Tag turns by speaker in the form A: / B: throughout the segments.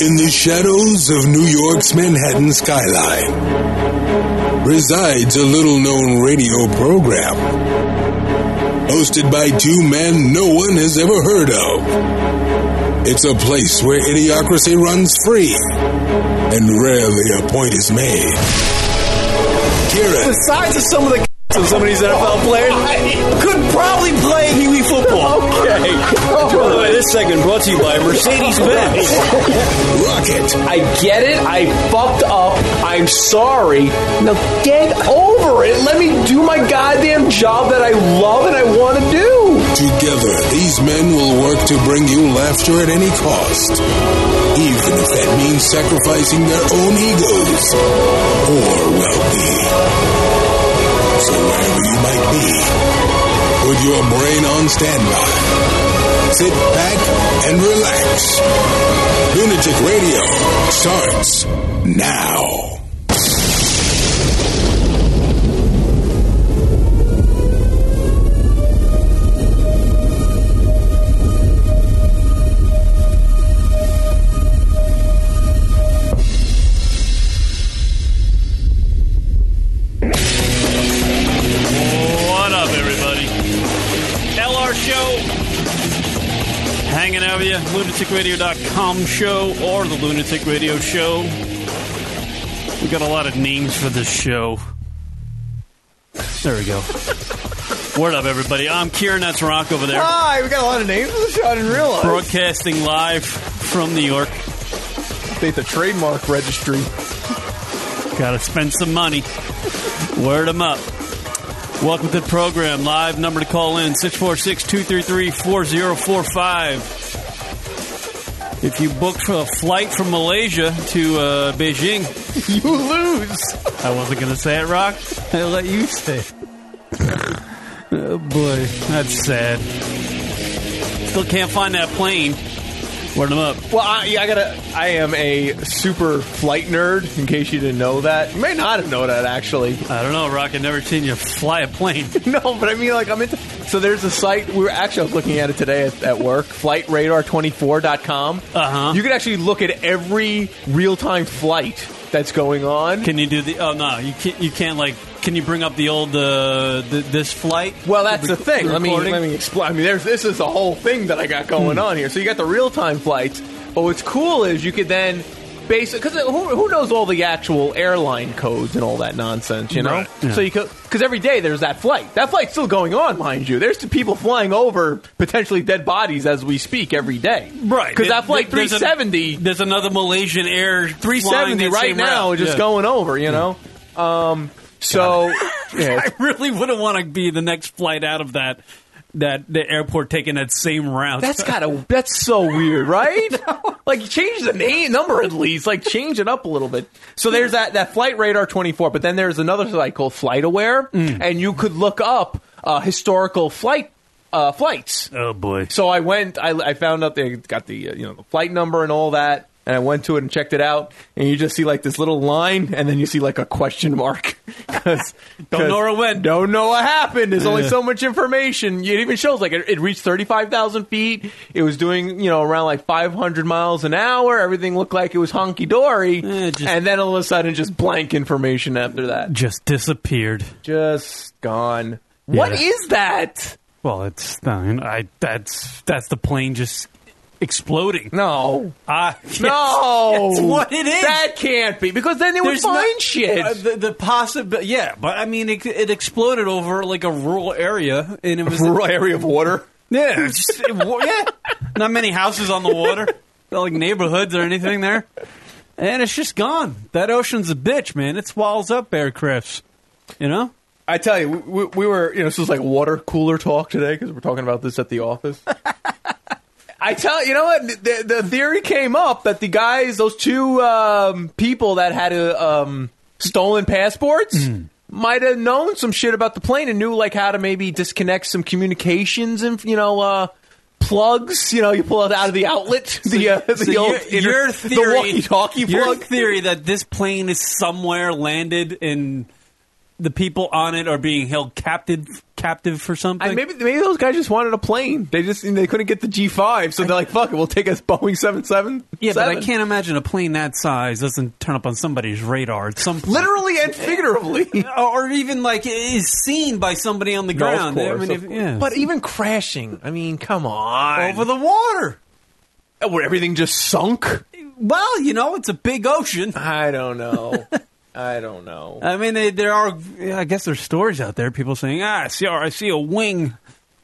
A: In the shadows of New York's Manhattan skyline resides a little known radio program hosted by two men no one has ever heard of. It's a place where idiocracy runs free and rarely a point is made. Kieran.
B: The size of some of the c- of some of these NFL players could probably play Pee Wee football.
C: Okay.
B: By the way, this segment brought to you by Mercedes Benz.
A: Rocket.
C: I get it. I fucked up. I'm sorry. Now get over it. Let me do my goddamn job that I love and I want to do.
A: Together, these men will work to bring you laughter at any cost, even if that means sacrificing their own egos or well being. So, wherever you might be, put your brain on standby. Sit back and relax. Lunatic Radio starts now.
D: What up, everybody? LR Show. Hanging out with you. LunaticRadio.com show or the Lunatic Radio Show. We got a lot of names for this show. There we go. Word up, everybody. I'm Kieran. That's Rock over there.
B: Hi, we got a lot of names for the show. I didn't realize.
D: Broadcasting live from New York.
B: Update the trademark registry.
D: Gotta spend some money. Word them up. Welcome to the program. Live number to call in 646 233 4045. If you book for a flight from Malaysia to uh, Beijing,
B: You lose.
D: I wasn't going to say it, Rock. I let you say it. oh, boy. That's sad. Still can't find that plane. Word them up.
B: Well, I, yeah, I gotta. I am a super flight nerd. In case you didn't know that, you may not have known that actually.
D: I don't know, Rock. I've never seen you fly a plane.
B: No, but I mean, like, I'm into. So there's a site. We were actually I was looking at it today at, at work. FlightRadar24.com.
D: Uh-huh.
B: You can actually look at every real time flight that's going on.
D: Can you do the? Oh no, you can't. You can't like. Can you bring up the old uh, th- this flight?
B: Well, that's the
D: Rec-
B: thing. Let me
D: recording? Hmm.
B: let me explain. I mean, there's this is the whole thing that I got going on here. So you got the real time flights, but what's cool is you could then base because who, who knows all the actual airline codes and all that nonsense, you know?
D: Right, yeah.
B: So you could because every day there's that flight. That flight's still going on, mind you. There's people flying over potentially dead bodies as we speak every day,
D: right?
B: Because
D: There-
B: that flight
D: there's a-
B: 370
D: There's another Malaysian Air flying
B: 370
D: that
B: right
D: same
B: now
D: route.
B: just
D: Yeah.
B: going over, you know. Um, so yeah,
D: I really wouldn't want to be the next flight out of that that the airport taking that same route.
B: That's gotta. That's so weird, right? Like change the name number at least. Like change it up a little bit. So there's that that flight radar 24, but then there's another site called Flight Aware,
D: Mm.
B: and you could look up uh, historical flight uh, flights.
D: oh boy.
B: So I went. I, I found out they got the uh, you know the flight number and all that, and I went to it and checked it out, and you just see like this little line, and then you see like a question mark because
D: Don't know where it went.
B: Don't know what happened. There's only
D: Yeah.
B: so much information. It even shows like it, it reached thirty five thousand feet. It was doing you know around like five hundred miles an hour. Everything looked like it was honky dory,
D: Eh, just-
B: and then all of a sudden just blank information after that,
D: Just disappeared.
B: just gone. What
D: Yeah.
B: is that?
D: Well, it's fine. I that's that's the plane just exploding.
B: No.
D: I,
B: No,
D: that's what it is.
B: That can't be because then they would
D: no-
B: find shit.
D: Uh, the the possibility, yeah, but I mean, it, it exploded over like a rural area, and it was
B: area of water.
D: yeah, it just- it wa- yeah. Not many houses on the water, not like neighborhoods or anything there, and it's just gone. That ocean's a bitch, man. It swallows up aircrafts, you know.
B: I tell you, we, we were you know this was like water cooler talk today because we're talking about this at the office. I tell you know what the, the theory came up that the guys, those two um, people that had a, um, stolen passports.
D: Hmm.
B: Might have known some shit about the plane and knew like how to maybe disconnect some communications and you know uh, plugs. You know, you pull it out of the outlet, the uh, the
D: So
B: old
D: your,
B: inter-
D: your theory,
B: the walkie-talkie
D: your
B: plug.
D: theory that this plane is somewhere landed and the people on it are being held captive, captive for something?
B: And maybe maybe those guys just wanted a plane. They just they couldn't get the G5, so they're like, "Fuck it, we'll take a Boeing 777."
D: yeah, but I can't imagine a plane that size doesn't turn up on somebody's radar at some point.
B: Literally and figuratively.
D: or even like is seen by somebody on the
B: No, of
D: ground.
B: course,
D: I mean,
B: of
D: if-
B: course.
D: yeah.
B: But even crashing, I mean, come on.
D: over the water.
B: Where everything just sunk?
D: Well, you know, it's a big ocean.
B: I don't know. I don't know.
D: I mean, they, there are. I guess there's stories out there. People saying, "Ah, I see, I see a wing,"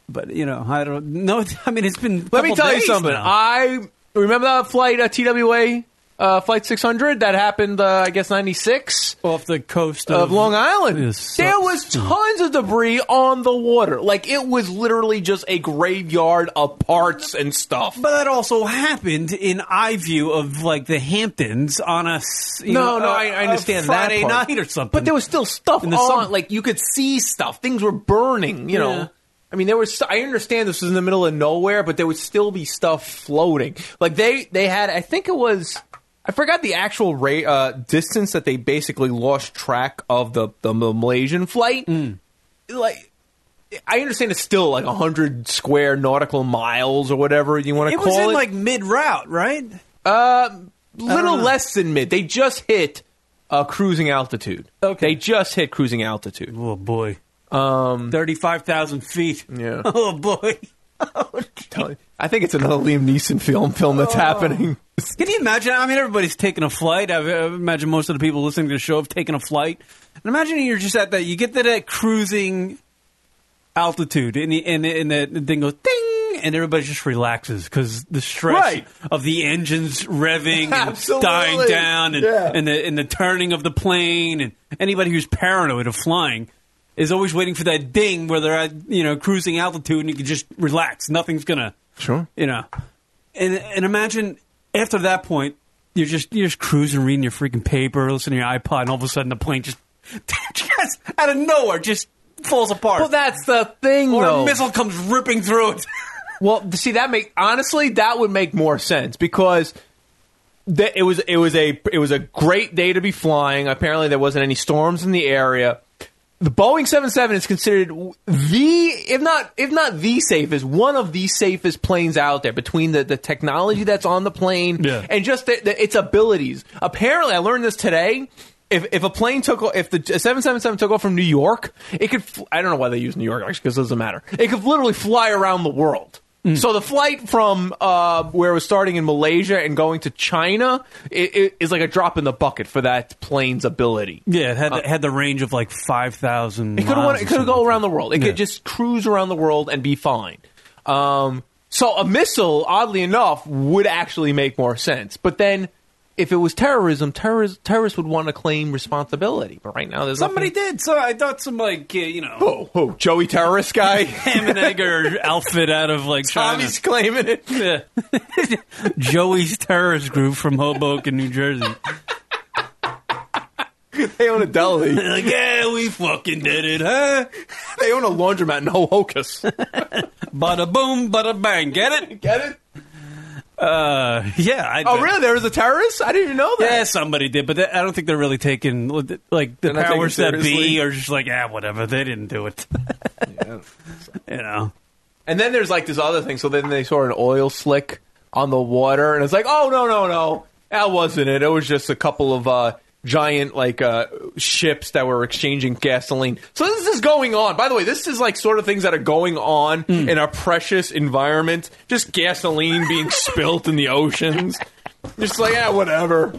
D: but you know, I don't. No, I mean, it's been. a
B: Let me
D: couple
B: tell you
D: days
B: something.
D: now.
B: I remember that flight, uh, TWA uh, flight 600 that happened, uh, I guess, 96
D: off the coast
B: of Long Island.
D: Yes.
B: there was tons of debris on the water. Like, it was literally just a graveyard of parts and stuff.
D: But that also happened in eye view of like the Hamptons on a s- you
B: no,
D: know,
B: no,
D: a-
B: I I
D: a
B: understand
D: Friday
B: that part.
D: night or something.
B: But there was still stuff
D: In the
B: on,
D: summer.
B: like you could see stuff. Things were burning. You
D: Yeah.
B: know, I mean, there was. I understand this was in the middle of nowhere, but there would still be stuff floating. Like they they had. I think it was. I forgot the actual ra- uh, distance that they basically lost track of the the, the Malaysian flight.
D: Mm.
B: Like. I understand it's still like hundred square nautical miles or whatever you want to
D: it Uh,
B: call
D: was in
B: it.
D: like mid route, right?
B: Um, little
D: know.
B: less than mid. They just hit uh, cruising altitude.
D: Okay.
B: They just hit cruising altitude.
D: Oh boy, um, thirty-five thousand feet.
B: Yeah.
D: Oh boy,
B: I think it's another Liam Neeson film film
D: Oh.
B: that's happening.
D: can you imagine? I mean, everybody's taking a flight. I, I imagine most of the people listening to the show have taken a flight. And imagine you're just at that. You get to that cruising altitude, and the and the, and the, the thing goes ding, and everybody just relaxes because the stress
B: Right.
D: of the engines revving and
B: Absolutely.
D: dying down, and
B: Yeah.
D: and the and the turning of the plane, and anybody who's paranoid of flying. Is always waiting for that ding where they're at, you know, cruising altitude, and you can just relax. Nothing's gonna
B: Sure.
D: you know and and imagine after that point you're just you're just cruising reading your freaking paper listening to your ipod and all of a sudden the plane just just out of nowhere just falls apart
B: Well, that's the thing,
D: or
B: though.
D: a missile comes ripping through it
B: well, see, that make honestly that would make more sense because that it was it was a it was a great day to be flying. Apparently, there wasn't any storms in the area. The Boeing 77 is considered the, if not if not the safest, one of the safest planes out there. Between the, the technology that's on the plane
D: Yeah.
B: and just the, the, its abilities. Apparently, I learned this today. If, if a plane took o- if the 777 took off from New York, it could fl- I don't know why they use New York actually because it doesn't matter. It could literally fly around the world.
D: Mm.
B: So the flight from uh, where it was starting in Malaysia and going to China i i- is like a drop in the bucket for that plane's ability.
D: yeah it had, the, had the range of like 5000
B: It
D: miles
B: could have
D: or
B: it could
D: something.
B: go around the world. It
D: Yeah.
B: could just cruise around the world and be fine. Um, so a missile, oddly enough, would actually make more sense. But then, if it was terrorism, terrorists terrorists would want to claim responsibility. But right now, Oh, there's
D: somebody
B: nothing-
D: did so i thought some like uh, you know
B: Oh, oh, Joey terrorist guy.
D: ham and egg or outfit out of like China.
B: Tommy's claiming it.
D: Yeah. Joey's terrorist group from Hoboken, New Jersey.
B: They own a deli.
D: Like, yeah, we fucking did it, huh?
B: they own a laundromat in Hohokus.
D: Bada boom, bada bang. Get it?
B: Get it?
D: Uh, yeah. I
B: Oh, really? There was a terrorist? I didn't even know that.
D: Yeah, somebody did, but that, I don't think they're really taking like the
B: not taking
D: powers that be
B: seriously.
D: are just like, ah, whatever. They didn't do it. you know.
B: And then there's like this other thing. So then they saw an oil slick on the water, and it's like, oh no, no, no, that wasn't it. It was just a couple of uh, giant like uh, ships that were exchanging gasoline. So this is going on. By the way, this is like sort of things that are going on
D: Hmm.
B: in our precious environment. Just gasoline being spilt in the oceans. Just like yeah, whatever.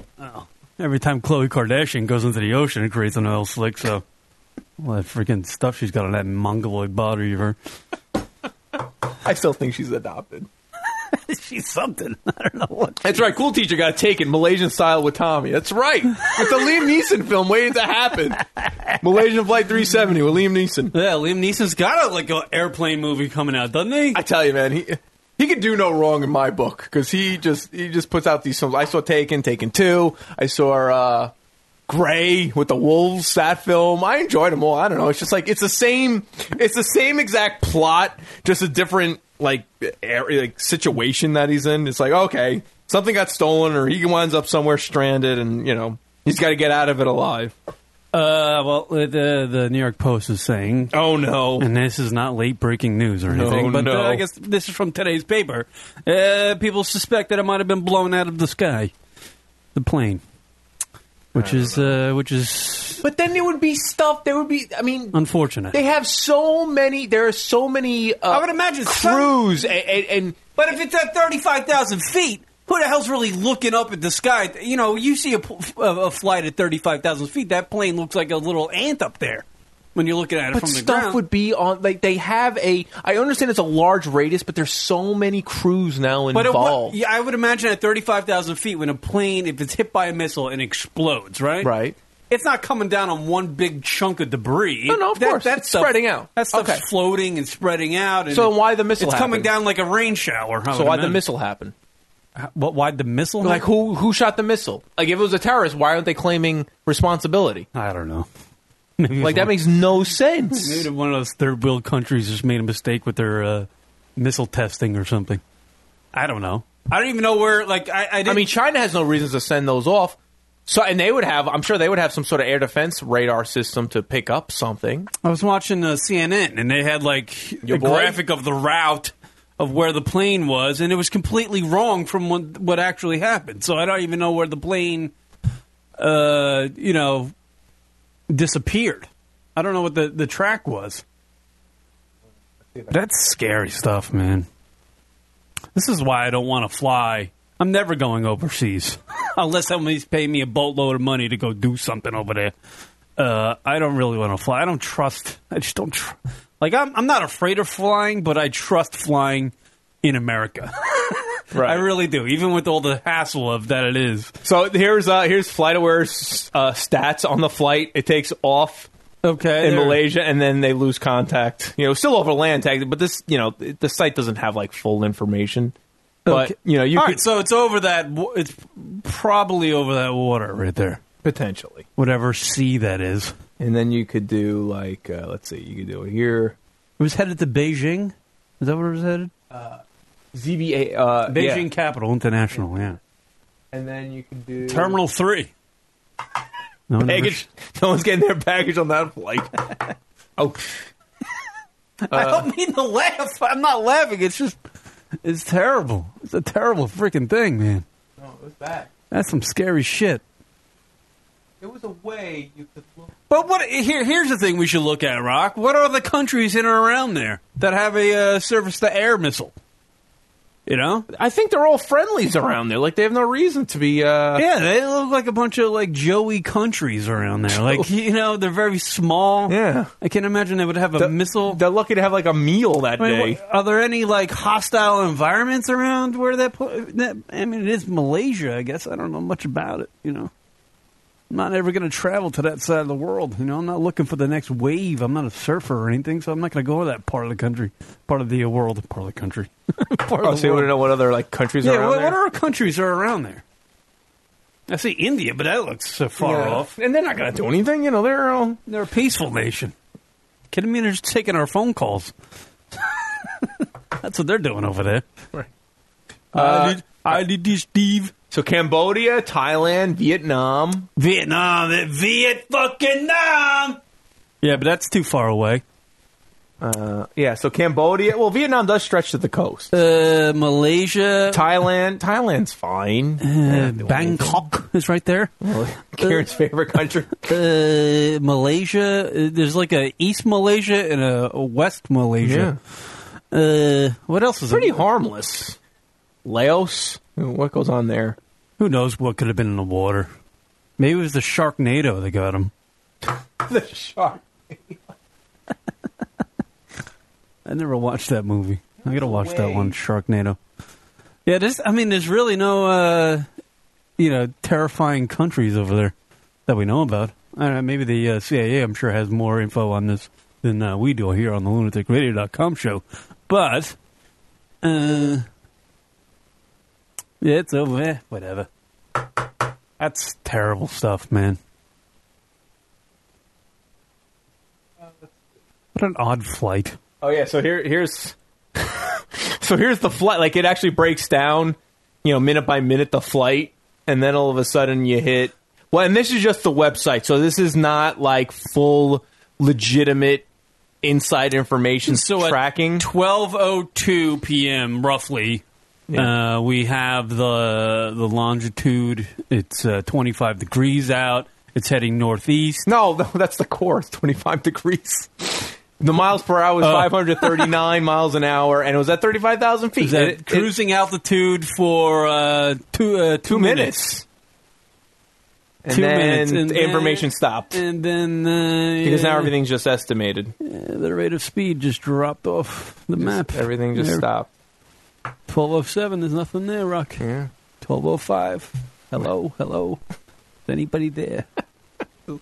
D: Every time Khloe Kardashian goes into the ocean, it creates an oil slick. So, all that freaking stuff she's got on that mongoloid body of her.
B: I still think she's adopted.
D: she's something. I don't know what.
B: That's right. Cool teacher got taken Malaysian style with Tommy. That's right. It's a Liam Neeson film waiting to happen. Malaysian Flight 370 with Liam Neeson.
D: Yeah, Liam Neeson's got a like an airplane movie coming out, doesn't he?
B: I tell you, man, he he could do no wrong in my book because he just he just puts out these films. I saw Taken, Taken Two. I saw uh, Gray with the Wolves. That film, I enjoyed them all. I don't know. It's just like it's the same. It's the same exact plot, just a different like area, like situation that he's in. It's like okay, something got stolen, or he winds up somewhere stranded, and you know he's got to get out of it alive.
D: Uh, well, the the New York Post is saying,
B: Oh no!
D: and this is not late breaking news or
B: No,
D: anything, but
B: no.
D: uh, I guess this is from today's paper. Uh, people suspect that it might have been blown out of the sky, the plane, which is uh, which is
B: But then there would be stuff. There would be. I mean,
D: unfortunate.
B: they have so many. There are so many. Uh,
E: I would imagine some-
B: crews and, and, and
E: But if it's at 35,000 feet, who the hell's really looking up at the sky? You know, you see a, pl- a a flight at 35,000 feet, that plane looks like a little ant up there when you're looking at it
B: but
E: from the
B: stuff
E: ground.
B: would be on. Like they have a. I understand it's a large radius, but there's so many crews now
E: but it, wa-
B: involved.
E: yeah, I would imagine at 35,000 feet when a plane, if it's hit by a missile and explodes, right?
B: Right.
E: It's not coming down on one big chunk of debris.
B: No, no, of course. It's
E: stuff-
B: spreading out.
E: That stuff's
B: Okay.
E: floating and spreading out. And
B: So then why the missile
E: It's coming
B: happened?
E: down like a rain shower. I
B: so
E: would
B: why the
E: imagine.
B: missile happen?
D: What? Why the missile?
B: Like who who shot the missile? Like if it was a terrorist, why aren't they claiming responsibility?
D: I don't know. Maybe it was
B: Like that
D: one-
B: makes no sense.
D: maybe one of those third world countries just made a mistake with their uh, missile testing or something. I don't know.
E: I don't even know where, like, I, I didn't.
B: I mean, China has no reasons to send those off. So, and they would have, I'm sure they would have some sort of air defense radar system to pick up something.
E: I was watching uh, CNN and they had like a
B: boy?
E: graphic of the route of where the plane was, and it was completely wrong from what, what actually happened. So I don't even know where the plane, uh, you know, disappeared. I don't know what the, the track was.
D: That's scary stuff, man. This is why I don't want to fly. I'm never going overseas unless somebody's paying me a boatload of money to go do something over there. Uh, I don't really want to fly. I don't trust. I just don't. Tr- like I'm, I'm not afraid of flying, but I trust flying in America.
B: Right.
D: I really do, even with all the hassle of that it is.
B: so here's uh, here's FlightAware's uh, stats on the flight. It takes off
D: Okay,
B: in Malaysia and then they lose contact. You know, still over land tag, but this you know the site doesn't have like full information. But
D: Okay.
B: you know, you
D: All
B: could
D: right, so it's over that. wa- It's probably over that water right there,
B: potentially,
D: whatever sea that is.
B: and then you could do like uh, let's see, you could do it here.
D: It was headed to Beijing. Is that where it was headed?
B: ZBA uh,
D: Beijing
B: yeah.
D: Capital International. Yeah.
B: and then you could do
E: Terminal 3.
D: No, never-
B: baggage. No one's getting their baggage on that flight. oh,
E: I don't mean to laugh. I'm not laughing. It's just.
D: It's terrible. It's a terrible freaking thing, man.
B: no, it was bad.
D: That's some scary shit.
B: There was a way you could look.
E: But what here? Here's the thing we should look at, Rock. What are the countries in or around there that have a uh, surface-to-air missile? You know,
B: I think they're all friendlies around there. Like they have no reason to be. uh
E: yeah, they look like a bunch of like Joey countries around there. Like you know, they're very small.
B: Yeah.
E: I can't imagine they would have a missile.
B: They're lucky to have like a meal that
E: I mean,
B: day.
E: what- are there any like hostile environments around where that, pl- that? I mean, it is Malaysia, I guess. I don't know much about it. You know,
D: I'm not ever going to travel to that side of the world. You know, I'm not looking for the next wave. I'm not a surfer or anything, so I'm not going to go to that part of the country, part of the uh, world, part of the country. part
B: Oh,
D: of
B: so
D: the
B: you want
D: world.
B: to know what other like countries are
E: yeah.
B: around
E: What,
B: there?
E: what are countries are around there? I see India, but that looks so far
B: Yeah.
E: off.
B: and they're not going to do anything. You know, they're all.
E: They're a peaceful nation.
D: Kidding me? They're just taking our phone calls. That's what they're doing over there. Eh? Uh, I, did, I did this, Steve.
B: Uh, So Cambodia, Thailand, Vietnam.
E: Vietnam,
D: eh,
E: that Viet fucking Nam.
D: Yeah, but that's too far away.
B: Uh, yeah, so Cambodia. Well, Vietnam does stretch to the coast.
D: Uh, Malaysia.
B: Thailand. Thailand's fine.
D: Uh, Bangkok is right there.
B: Karen's favorite country.
D: Uh, Malaysia. uh, There's like a East Malaysia and a a West Malaysia. Uh, what else is
B: Pretty
D: there?
B: harmless. Laos. What goes on there?
D: Who knows what could have been in the water? Maybe it was the Sharknado that got him.
B: the shark.
D: I never watched that movie. I gotta watch that one, Sharknado. Yeah, this. I mean, there's really no, uh, you know, terrifying countries over there that we know about. I don't know, maybe the uh, CIA, I'm sure, has more info on this than uh, we do here on the LunaticRadio.com show. But, uh, yeah, it's over. Eh, whatever. That's terrible stuff, man. What an odd flight.
B: Oh yeah, so here here's so here's the flight. Like it actually breaks down, you know, minute by minute the flight, and then all of a sudden you hit. Well, and this is just the website, so this is not like full legitimate inside information
D: so
B: tracking.
D: at 12:02 p.m. roughly. Uh, we have the the longitude. It's uh, 25 degrees out. It's heading northeast.
B: no, no, that's the course. Twenty-five degrees. The miles per hour was
D: Oh.
B: 539 miles an hour, and it was at 35,000 feet.
D: Is at
B: It- it-
D: cruising altitude for uh, two uh, two,
B: two minutes. And then
D: and
B: the information
D: then-
B: stopped
D: And then uh,
B: because now
D: yeah,
B: everything's just estimated.
D: the rate of speed just dropped off the map.
B: Everything just
D: There.
B: stopped.
D: 1207. There's nothing there, Rock.
B: Yeah.
D: 1205. Hello, hello. Is anybody there? Is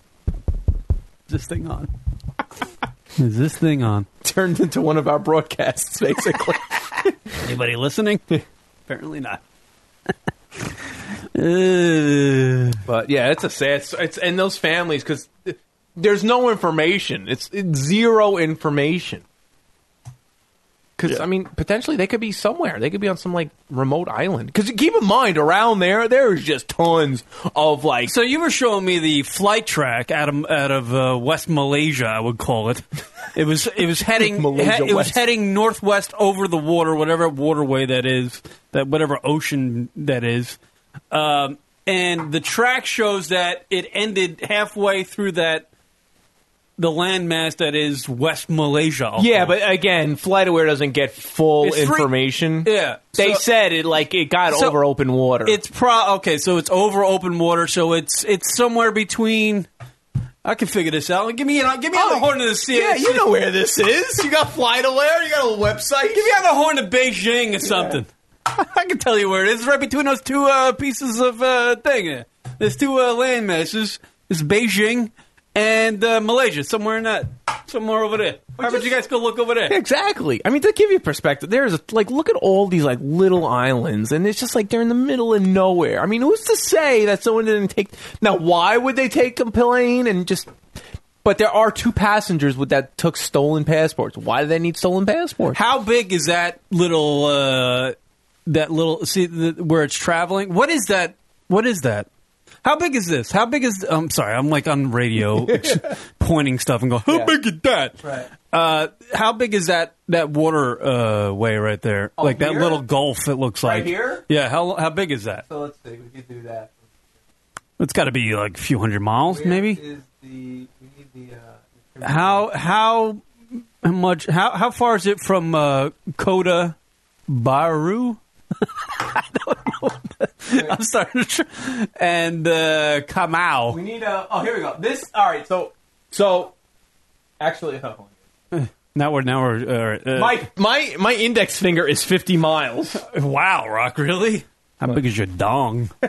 D: this thing on? Is this thing on?
B: Turned into one of our broadcasts, basically.
D: Anybody listening? Apparently not. Uh,
B: But yeah, it's a sad. s- It's and those families because there's no information. It's, it's zero information. Because I mean, potentially they could be somewhere. They could be on some like remote island. Because keep in mind, around there, there's just tons of like.
D: so you were showing me the flight track out of out of uh, West Malaysia, I would call it. It was it was heading
B: Malaysia
D: he- it was
B: West.
D: heading northwest over the water, whatever waterway that is, that whatever ocean that is. Um, and the track shows that it ended halfway through that the landmass that is West Malaysia. I'll
B: yeah,
D: call it.
B: but again, FlightAware doesn't get full
D: It's free-
B: information.
D: yeah,
B: they
D: so-
B: said it like it got
D: So-
B: over open water.
D: It's pro okay, so it's over open water, so it's it's somewhere between. I can figure this out. Give me an, give me on the horn of the sea.
B: Oh, yeah, you know where this is. You got FlightAware. You got a website.
D: Give me on the horn of Beijing or something. I can tell you where it is. It's right between those two uh, pieces of uh, thing. there. There's two uh, land masses. It's Beijing and uh, Malaysia, somewhere in that, somewhere over there. Why would you guys go look over there?
B: Exactly. I mean, to give you perspective, there's like look at all these like little islands, and it's just like they're in the middle of nowhere. I mean, who's to say that someone didn't take? Now, why would they take a plane and just? But there are two passengers with that took stolen passports. Why do they need stolen passports?
D: How big is that little uh, that little see the, where it's traveling? What is that? What is that? How big is this? How big is? I'm sorry, I'm like on radio ex- pointing stuff and going. How big is that? Right. Uh, how big is that that water uh, way right there? like that
B: Oh, here?
D: little gulf. It looks like
B: here?
D: Yeah. How how big is that?
B: So let's see. We could do that.
D: It's got to be like a few hundred miles,
B: Oh,
D: maybe.
B: the we need the uh,
D: how how much how how far is it from uh, Kota Baru? I don't know. I'm starting to tr- and uh, Kamau.
B: need a oh here we go. This all right. So so actually.
D: Now we're now we're uh, uh,
B: My my my index finger is fifty miles.
D: Wow, Rock, really? How big is your dong?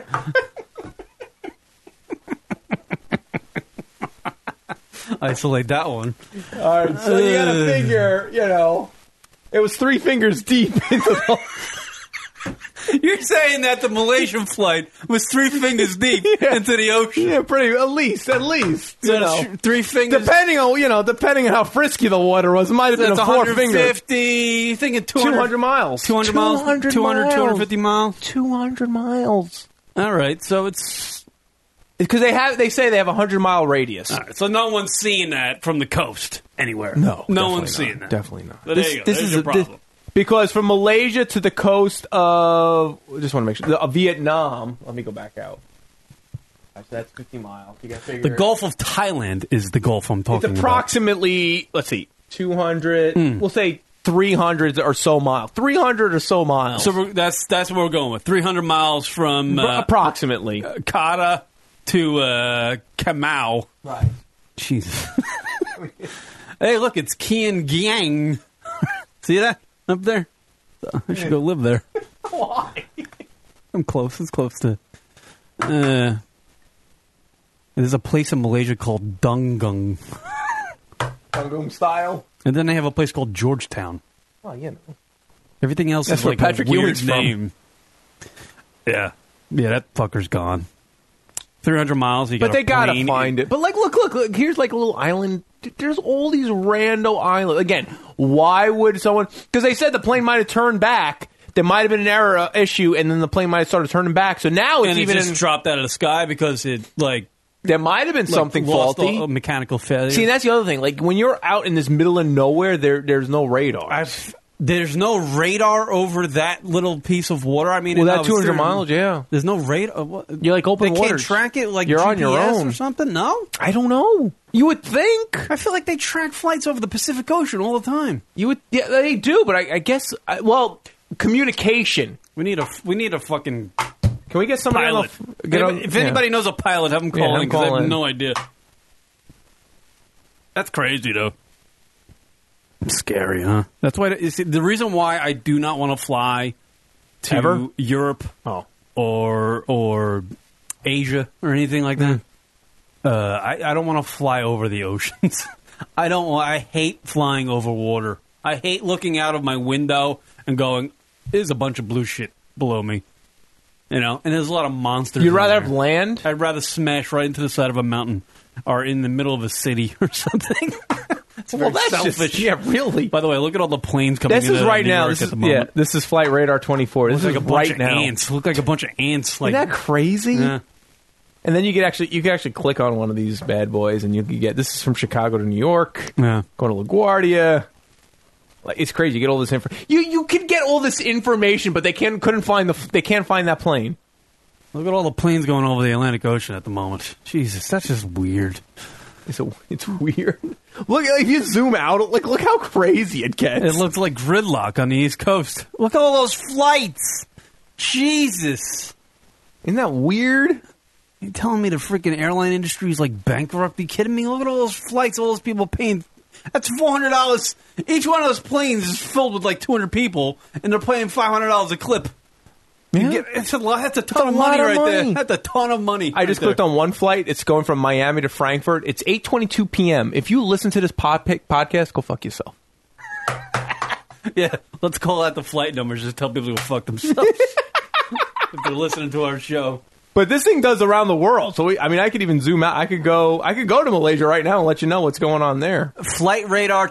D: Isolate that one.
B: All right, so you gotta figure, you know, it was three fingers deep into the.
D: You're saying that the Malaysian flight was three fingers deep into the ocean.
B: Yeah, pretty at least, at least, you
D: So
B: know.
D: it's three fingers.
B: Depending on you know, depending on how frisky the water was, it might have been
D: That's
B: a four finger.
D: 150. You thinking 200,
B: Two hundred miles.
D: 200 miles? 200, 250 miles?
B: Two hundred miles.
D: All right, so it's.
B: Because they have, they say they have a hundred mile radius.
D: All right, so no one's seeing that from the coast anywhere.
B: No,
D: No
B: definitely
D: one's
B: not.
D: seeing that.
B: Definitely not.
D: So there you go. There's your
B: a- this-
D: problem.
B: because from Malaysia to the coast of just want to make sure uh, Vietnam. Let me go back out. All right, So that's fifty miles. You gotta figure
D: The Gulf of Thailand is the Gulf I'm
B: It's
D: talking
B: approximately let's see, two hundred.
D: Hmm.
B: We'll say three hundred or so miles. Three hundred or so miles.
D: about. So we're, that's that's what we're going with. 300 miles from
B: Pro-
D: uh,
B: approximately.
D: Kata to uh, Kamau.
B: right.
D: Jesus. hey, look, it's Kian Giang. See that up there? I should go live there. Why? I'm close. It's close to. Uh, there's a place in Malaysia called Dungung,
B: Kangum style.
D: and then they have a place called Georgetown.
B: Well, you know.
D: Everything else
B: That's
D: is
B: where
D: like
B: Patrick
D: a weird
B: Ewing's from.
D: name. Yeah, yeah, that fucker's gone. Three hundred miles. You
B: But they gotta
D: plane.
B: find it. But like, look, look, look. Here's like a little island. D- There's all these rando islands. Again, why would someone? Because they said the plane might have turned back. there might have been an error uh, issue, and then the plane might have started turning back. So now it's
D: and it
B: even
D: just
B: in,
D: dropped out of the sky because it like
B: there might have been
D: like,
B: something
D: lost
B: faulty.
D: a- a mechanical failure.
B: See, and that's the other thing. Like when you're out in this middle of nowhere, there there's no radar.
D: I've, there's no radar over that little piece of water. I mean,
B: well,
D: I
B: that
D: was
B: 200
D: certain-
B: miles, yeah.
D: There's no radar. What?
B: You're like open
D: They can't
B: waters.
D: track it like
B: You're on your
D: GPS
B: own.
D: or something. No,
B: I don't know. You would think
D: I feel like they track flights over the Pacific Ocean all the time.
B: you would. Yeah, they do, but I, I guess. I, well, communication.
D: We need a we need a fucking
B: Can we get somebody on the
D: pilot.
B: f- get on-
D: if
B: yeah.
D: anybody knows a pilot, have them
B: Yeah,
D: call
B: I'm
D: in 'cause I
B: calling.
D: have no idea. That's crazy though. Scary, huh? That's why you see, the reason why I do not want to fly to
B: Ever?
D: Europe
B: Oh.
D: or or Asia or anything like that. Uh, I, I don't want to fly over the oceans. I don't. wa- I hate flying over water. I hate looking out of my window and going, "There's a bunch of blue shit below me," you know. And there's a lot of monsters.
B: You'd
D: in
B: rather
D: there.
B: have land.
D: I'd rather smash right into the side of a mountain or in the middle of a city or something. it's very
B: Well, that's just-
D: selfish.
B: yeah, really.
D: By the way, look at all the planes coming.
B: This
D: in
B: is
D: and out of
B: right
D: New
B: now.
D: York
B: This
D: at
B: is,
D: the
B: yeah,
D: moment.
B: this is Flight Radar 24. This
D: Looks like
B: is
D: a bunch
B: right
D: of
B: now.
D: ants. Look like a bunch of ants. Like
B: Isn't that crazy?
D: Yeah.
B: And then you could actually you could actually click on one of these bad boys, and you could get this is from Chicago to New York,
D: Yeah.
B: going to LaGuardia. Like it's crazy. You get all this info. You you could get all this information, but they can couldn't find the they can't find that plane.
D: Look at all the planes going over the Atlantic Ocean at the moment. Jesus, that's just weird.
B: It's a, it's weird. Look like, if you zoom out, like look how crazy it gets.
D: It looks like gridlock on the East Coast. Look at all those flights. Jesus.
B: Isn't that weird?
D: You telling me the freaking airline industry is like bankrupt? you kidding me? Look at all those flights, all those people paying. That's four hundred dollars. Each one of those planes is filled with like two hundred people, and they're paying five hundred dollars a clip. You
B: Yeah.
D: get- it's a lot. That's a ton
B: a
D: of
B: lot
D: money
B: of
D: right
B: money.
D: there. That's a ton of money.
B: I just clicked on one flight. It's going from Miami to Frankfurt. It's 8:22 p.m. If you listen to this pod- podcast, go fuck yourself.
D: Yeah, let's call out the flight numbers. Just tell people to go fuck themselves if they're listening to our show.
B: But this thing does around the world. So we, I mean, I could even zoom out. I could go. I could go to Malaysia right now and let you know what's going on there.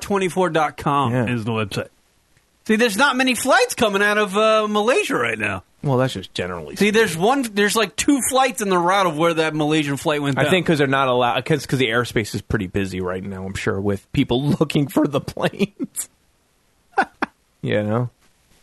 D: Flightradar24.com
B: Yeah.
D: is the website. See, there's not many flights coming out of uh, Malaysia right now.
B: Well, that's just generally.
D: See, there's one. There's like two flights in the route of where that Malaysian flight went.
B: I
D: down.
B: think because they're not allowed. Because the airspace is pretty busy right now. I'm sure with people looking for the planes. you know,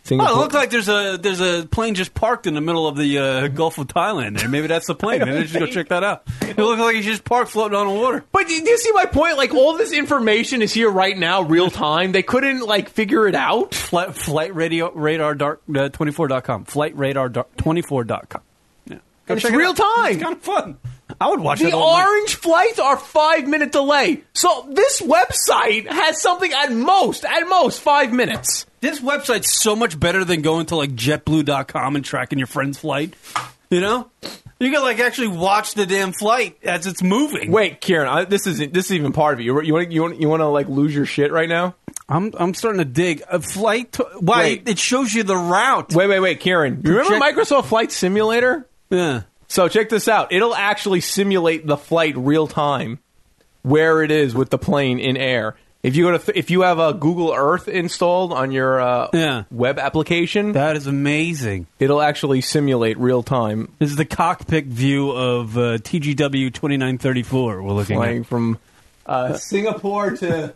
B: Singapore.
D: Oh, it looked like there's a there's a plane just parked in the middle of the uh, Gulf of Thailand. There, maybe that's the plane. Maybe they should go check that out. It looks like it's just parked floating on the water.
B: but do you see my point? Like all this information is here right now, real time. They couldn't like figure it out.
D: Flight, flight radio radar dark uh, 24.com. Flight radar dark 24.com. Yeah. Go
B: It's
D: check it
B: real
D: out.
B: time.
D: It's kind of fun. I would watch it
B: The
D: all night.
B: orange flights are five minute delay. So this website has something at most, at most five minutes.
D: This website's so much better than going to like jetblue.com and tracking your friend's flight. You know? You can like actually watch the damn flight as it's moving.
B: Wait, Kieran, I, this is this is even part of it. You you want you want you want to like lose your shit right now?
D: I'm I'm starting to dig a flight to, why
B: Wait.
D: it shows you the route.
B: Wait, wait, wait, Kieran. You remember
D: Project-
B: Microsoft Flight Simulator?
D: Yeah.
B: So check this out. It'll actually simulate the flight real time, where it is with the plane in air. If you go to th- if you have a Google Earth installed on your uh,
D: Yeah.
B: web application,
D: That is amazing.
B: it'll actually simulate real time
D: This is the cockpit view of uh, TGW 2934 we're looking
B: flying
D: at.
B: from uh, Singapore to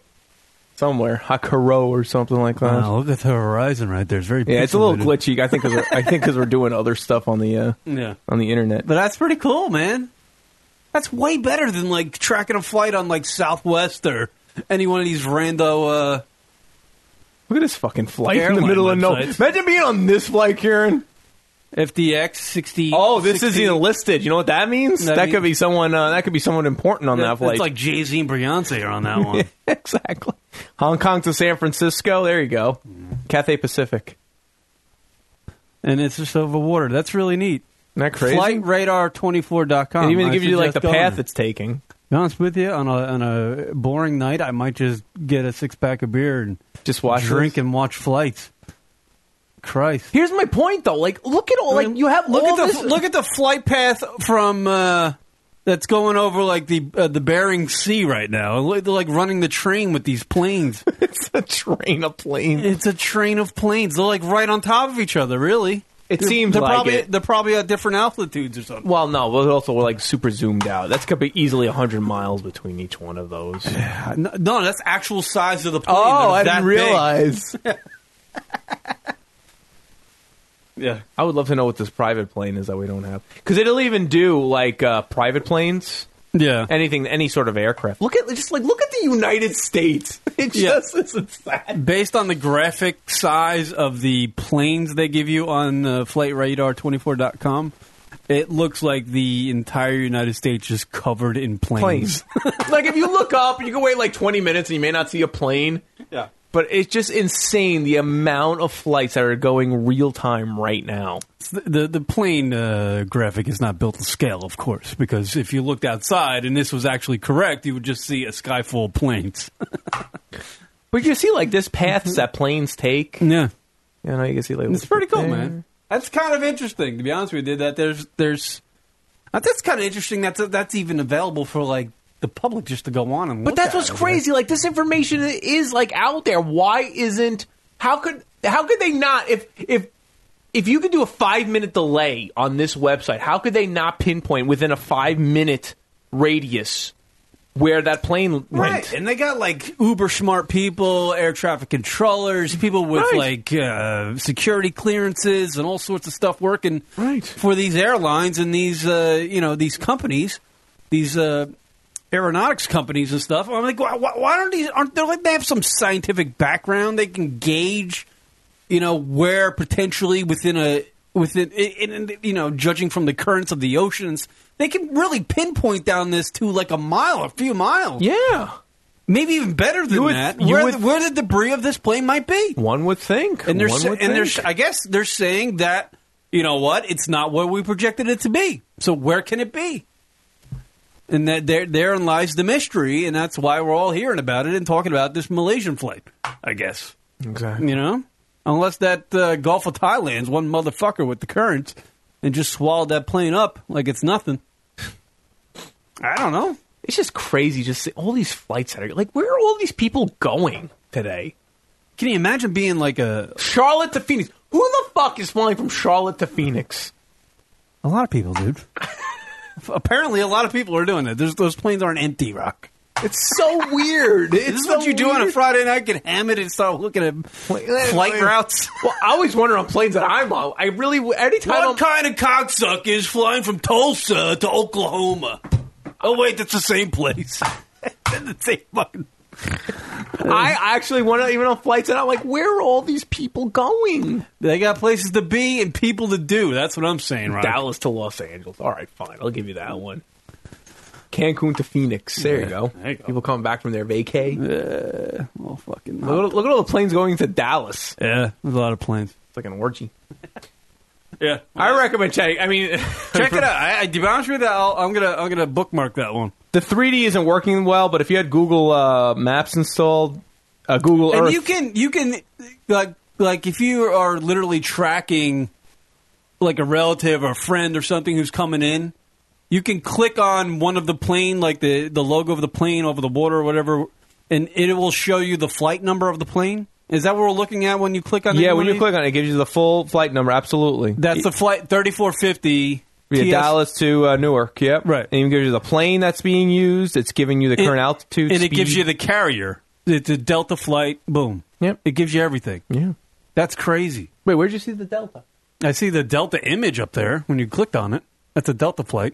B: somewhere, Hakaro or something like that.
D: Wow, look at the horizon right there. It's very
B: Yeah, it's a little
D: pixelated.
B: glitchy. I think because I think because we're doing other stuff on the uh,
D: Yeah.
B: on the internet.
D: But that's pretty cool, man. That's way better than like tracking a flight on like Southwest or any one of these rando. Uh,
B: Look at this fucking flight in
D: Airline
B: the middle of no.
D: websites.
B: Imagine being on this flight, Karen.
D: FDX sixty.
B: Oh, this isn't even listed. You know what that means? That,
D: That mean-
B: could be someone. Uh, that could be someone important on that flight.
D: It's like Jay Z and Beyonce are on that one.
B: exactly. Hong Kong to San Francisco. There you go. Cathay Pacific.
D: and it's just over water. That's really neat.
B: Isn't that crazy?
D: Flightradar24.com.
B: it even
D: I
B: gives you like
D: suggest
B: the
D: going
B: path
D: there.
B: it's taking.
D: Be honest with you, on a on a boring night, I might just get a six pack of beer and
B: Just watch
D: drink
B: this.
D: and watch flights. Christ.
B: Here's my point, though. Like, look at all. Like, you have
D: look
B: all
D: at the
B: this-
D: look at the flight path from uh, that's going over like the uh, the Bering Sea right now. Like- They're like running the train with these planes.
B: It's a train of planes.
D: it's a train of planes. They're like right on top of each other. Really,
B: It
D: They're-
B: seems
D: they're
B: like
D: probably
B: it.
D: they're probably at different altitudes or something.
B: Well, no, but also we're like super zoomed out. That's could be easily hundred miles between each one of those.
D: No, no, that's actual size of the plane.
B: oh,
D: They're
B: I
D: that
B: didn't
D: big.
B: realize.
D: Yeah,
B: I would love to know what this private plane is that we don't have because it'll even do like uh, private planes,
D: yeah.
B: anything, any sort of aircraft. Look at just like look at the United States. It
D: Yeah.
B: just isn't sad.
D: Based on the graphic size of the planes they give you on uh, flightradar24.com, it looks like the entire United States is covered in planes.
B: Planes. like if you look up, you can wait like twenty minutes and you may not see a plane.
D: Yeah.
B: But it's just insane the amount of flights that are going real time right now.
D: The, the, the plane uh, graphic is not built to scale, of course, because if you looked outside and this was actually correct, you would just see a sky full of planes.
B: But you see like this paths that planes take.
D: Mm-hmm. yeah.
B: You know, you can see like
D: It's pretty cool, man. That's kind of interesting, to be honest with you. That there's there's that's kind of interesting. That's that's even available for like the public just to go on and.
B: But that's what's crazy. Like this information is like out there. Why isn't? How could how could they not? If if if you could do a five minute delay on this website, how could they not pinpoint within a five minute radius where that plane went?
D: Right, and they got like uber smart people, air traffic controllers, people with
B: Right.
D: like uh, security clearances and all sorts of stuff working
B: Right.
D: for these airlines and these uh, you know these companies, these uh, aeronautics companies and stuff. I'm like, why, why why don't these? Aren't they like they have some scientific background? They can gauge, you know, where potentially within a within in, in, you know judging from the currents of the oceans. They can really pinpoint down this to like a mile, a few miles
B: Yeah,
D: maybe even better than
B: would-
D: that.
B: you
D: Where,
B: would-
D: the, where the debris of this plane might be,
B: one would think.
D: and they're
B: one
D: sa-
B: would
D: and they're
B: think.
D: s- I guess they're saying that you know what, it's not what we projected it to be. So where can it be? And that there therein lies the mystery, and that's why we're all hearing about it and talking about this Malaysian flight. I guess
B: exactly.
D: you know, unless that uh, Gulf of Thailand's one motherfucker with the currents and just swallowed that plane up like it's nothing. I don't know.
B: It's just crazy. Just see- all these flights that are like, where are all these people going today?
D: Can you imagine being like a
B: Charlotte to Phoenix. Who the fuck is flying from Charlotte to Phoenix?
D: A lot of people, dude. Apparently, a lot of people are doing it. There's, those planes aren't empty, Rock.
B: It's so weird. It's
D: This is what
B: so
D: you do on a
B: weird.
D: Friday night, get hammered and start looking at flight
B: wait.
D: routes.
B: Well, I always wonder on planes that I'm on. I really anytime I'm,
D: What kind of cocksuck is flying from Tulsa to Oklahoma? Oh, wait, that's the same place. the same fucking...
B: I actually wonder even on flights and I'm like, where are all these people going?
D: They got places to be and people to do. That's what I'm saying, Rock.
B: Dallas to Los Angeles. All right, fine, I'll give you that one. Cancun to Phoenix. There, you, go.
D: there you go.
B: People coming back from their vacay.
D: Oh, fucking...
B: Look, at- look at all the planes going to Dallas.
D: Yeah, there's a lot of planes.
B: It's like an orgy.
D: Yeah.
B: I recommend checking. I mean,
D: Check it out. I, I, to be honest with you, I'll, I'm gonna I'm gonna bookmark that one.
B: The 3D isn't working well, but if you had Google uh, Maps installed, uh, Google
D: and
B: Earth,
D: you can you can like like if you are literally tracking like a relative or a friend or something who's coming in you can click on one of the plane like the the logo of the plane over the water or whatever and it will show you the flight number of the plane is that what we're looking at when you click on any
B: yeah, when
D: one
B: you
D: of
B: click on it, it gives you the full flight number. Absolutely,
D: these? that's the flight 3450
B: Yeah,
D: TS
B: Dallas to uh, Newark. Yep.
D: Right.
B: And it gives you the plane that's being used. It's giving you the current altitude.
D: and it
B: speed.
D: gives you the carrier it's a delta flight boom
B: Yep.
D: it gives you everything
B: yeah.
D: that's crazy
B: Wait, where'd you see the Delta?
D: I see the Delta image up there when you clicked on it. That's a Delta flight.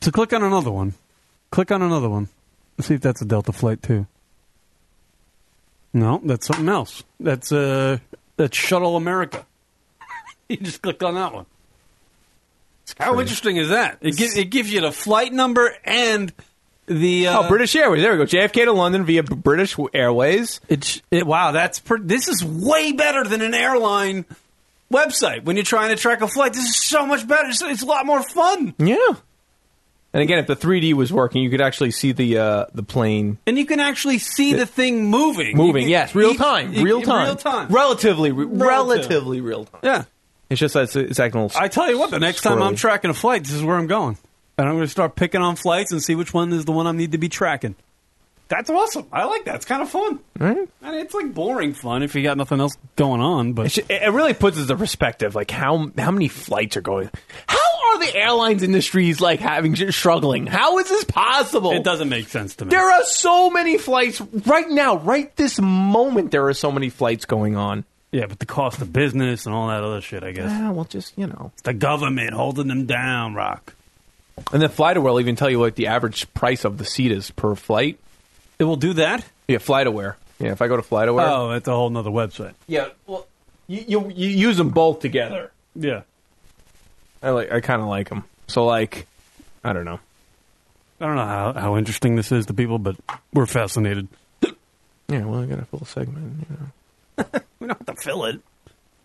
D: So click on another one. Click on another one. Let's see if that's a Delta flight too. No, that's something else. That's uh that's Shuttle America. you just clicked on that one. How interesting is that? It, gi- it gives you the flight number and the uh,
B: oh, British Airways. There we go. JFK to London via B- British Airways.
D: It's it, wow, that's pretty, this is way better than an airline website when you're trying to track a flight. This is so much better. It's, it's a lot more fun,
B: Yeah. And again, if the 3D was working, you could actually see the uh, the plane
D: and you can actually see the thing moving.
B: moving.
D: You can-
B: yes, real
D: you-
B: time,
D: you-
B: real time,
D: real time.
B: relatively, re-
D: Relative.
B: relatively real time.
D: yeah,
B: It's just that it's, it's acting a little.
D: I tell you what, the next time I'm
B: squirrely.
D: tracking a flight, this is where I'm going. and I'm going to start picking on flights and see which one is the one I need to be tracking. That's awesome. I like that. It's kind of fun.
B: Right?
D: And it's like boring fun if you got nothing else going on. But
B: It sh- It really puts into perspective, like how how many flights are going. How are the airlines industries like having struggling? How is this possible?
D: it doesn't make sense to me.
B: There are so many flights right now, right this moment. There are so many flights going on.
D: yeah, but the cost of business and all that other shit. I guess
B: Ah, well, just you know.
D: the government holding them down. Rock.
B: And then FlightAware will even tell you what the average price of the seat is per flight.
D: It will do that.
B: Yeah, FlightAware. Yeah, if I go to FlightAware.
D: Oh, that's a whole nother website.
B: Yeah, well, you, you you use them both together.
D: Yeah.
B: I like. I kind of like them. So like, I don't know.
D: I don't know how, how interesting this is to people, but we're fascinated.
B: Yeah, well, I got a full segment. You know.
D: We don't have to fill it.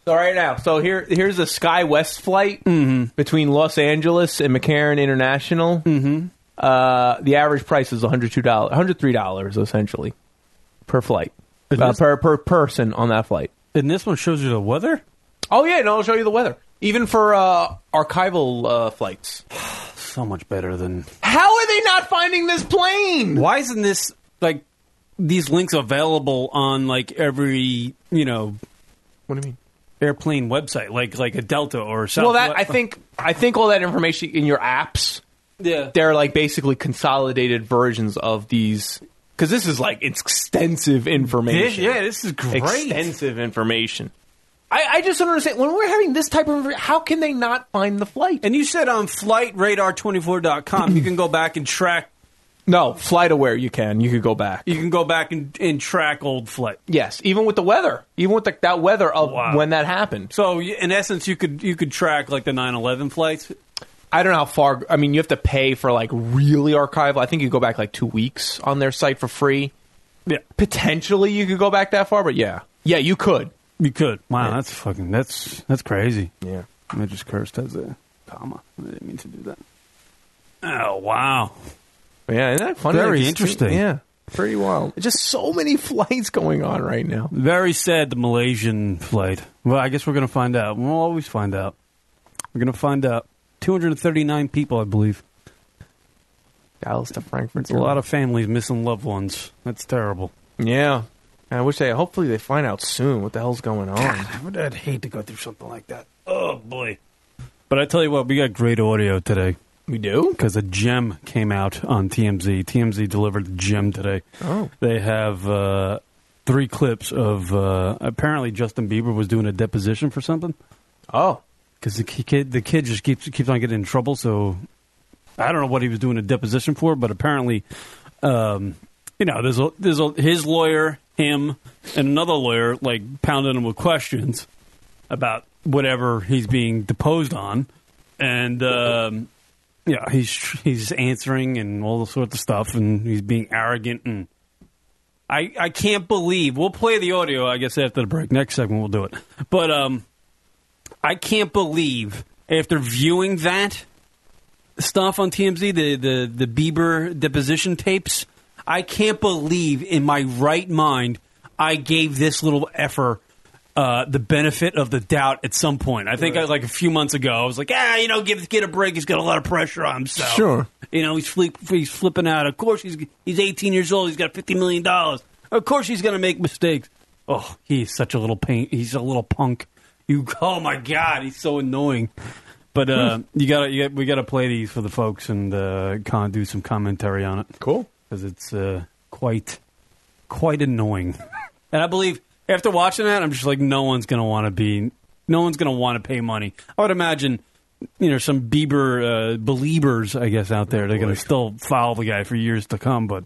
B: So right now, so here here's a SkyWest flight
D: Mm-hmm.
B: between Los Angeles and McCarran International. Mm-hmm. Uh, the average price is one hundred two dollars, one hundred three dollars essentially per flight,
D: It
B: uh,
D: is-
B: per per person on that flight.
D: And this one shows you the weather?
B: Oh yeah, and I'll show you the weather, even for uh, archival uh, flights.
D: So much better than.
B: How are they not finding this plane?
D: Why isn't this, like, these links available on, like, every, you know,
B: What do you mean?
D: airplane website, like like a Delta or something?
B: Well, that I think I think all that information in your apps
D: Yeah.
B: they're like basically consolidated versions of these because this is like extensive
D: This,
B: information.
D: yeah, this is great.
B: extensive information. I, I just don't understand when we're having this type of how can they not find the flight?
D: And you said on flightradar24.com, you can go back and track.
B: no, flight aware you can. You could go back.
D: You can go back and, and track old flight.
B: Yes, even with the weather, even with the, that weather of
D: Wow.
B: when that happened.
D: So y- in essence, you could you could track like the 9/11 flights.
B: I don't know how far. I mean, you have to pay for like really archival. I think you go back like two weeks on their site for free.
D: Yeah,
B: Potentially, you could go back that far, but yeah, yeah, you could.
D: you could. Wow, that's fucking that's that's crazy.
B: Yeah.
D: I just cursed as a comma. I didn't mean to do that. Oh wow!
B: Yeah, isn't that funny?
D: Very
B: Like, it's-
D: interesting.
B: Yeah, pretty wild. Just so many flights going on right now.
D: Very sad the Malaysian flight. Well, I guess we're gonna find out. We'll always find out. We're gonna find out. Two hundred thirty-nine people, I believe.
B: Dallas to Frankfurt.
D: It's a lot of families missing loved ones. That's terrible.
B: yeah. I wish they. Hopefully, they find out soon what the hell's going on.
D: I would, I'd hate to go through something like that. Oh boy! But I tell you what, we got great audio today.
B: We do.
D: because a gem came out on TMZ. TMZ delivered the gem today.
B: Oh.
D: They have uh, three clips of uh, apparently Justin Bieber was doing a deposition for something
B: Oh,
D: because the ki- kid the kid just keeps keeps on getting in trouble. So I don't know what he was doing a deposition for, but apparently, um, you know, there's a, there's a, his lawyer, him, and another lawyer like pounding him with questions about whatever he's being deposed on, and um, yeah, he's he's answering and all sorts of stuff, and he's being arrogant and. I, I can't believe we'll play the audio I guess after the break next segment we'll do it but um I can't believe after viewing that stuff on TMZ, the the the Bieber deposition tapes, I can't believe in my right mind I gave this little effer uh, the benefit of the doubt at some point. I think I, like a few months ago, I was like, ah, you know, give the kid a break. He's got a lot of pressure on himself.
B: Sure.
D: You know, he's flip, he's flipping out. Of course, he's he's 18 years old. He's got 50 million dollars. Of course, he's going to make mistakes. Oh, he's such a little pain. He's a little punk. You, oh my god, he's so annoying. But uh, you gotta, you got we gotta play these for the folks and uh, con do some commentary on it
B: cool.
D: because it's uh, quite, quite annoying. and I believe after watching that, I'm just like, no one's gonna want to be, no one's gonna want to pay money. I would imagine, you know, some Bieber uh, believers, I guess, out there, they're gonna still follow the guy for years to come. But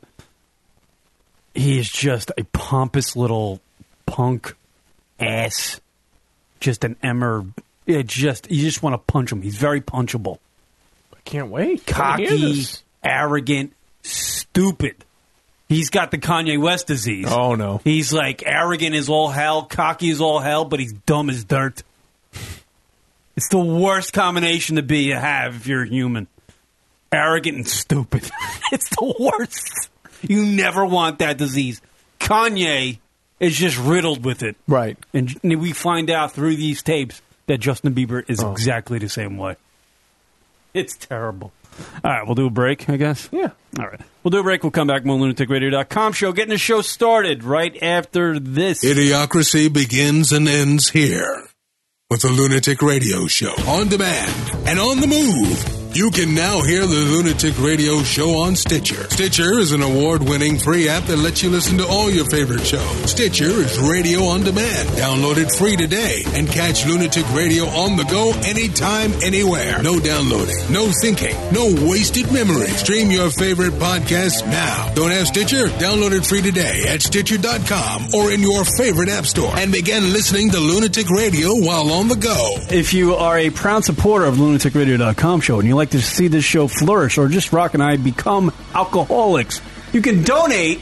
D: he is just a pompous little punk ass, just an emmer. Yeah, just you just want to punch him. He's very punchable
B: I can't wait. I wanna hear
D: cocky,
B: this.
D: arrogant, stupid. He's got the Kanye West disease.
B: Oh, no.
D: He's like arrogant as all hell, cocky as all hell, but he's dumb as dirt. It's the worst combination to be to have if you're a human. Arrogant and stupid. it's the worst. You never want that disease. Kanye is just riddled with it.
B: Right.
D: And j-
B: Oh.
D: we find out through these tapes that Justin Bieber is exactly the same way.
E: It's terrible. All right, we'll do a break, I guess.
B: Yeah.
E: All right. We'll do a break. We'll come back. More lunaticradio.com show. Getting the show started right after this.
A: Idiocracy begins and ends here with the Lunatic Radio Show on demand and on the move. You can now hear the Lunatic Radio Show on Stitcher. Stitcher is an award winning free app that lets you listen to all your favorite shows. Stitcher is radio on demand. Download it free today and catch Lunatic Radio on the go anytime, anywhere. No downloading, no syncing, no wasted memory. Stream your favorite podcast now. Don't have Stitcher? Download it free today at Stitcher.com or in your favorite app store and begin listening to Lunatic Radio while on the go.
E: If you are a proud supporter of lunaticradio.com show and you like to see this show flourish or just Rock and I become alcoholics, you can donate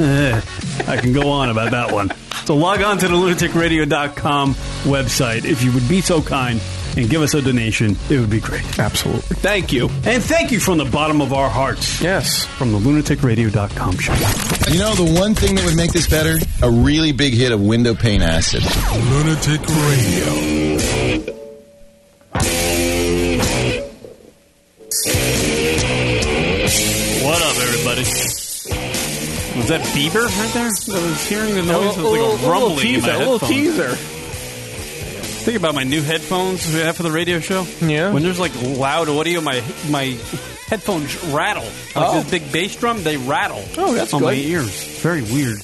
E: Eh, I can go on about that one. So log on to the lunaticradio.com website if you would be so kind and give us a donation. It would be great.
B: Absolutely. Thank you.
E: And thank you from the bottom of our hearts.
B: Yes.
E: From the lunaticradio.com show.
F: You know, the one thing that would make this better? A really big hit of window pane acid.
A: Lunatic Radio.
D: What up, everybody? Was that Bieber right there? I was hearing the noise. It was like a, rumbling in my
B: teaser. little
D: headphones.
B: teaser.
D: Think about my new headphones we have for the radio show.
B: Yeah.
D: When there's like loud audio, my my headphones rattle. Like
B: Oh.
D: this big bass drum, they rattle.
B: Oh, that's
D: on my
B: good.
D: ears. Very weird.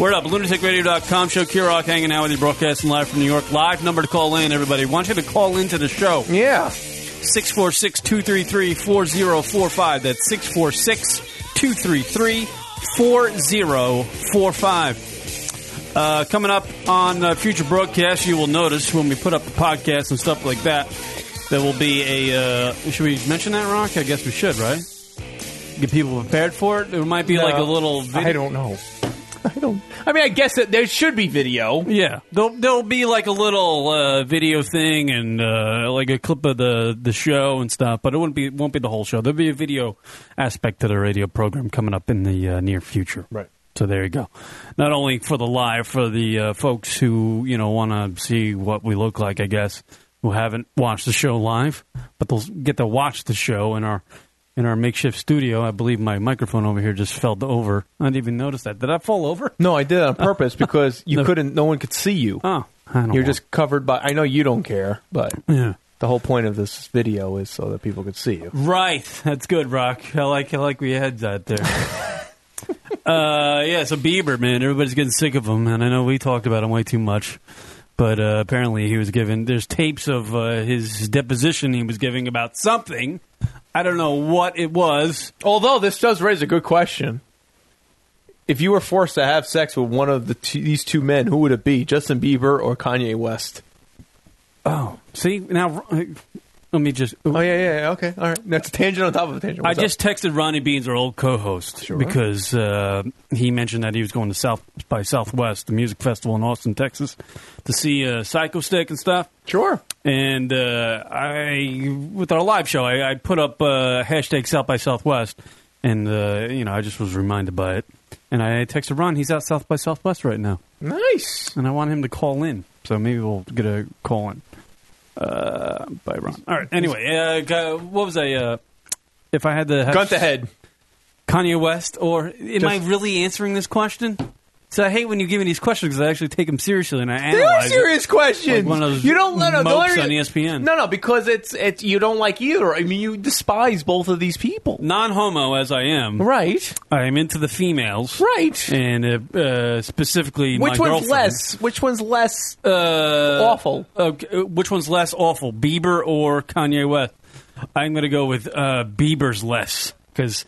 D: Word up, lunaticradio.com show. Kirok hanging out with you, broadcasting live from New York. Live number to call in, everybody. Want you to call into the show.
B: Yeah.
D: 646 233 4045. That's 646 233 4045. Uh, Coming up on uh, future broadcasts, you will notice when we put up the podcast and stuff like that, there will be a. Uh, should we mention that, Rock? I guess we should, right? Get people prepared for it. There might be like a
B: No.
D: little. Video.
B: I don't know. I don't. I mean, I guess that there should be video.
D: Yeah, there'll, there'll be like a little uh, video thing and uh, like a clip of the, the show and stuff, but it won't be won't be the whole show. There'll be a video aspect to the radio program coming up in the uh, near future.
B: Right.
D: So there you go. Not only for the live, for the uh, folks who you know want to see what we look like, I guess, who haven't watched the show live, but they'll get to watch the show in our in our makeshift studio. I believe my microphone over here just fell over. I didn't even notice that. Did I fall over? Oh.
B: No, I did it on purpose because you
D: No.
B: couldn't. No one could see you.
D: Oh, I don't
B: You're
D: know.
B: just covered by. I know you don't care, but
D: Yeah.
B: the whole point of this video is so that people could see you.
D: Right. That's good, Rock. I like I like we had that there. uh, yeah, so Bieber, man, everybody's getting sick of him, and I know we talked about him way too much. But uh, apparently, he was given. There's tapes of uh, his deposition he was giving about something. I don't know what it was.
B: Although this does raise a good question. If you were forced to have sex with one of the two, these two men, who would it be? Justin Bieber or Kanye West?
D: Oh, see now, let me just.
B: Oh yeah, yeah, yeah. Okay, all right. That's a tangent on top of a tangent.
D: I
B: What's up?
D: just texted Ronnie Beans, our old co-host,
B: Sure.
D: because uh, he mentioned that he was going to South by Southwest, the music festival in Austin, Texas, to see uh, Psycho Stick and stuff.
B: sure.
D: And uh, I, with our live show, I, I put up uh, hashtag South by Southwest, and uh, you know I just was reminded by it, and I texted Ron. He's out South by Southwest right now,
B: Nice.
D: and I want him to call in, so maybe we'll get a call in uh, by Ron. All right. Anyway, uh, go- what was I? Uh, if I had to have
B: Gunt ahead.
D: Kanye West, or am I really answering this question? So I hate when you give me these questions because I actually take them seriously and I
B: They are
D: analyze it.
B: serious
D: Like
B: questions.
D: one of those
B: you don't let no, the
D: mopes
B: only-
D: on E ESPN.
B: No, no, because it's it's you don't like either. I mean, you despise both of these people.
D: Non-homo as I am,
B: Right,
D: I am into the females,
B: right.
D: And uh, uh, specifically, my
B: Which one's
D: girlfriend.
B: less? Which one's less?
D: uh,
B: Awful.
D: Uh, uh, which one's less awful, Bieber or Kanye West? I'm going to go with uh, Bieber's less because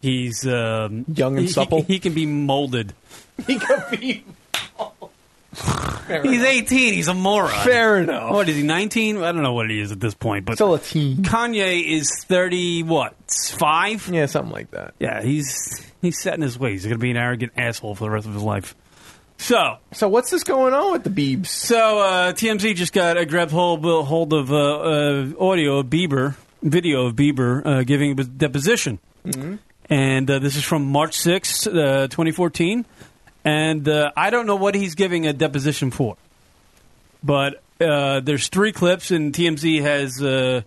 D: he's um,
B: Young and
D: he- he-
B: supple?
D: He, can be molded.
B: He could be.
D: He's 18. He's a moron.
B: Fair enough.
D: What is he? 19? I don't know what he is at this point. But
B: Still a teen.
D: Kanye is 30. What? five.
B: Yeah, something like that.
D: Yeah, he's he's set in his ways. He's gonna be an arrogant asshole for the rest of his life. So,
B: So what's this going on with the Beebs?
D: so uh, TMZ just got uh, grabbed hold hold of uh, uh, audio of Bieber, video of Bieber uh, giving a deposition,
B: Mm-hmm.
D: and uh, this is from March sixth, uh, twenty fourteen, and uh, I don't know what he's giving a deposition for, but uh, there's three clips, and TMZ has uh,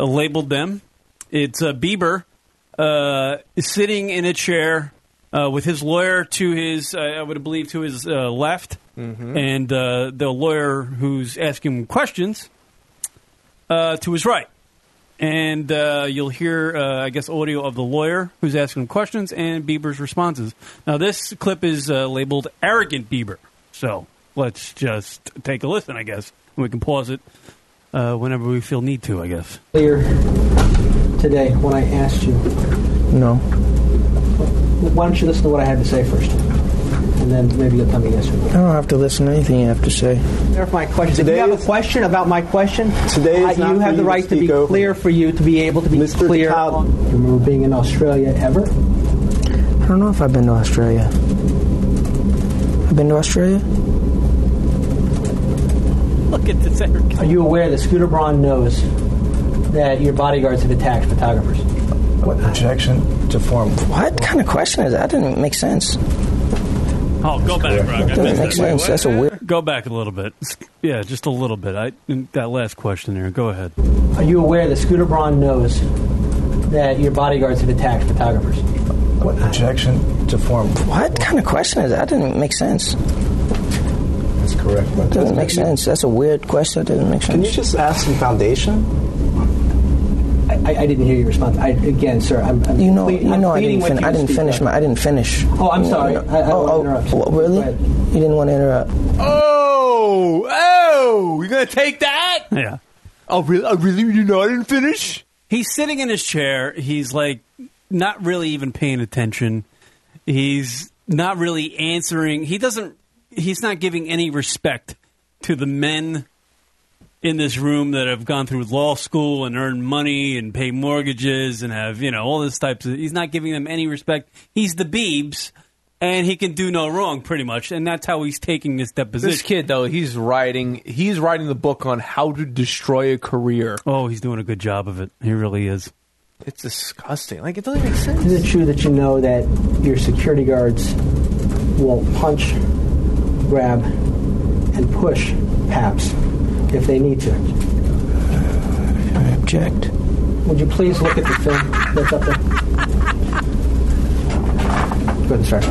D: uh, labeled them. It's uh, Bieber uh, sitting in a chair uh, with his lawyer to his, uh, I would believe, to his uh, left, and uh, the lawyer who's asking him questions uh, to his right. And uh, you'll hear, uh, I guess, audio of the lawyer who's asking him questions and Bieber's responses. Now, this clip is uh, labeled Arrogant Bieber. So let's just take a listen, I guess. We can pause it uh, whenever we feel need to, I guess.
G: earlier today when I asked you.
H: No.
G: Why don't you listen to what I had to say first? And then maybe you'll tell me yes or
H: I
G: no.
H: don't have to listen to anything you have to say.
G: There my questions. If you
I: Today
G: have
I: is-
G: a question about my question,
I: Today is
G: I-
I: not
G: you
I: for
G: have
I: you
G: the
I: to
G: right to,
I: speak
G: be
I: over.
G: clear for you to be able to be
I: Mr.
G: clear.
I: Todd.
G: Do you remember being in Australia ever?
H: I don't know if I've been to Australia. I've been to Australia?
D: Look at this arrogant.
G: Are you aware that Scooter Braun knows that your bodyguards have attacked photographers?
I: What objection to form?
H: What kind of question is that? That didn't make sense.
J: Oh, go back, Brock. I
H: Doesn't
J: missed
H: make
J: that.
H: sense. That's a weird.
D: Go back a little bit. Yeah, just a little bit. I that last question there. Go ahead.
G: Are you aware that Scooter Braun knows that your bodyguards have attacked photographers?
I: What objection to form?
H: What kind of question is that? That didn't make sense.
I: That's correct. But
H: Doesn't make sense. That's a weird question. That doesn't make
I: Can you
H: sense.
I: just ask some foundation?
G: I, I, I didn't hear your response. I, again, sir, I'm, I'm
H: You know,
G: plead-
H: you
G: I'm
H: know, I
G: pleading
H: didn't,
G: with
H: fin-
G: you
H: I
G: to
H: didn't
G: speak
H: finish
G: up.
H: my. I didn't finish.
G: Oh, I'm
H: No,
G: sorry.
H: no.
G: I- I don't
H: oh,
G: wanna interrupt.
H: oh, what, really?
G: Go ahead.
H: You didn't want to interrupt.
B: Oh, oh, you gonna take that?
D: Yeah.
B: Oh, really? Oh, really? You know I didn't finish?
D: He's sitting in his chair. He's like not really even paying attention. He's not really answering. He doesn't. He's not giving any respect to the men in this room that have gone through law school and earned money and pay mortgages and have you know all this types of. He's not giving them any respect. He's the Beebs, and he can do no wrong pretty much. And that's how he's taking this deposition.
B: This kid though, he's writing. He's writing the book on how to destroy a career.
D: Oh, he's doing a good job of it. He really is.
B: It's disgusting. Like it doesn't make sense.
G: Is it true that you know that your security guards will punch, grab, and push PAPs if they need to?
H: I object.
G: Would you please look at the film that's up there? Go ahead and start.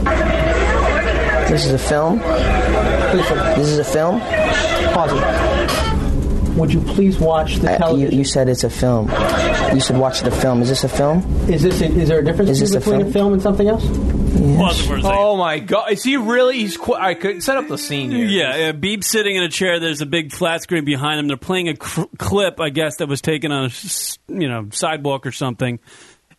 H: This is a film.
G: Please, sir,
H: This is a film.
G: pause it. Would you please watch the
H: Uh, you,
G: television?
H: you said it's a film. You said watch the film. Is this a film?
G: is this a, is there a difference
H: Is this a
G: between
H: film?
G: a film and something else?
J: Pause it for a second.
B: Oh my god! Is he really? He's. Qu- I could set up the scene. Here.
D: Yeah, yeah, Beeb's sitting in a chair. There's a big flat screen behind him. They're playing a cr- clip, I guess, that was taken on a s- you know sidewalk or something.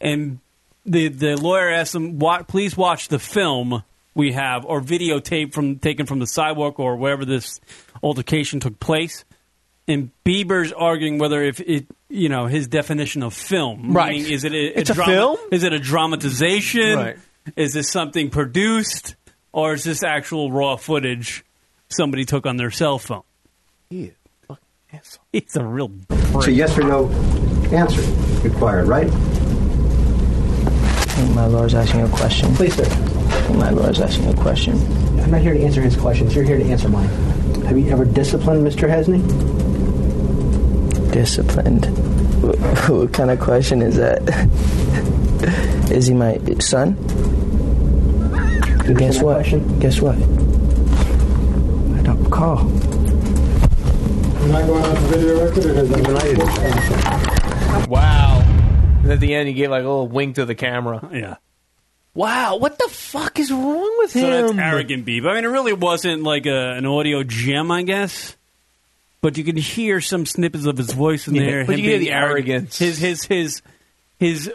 D: And the the lawyer asked him, "What? Please watch the film we have or videotape from taken from the sidewalk or wherever this altercation took place." And Bieber's arguing whether if it, you know, his definition of film,
B: Right.
D: meaning is it a,
B: It's a
D: drama-
B: film?
D: Is it a dramatization?
B: Right.
D: Is this something produced, or is this actual raw footage somebody took on their cell phone? He's a real
K: So yes or no answer required, right?
H: I think my lawyer's asking you a question.
G: Please, sir.
H: I think my lawyer's asking you a question.
G: I'm not here to answer his questions. You're here to answer mine. Have you ever disciplined Mr. Hesney?
H: Disciplined. Wh- What kind of question is that? Is he my son? Guess
G: that
H: what?
G: question?
H: Guess what? I don't recall.
B: Wow. And at the end, he gave like a little wink to the camera.
D: yeah.
B: Wow. What the fuck is wrong with
D: So
B: him?
D: that's arrogant Bieber. I mean, it really wasn't like a, an audio gem, I guess. But you can hear some snippets of his voice in
B: Yeah,
D: there.
B: but
D: him
B: you hear
D: being
B: the
D: arrogant.
B: arrogance.
D: His his his his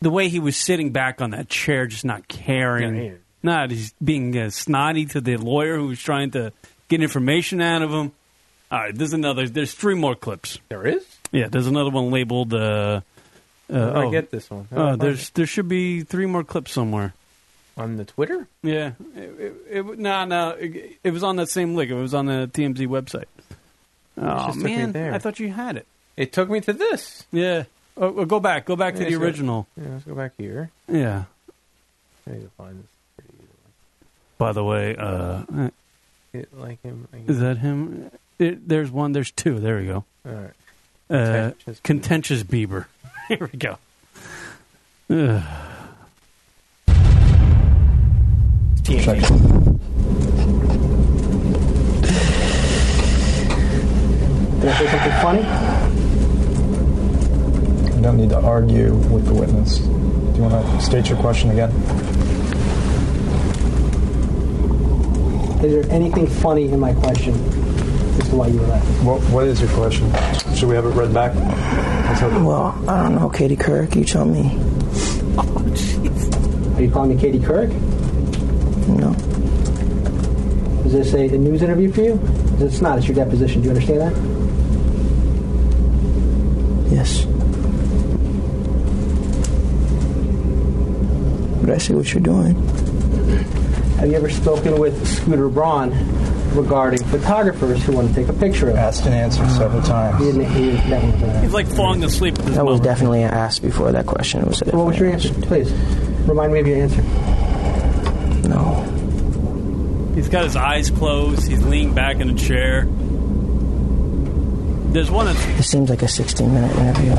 D: the way he was sitting back on that chair, just not caring.
B: Yeah, yeah.
D: Not he's being uh, snotty to the lawyer who was trying to get information out of him. All right, there's another. There's three more clips.
B: There is.
D: Yeah, there's another one labeled uh,
B: Where did I get this one? How do I
D: Uh,
B: find
D: there's there should be three more clips somewhere.
B: On the Twitter?
D: Yeah. It, it, it, no, no. It, it was on that same link. It was on the TMZ website. Oh
B: just took me
D: man,
B: there.
D: I thought you had it.
B: It took me to this.
D: Yeah. Oh, oh, go back. Go back to
B: Yeah,
D: the
B: so-
D: original.
B: Yeah, let's go back here.
D: Yeah.
B: I need to find this.
D: By the way, uh, uh,
B: It, like him. Like
D: is that him? It, there's one. There's two. There we go.
B: All right.
D: Uh,
B: Contentious
D: contentious Bieber.
B: Bieber.
D: Here we go. Ugh.
I: Did I say something funny? You don't need to argue with the witness. Do you want to state your question again?
G: Is there anything funny in my question? This is why you were laughing.
I: What, what is your question? Should we have it read back? Let's hope-
H: Well, I don't know, Katie Kirk. You tell me.
G: Are you calling me Katie Couric?
H: No.
G: Is this a, a news interview for you? It's not. It's your deposition. Do you understand that?
H: Yes. But I see what you're doing.
G: Have you ever spoken with Scooter Braun regarding photographers who want to take a picture of?
I: Asked and answered several times.
G: He didn't, he didn't, that one wasn't
J: He's like falling asleep at this
H: That was
J: moment.
H: definitely an ask before that question. It was a
G: What was your answer? Please remind me of your answer.
H: No.
J: He's got his eyes closed. He's leaning back in a chair. There's one. That's,
H: It seems like a 16 minute interview.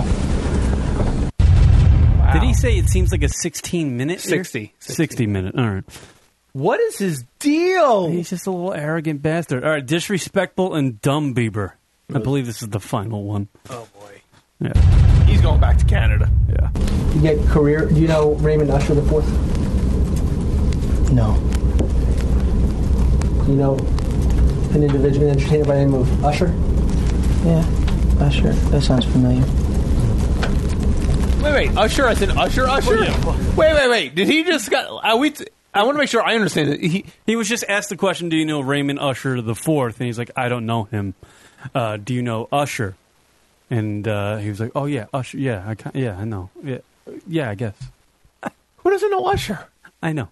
D: Did he say it seems like a 16 minute?
B: 60.
D: 60 minute. All right.
B: What is his deal?
D: He's just a little arrogant bastard. All right. Disrespectful and dumb Bieber. I believe this is the final one.
B: Oh boy,
D: Yeah.
B: he's going back to Canada.
D: Yeah.
G: You get career. Do you know Raymond Usher the Fourth?
H: No.
G: Do you know an individual entertainer by the name of Usher?
H: Yeah. Uh, sure. That sounds familiar.
B: Wait, wait, Usher as in Usher, Usher. Wait, wait, wait. Did he just got? Are we? T- I want to make sure I understand it. He
D: He was just asked the question, "Do you know Raymond Usher the Fourth? And he's like, "I don't know him. Uh, do you know Usher?" And uh, he was like, "Oh yeah, Usher. Yeah, I can, yeah, I know. Yeah, yeah, I guess
B: who doesn't know Usher?
D: I know."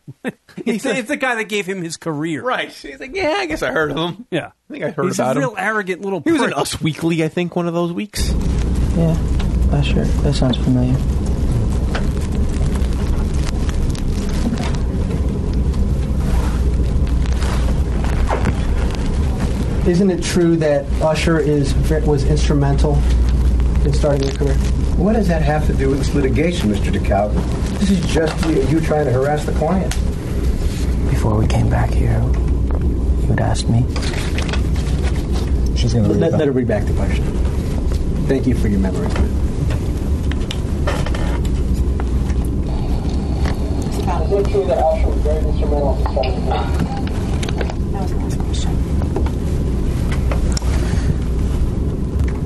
D: it's, it's the guy that gave him his career,
B: Right. He's like, yeah, I guess I heard of him.
D: Yeah,
B: I think I heard
D: he's
B: about
D: a
B: him.
D: real arrogant little.
B: He was in
D: prick.
B: Us Weekly, I think, one of those weeks.
H: Yeah. Uh, sure. That sounds familiar.
G: Isn't it true that Usher is was instrumental in starting your career?
K: What does that have to do with this litigation, Mr. DeKalb? This is just you, you trying to harass the client.
H: Before we came back here, you would ask me.
I: She's going to read
G: Let,
I: that.
G: let her read back the question. Thank you for your memory. Is it true that Usher was very instrumental in starting your career?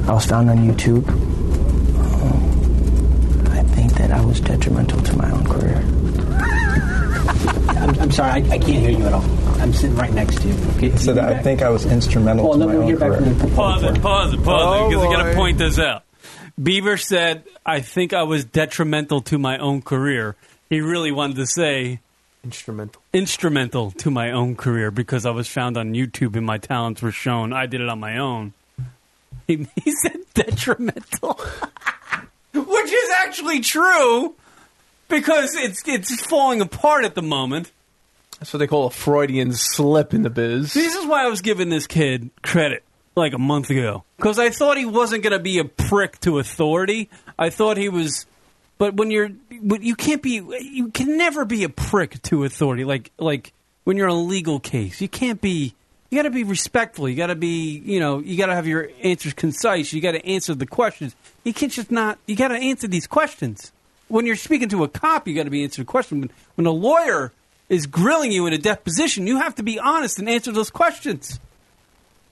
H: I was found on YouTube. Um, I think that I was detrimental to my own career.
G: I'm, I'm sorry, I, I can't hear you at all. I'm sitting right next to you. Okay,
I: He said, I think I was instrumental
G: Well,
I: to
G: let
I: my
G: me
I: own
G: hear back
I: career.
G: from the public
J: Pause
G: first.
J: it. Pause it. Pause
B: Oh,
J: it. Because I got
B: boy.
J: to point this out.
D: Bieber said, "I think I was detrimental to my own career." He really wanted to say
B: Instrumental.
D: instrumental to my own career because I was found on YouTube and my talents were shown. I did it on my own. He, he said detrimental, which is actually true because it's it's falling apart at the moment.
B: That's what they call a Freudian slip in the biz.
D: This is why I was giving this kid credit like a month ago because I thought he wasn't going to be a prick to authority. I thought he was, but when you're, but you can't be, you can never be a prick to authority. Like like when you're in a legal case, you can't be. You got to be respectful. You got to be, you know, you got to have your answers concise. You got to answer the questions. You can't just not. You got to answer these questions. When you're speaking to a cop, you got to be answering a question. When, when a lawyer is grilling you in a deposition, you have to be honest and answer those questions.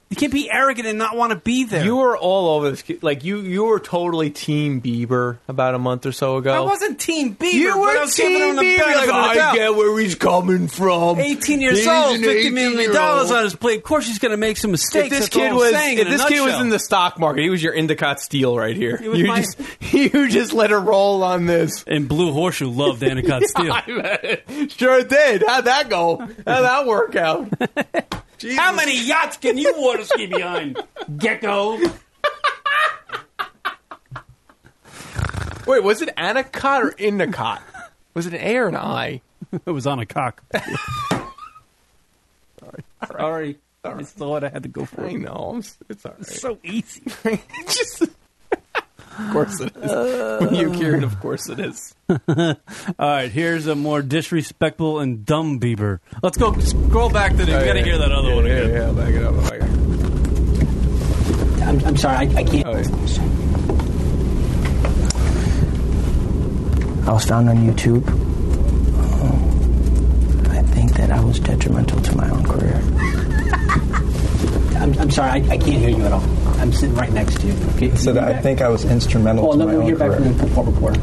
D: You can't be arrogant and not want to be there.
B: You were all over this. kid. Like you, you were totally Team Bieber about a month or so ago.
D: I wasn't Team Bieber.
B: You
D: but
B: were
D: I was giving
B: Team
D: him the
B: Bieber.
D: benefit
B: Like,
D: of the
B: I
D: doubt.
B: get where he's coming from.
D: 18 years
B: He's
D: old,
B: an
D: 50 million dollars
B: 18-year-old.
D: on his plate. Of course, he's going to make some mistakes.
B: If this
D: That's
B: kid
D: all I'm
B: was,
D: saying
B: if
D: a
B: this kid was
D: nutshell.
B: in the stock market, he was your Endicott Steel right here.
D: was
B: You
D: my-
B: just, you just let it roll on this.
D: And Blue Horseshoe loved Endicott Steel.
B: sure did. How'd that go? How'd that work out?
D: How many yachts can you water ski behind, Gecko?
B: Wait, was it Anacott or Indicott? Was it an A or an I?
D: It was on a cock. Sorry, sorry. It's the what I had to go for.
B: I know. I'm s- It's all right.
D: It's so easy.
B: Just- of course it is.
D: Uh.
B: When you Kieran, of course it is.
D: All right, here's a more disrespectful and dumb Bieber. Let's go scroll back to the. You gotta hear that other one again.
B: Oh, Yeah, back it up. Back it up.
G: I'm, I'm sorry, I, I can't.
B: Oh, yeah.
H: I was found on YouTube. Um, I think that I was detrimental to my own career.
G: I'm, I'm sorry, I, I can't hear you at all. I'm sitting right next to you. Okay,
I: He said, I think I was instrumental
G: Well,
I: to
G: let
I: my
G: me
I: own
G: hear back
I: career.
G: from the football reporter.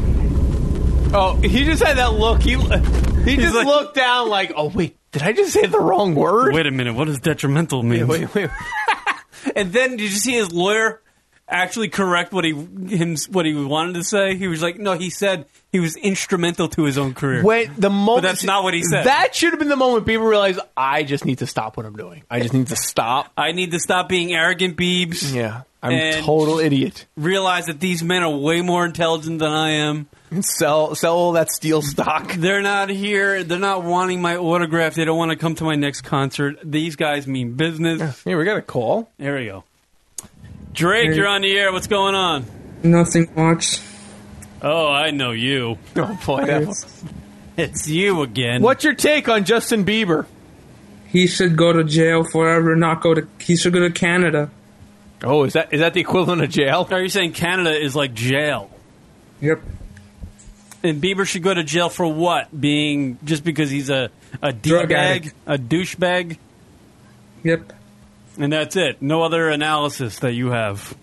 B: Oh, he just had that look. He he just looked down like, oh wait, did I just say the wrong word?
D: Wait a minute, what does detrimental mean?
B: wait, wait.
D: And then did you see his lawyer actually correct what he him what he wanted to say? He was like, no, he said he was instrumental to his own career.
B: Wait, the moment.
D: that's not what he said.
B: That should have been the moment people realized I just need to stop what I'm doing. I just need to stop.
D: I need to stop being arrogant, Beebs.
B: Yeah, I'm a
D: And-
B: total idiot.
D: Realize that these men are way more intelligent than I am.
B: Sell sell all that steel stock.
D: They're not here. They're not wanting my autograph. They don't want to come to my next concert. These guys mean business.
B: Here we got a call.
D: There we go. Drake, you're on the air. What's going on?
E: Nothing much.
D: Oh, I know you.
B: Oh boy, that was-
D: It's you again.
B: what's your take on Justin Bieber?
E: He should go to jail forever. Not go to. He should go to Canada.
B: Oh, is that is that the equivalent of jail?
D: Are you saying Canada is like jail?
E: Yep.
D: And Bieber should go to jail for what? Being just because he's a a
E: Drug
D: d-bag,
E: addict.
D: a douchebag,
E: Yep.
D: and that's it. No other analysis that you have.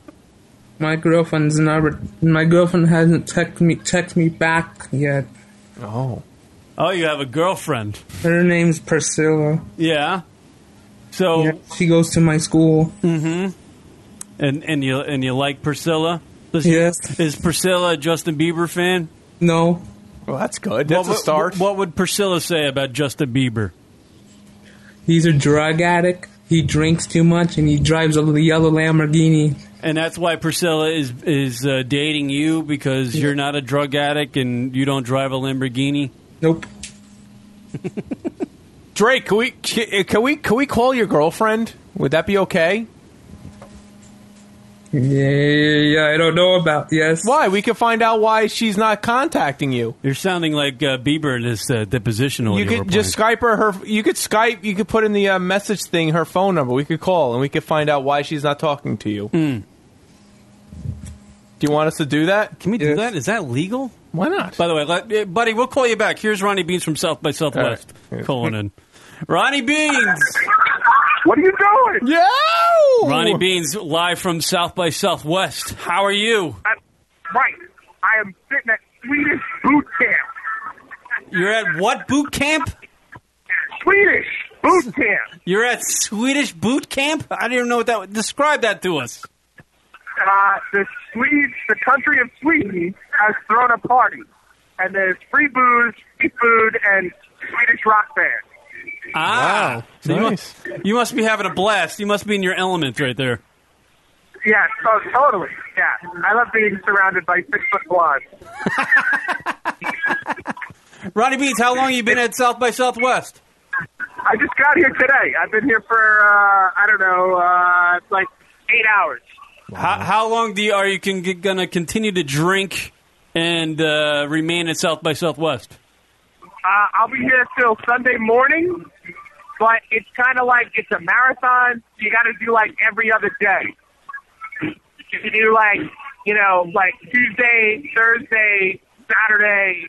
E: My girlfriend's never. My girlfriend hasn't text me text me back yet.
B: Oh,
D: Oh, you have a girlfriend.
E: Her name's Priscilla.
D: Yeah. So
E: Yeah, she goes to my school.
B: Mm-hmm.
D: and and you and you like Priscilla? Does-
E: Yes.
D: Is Priscilla a Justin Bieber fan?
E: No.
B: well, that's good. That's
D: what,
B: a start.
D: What, would Priscilla say about Justin Bieber?
E: He's a drug addict. He drinks too much and he drives a yellow Lamborghini.
D: And that's why Priscilla is is uh, dating you because you're not a drug addict and you don't drive a Lamborghini.
E: Nope.
B: Drake, can we can we can we call your girlfriend? Would that be okay?
E: Yeah, I don't know about. Yes.
B: Why? We could find out why she's not contacting you.
D: You're sounding like uh, Bieber in his uh, depositional. were
B: You could
D: playing.
B: just Skype her, her. You could Skype. You could put in the uh, message thing her phone number. We could call and we could find out why she's not talking to you.
D: Hmm.
B: Do you want us to do that?
D: Can we do
E: Yes.
D: that? Is that legal?
B: Why not?
D: By the way, let, eh, buddy, we'll call you back. Here's Ronnie Beans from South by Southwest calling in. Ronnie Beans,
L: What are you doing?
B: Yo,
D: Ronnie Beans, live from South by Southwest. How are you?
L: I, right. I am sitting at Swedish boot camp.
D: You're at what boot camp?
L: Swedish boot camp.
D: You're at Swedish boot camp. I don't even know what that. Describe that to us.
L: Uh, the Swedes, the country of Sweden, has thrown a party, and there's free booze, free food, and Swedish rock band.
D: Ah, so you mu-
B: Nice.
D: You must, be having a blast. You must be in your element right there.
L: Yes, oh, totally. Yeah, I love being surrounded by six foot blondes.
D: Ronnie Beans, how long you been at South by Southwest?
L: I just got here today. I've been here for uh, I don't know, uh, like eight hours.
D: How, how long do you, are you con- gonna continue to drink and uh, remain at South by Southwest?
L: Uh, I'll be here till Sunday morning, but it's kind of like it's a marathon. You got to do like every other day. If you do like, you know, like Tuesday, Thursday, Saturday,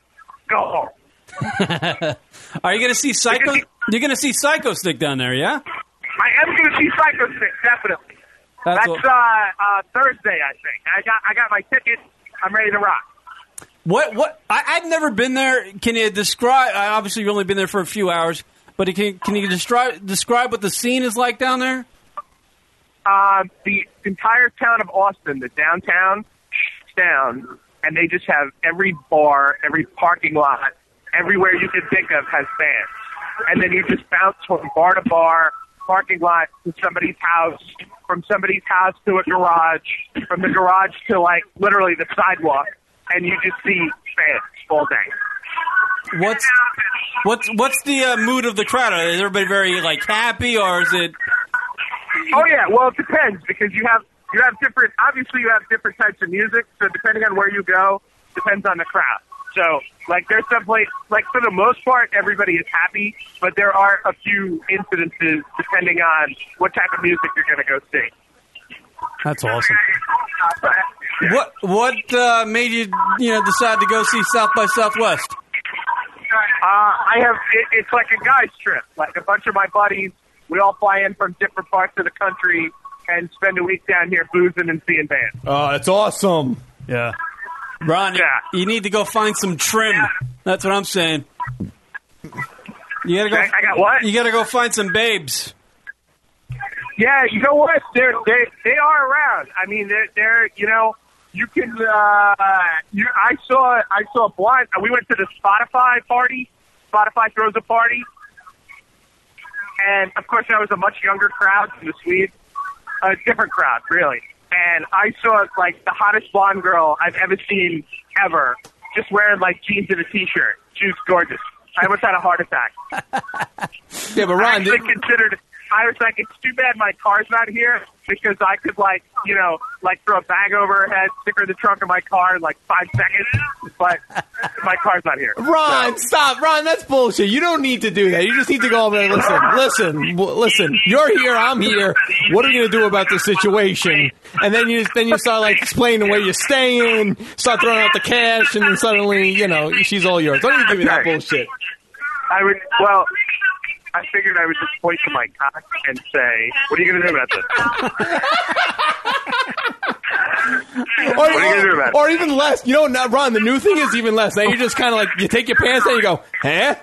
L: go home.
D: Are you gonna see Psycho? You're gonna see Psycho Stick down there, yeah?
L: I am gonna see Psycho Stick, definitely.
D: That's
L: That's,
D: what-
L: uh, uh, Thursday, I think. I got I got my ticket. I'm ready to rock.
D: What? What? I, I've never been there. Can you describe? I- Obviously, you've only been there for a few hours, but can can you describe describe what the scene is like down there?
L: Um, the entire town of Austin, the downtown, shuts down, and they just have every bar, every parking lot, everywhere you can think of has bands. And then you just bounce from bar to bar, parking lot to somebody's house, from somebody's house to a garage, from the garage to like literally the sidewalk, and you just see bands all day.
D: What's what's what's the uh, mood of the crowd? Is everybody very like happy, or is it?
L: Oh yeah, well it depends because you have you have different obviously you have different types of music, so depending on where you go, depends on the crowd. So like there's some place like for the most part everybody is happy, but there are a few incidences depending on what type of music you're gonna go see.
D: That's awesome. What what uh, made you you know decide to go see South by Southwest?
L: Uh, I have it, it's like a guys trip. Like a bunch of my buddies, we all fly in from different parts of the country and spend a week down here boozing and seeing bands.
B: Oh, that's awesome.
D: Yeah. Ron, you- you need to go find some trim. That's what I'm saying. You gotta go.
L: I got what?
D: You gotta go find some babes.
L: Yeah, you know what? They're they they are around. I mean, they're they're you know you can uh you I saw I saw blind. We went to the Spotify party. Spotify throws a party, and of course that was a much younger crowd than the Swedes, a different crowd really. And I saw like the hottest blonde girl I've ever seen ever, just wearing like jeans and a t-shirt. She was gorgeous. I almost had a heart attack.
B: Yeah, but
L: I
B: Ron,
L: actually
B: did,
L: considered. I was like, it's too bad my car's not here because I could like, you know, like throw a bag over her head, stick her in the trunk of my car in like five seconds. But my car's not here.
B: Ron, stop, Ron. That's bullshit. You don't need to do that. You just need to go over there. Listen, listen, w- listen. You're here. I'm here. What are you gonna do about this situation? And then you then you start like explaining where you're staying. Start throwing out the cash, and then suddenly you know she's all yours. Don't even give me that bullshit.
L: I would. Well, I figured I would just point to my cock and say, "What are you going to do about this?"
B: Or,
L: What are you gonna do about it?
B: or even less. You know, not Ron. The new thing is even less. Now you just kind of like you take your pants down. You go, huh?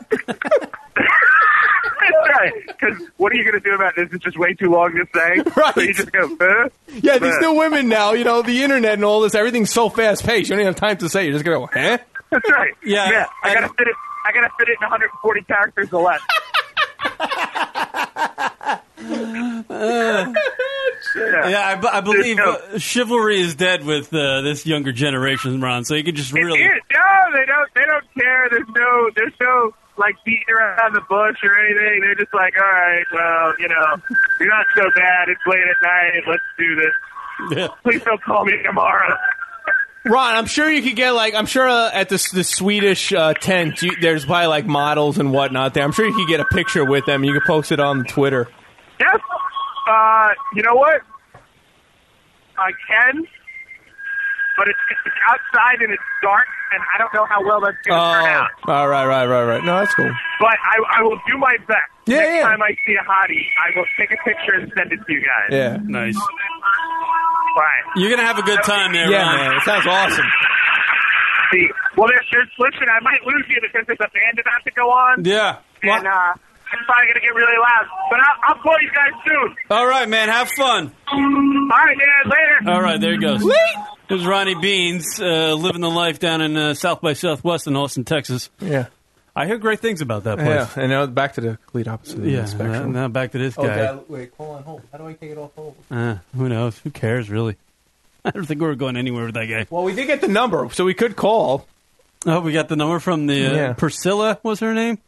L: right? Because what are you going to do about this? It's just way too long to say. Right. So you just go. "Huh?"
B: Yeah, these
L: Huh.
B: new women now. You know, the internet and all this. Everything's so fast paced. You don't even have time to say. it. You're just gonna go, huh?
L: That's right.
B: Yeah,
L: Yeah. I gotta fit it. I gotta fit it in 140 characters or less.
D: Uh, Yeah, I b I I, believe
L: No.
D: uh, chivalry is dead with uh, this younger generation, Ron. So you could just really.
L: It- no, they don't. They don't care. There's no. There's no like beating around the bush or anything. They're just like, all right, well, you know, you're not so bad. It's late at night. Let's do this. Please don't call me tomorrow.
B: Ron, I'm sure you could get like I'm sure uh, at this the Swedish uh, tent. You, there's probably like models and whatnot there. I'm sure you could get a picture with them. You could post it on Twitter.
L: Yes. Uh, you know what? I can, but it's, it's outside and it's dark, and I don't know how well that's
B: Oh,
L: going to
B: all
L: turn out.
B: right, right, right, right. No, that's cool.
L: But I, I will do my best. Yeah, Next time I see a hottie, I will take a picture and send it to you guys.
B: Yeah.
D: Nice.
L: All right.
D: You're gonna have a good time there,
L: Yeah,
D: Ron.
L: man,
B: it sounds awesome.
L: See, well, there's, there's, listen, I might lose you because there's a band about to go on.
D: Yeah.
L: And uh, it's probably going to get really loud. But I'll, I'll call you guys soon.
D: All right, man. Have fun.
L: All right, man. Later.
D: All right, there he goes.
L: Wait.
D: There's Ronnie Beans uh, living the life down in uh, South by Southwest in Austin, Texas.
B: Yeah.
D: I hear great things about that place.
B: Yeah, and now back to the complete opposite of the
D: Yeah,
B: spectrum.
D: now- now back to this
B: Oh,
D: guy.
B: God, wait, hold on, hold. How do I take it off hold?
D: Uh, who knows? Who cares, really? I don't think we're going anywhere with that guy.
B: Well, we did get the number, so we could call.
D: Oh, we got the number from the uh,
B: Yeah.
D: Priscilla. Was her name?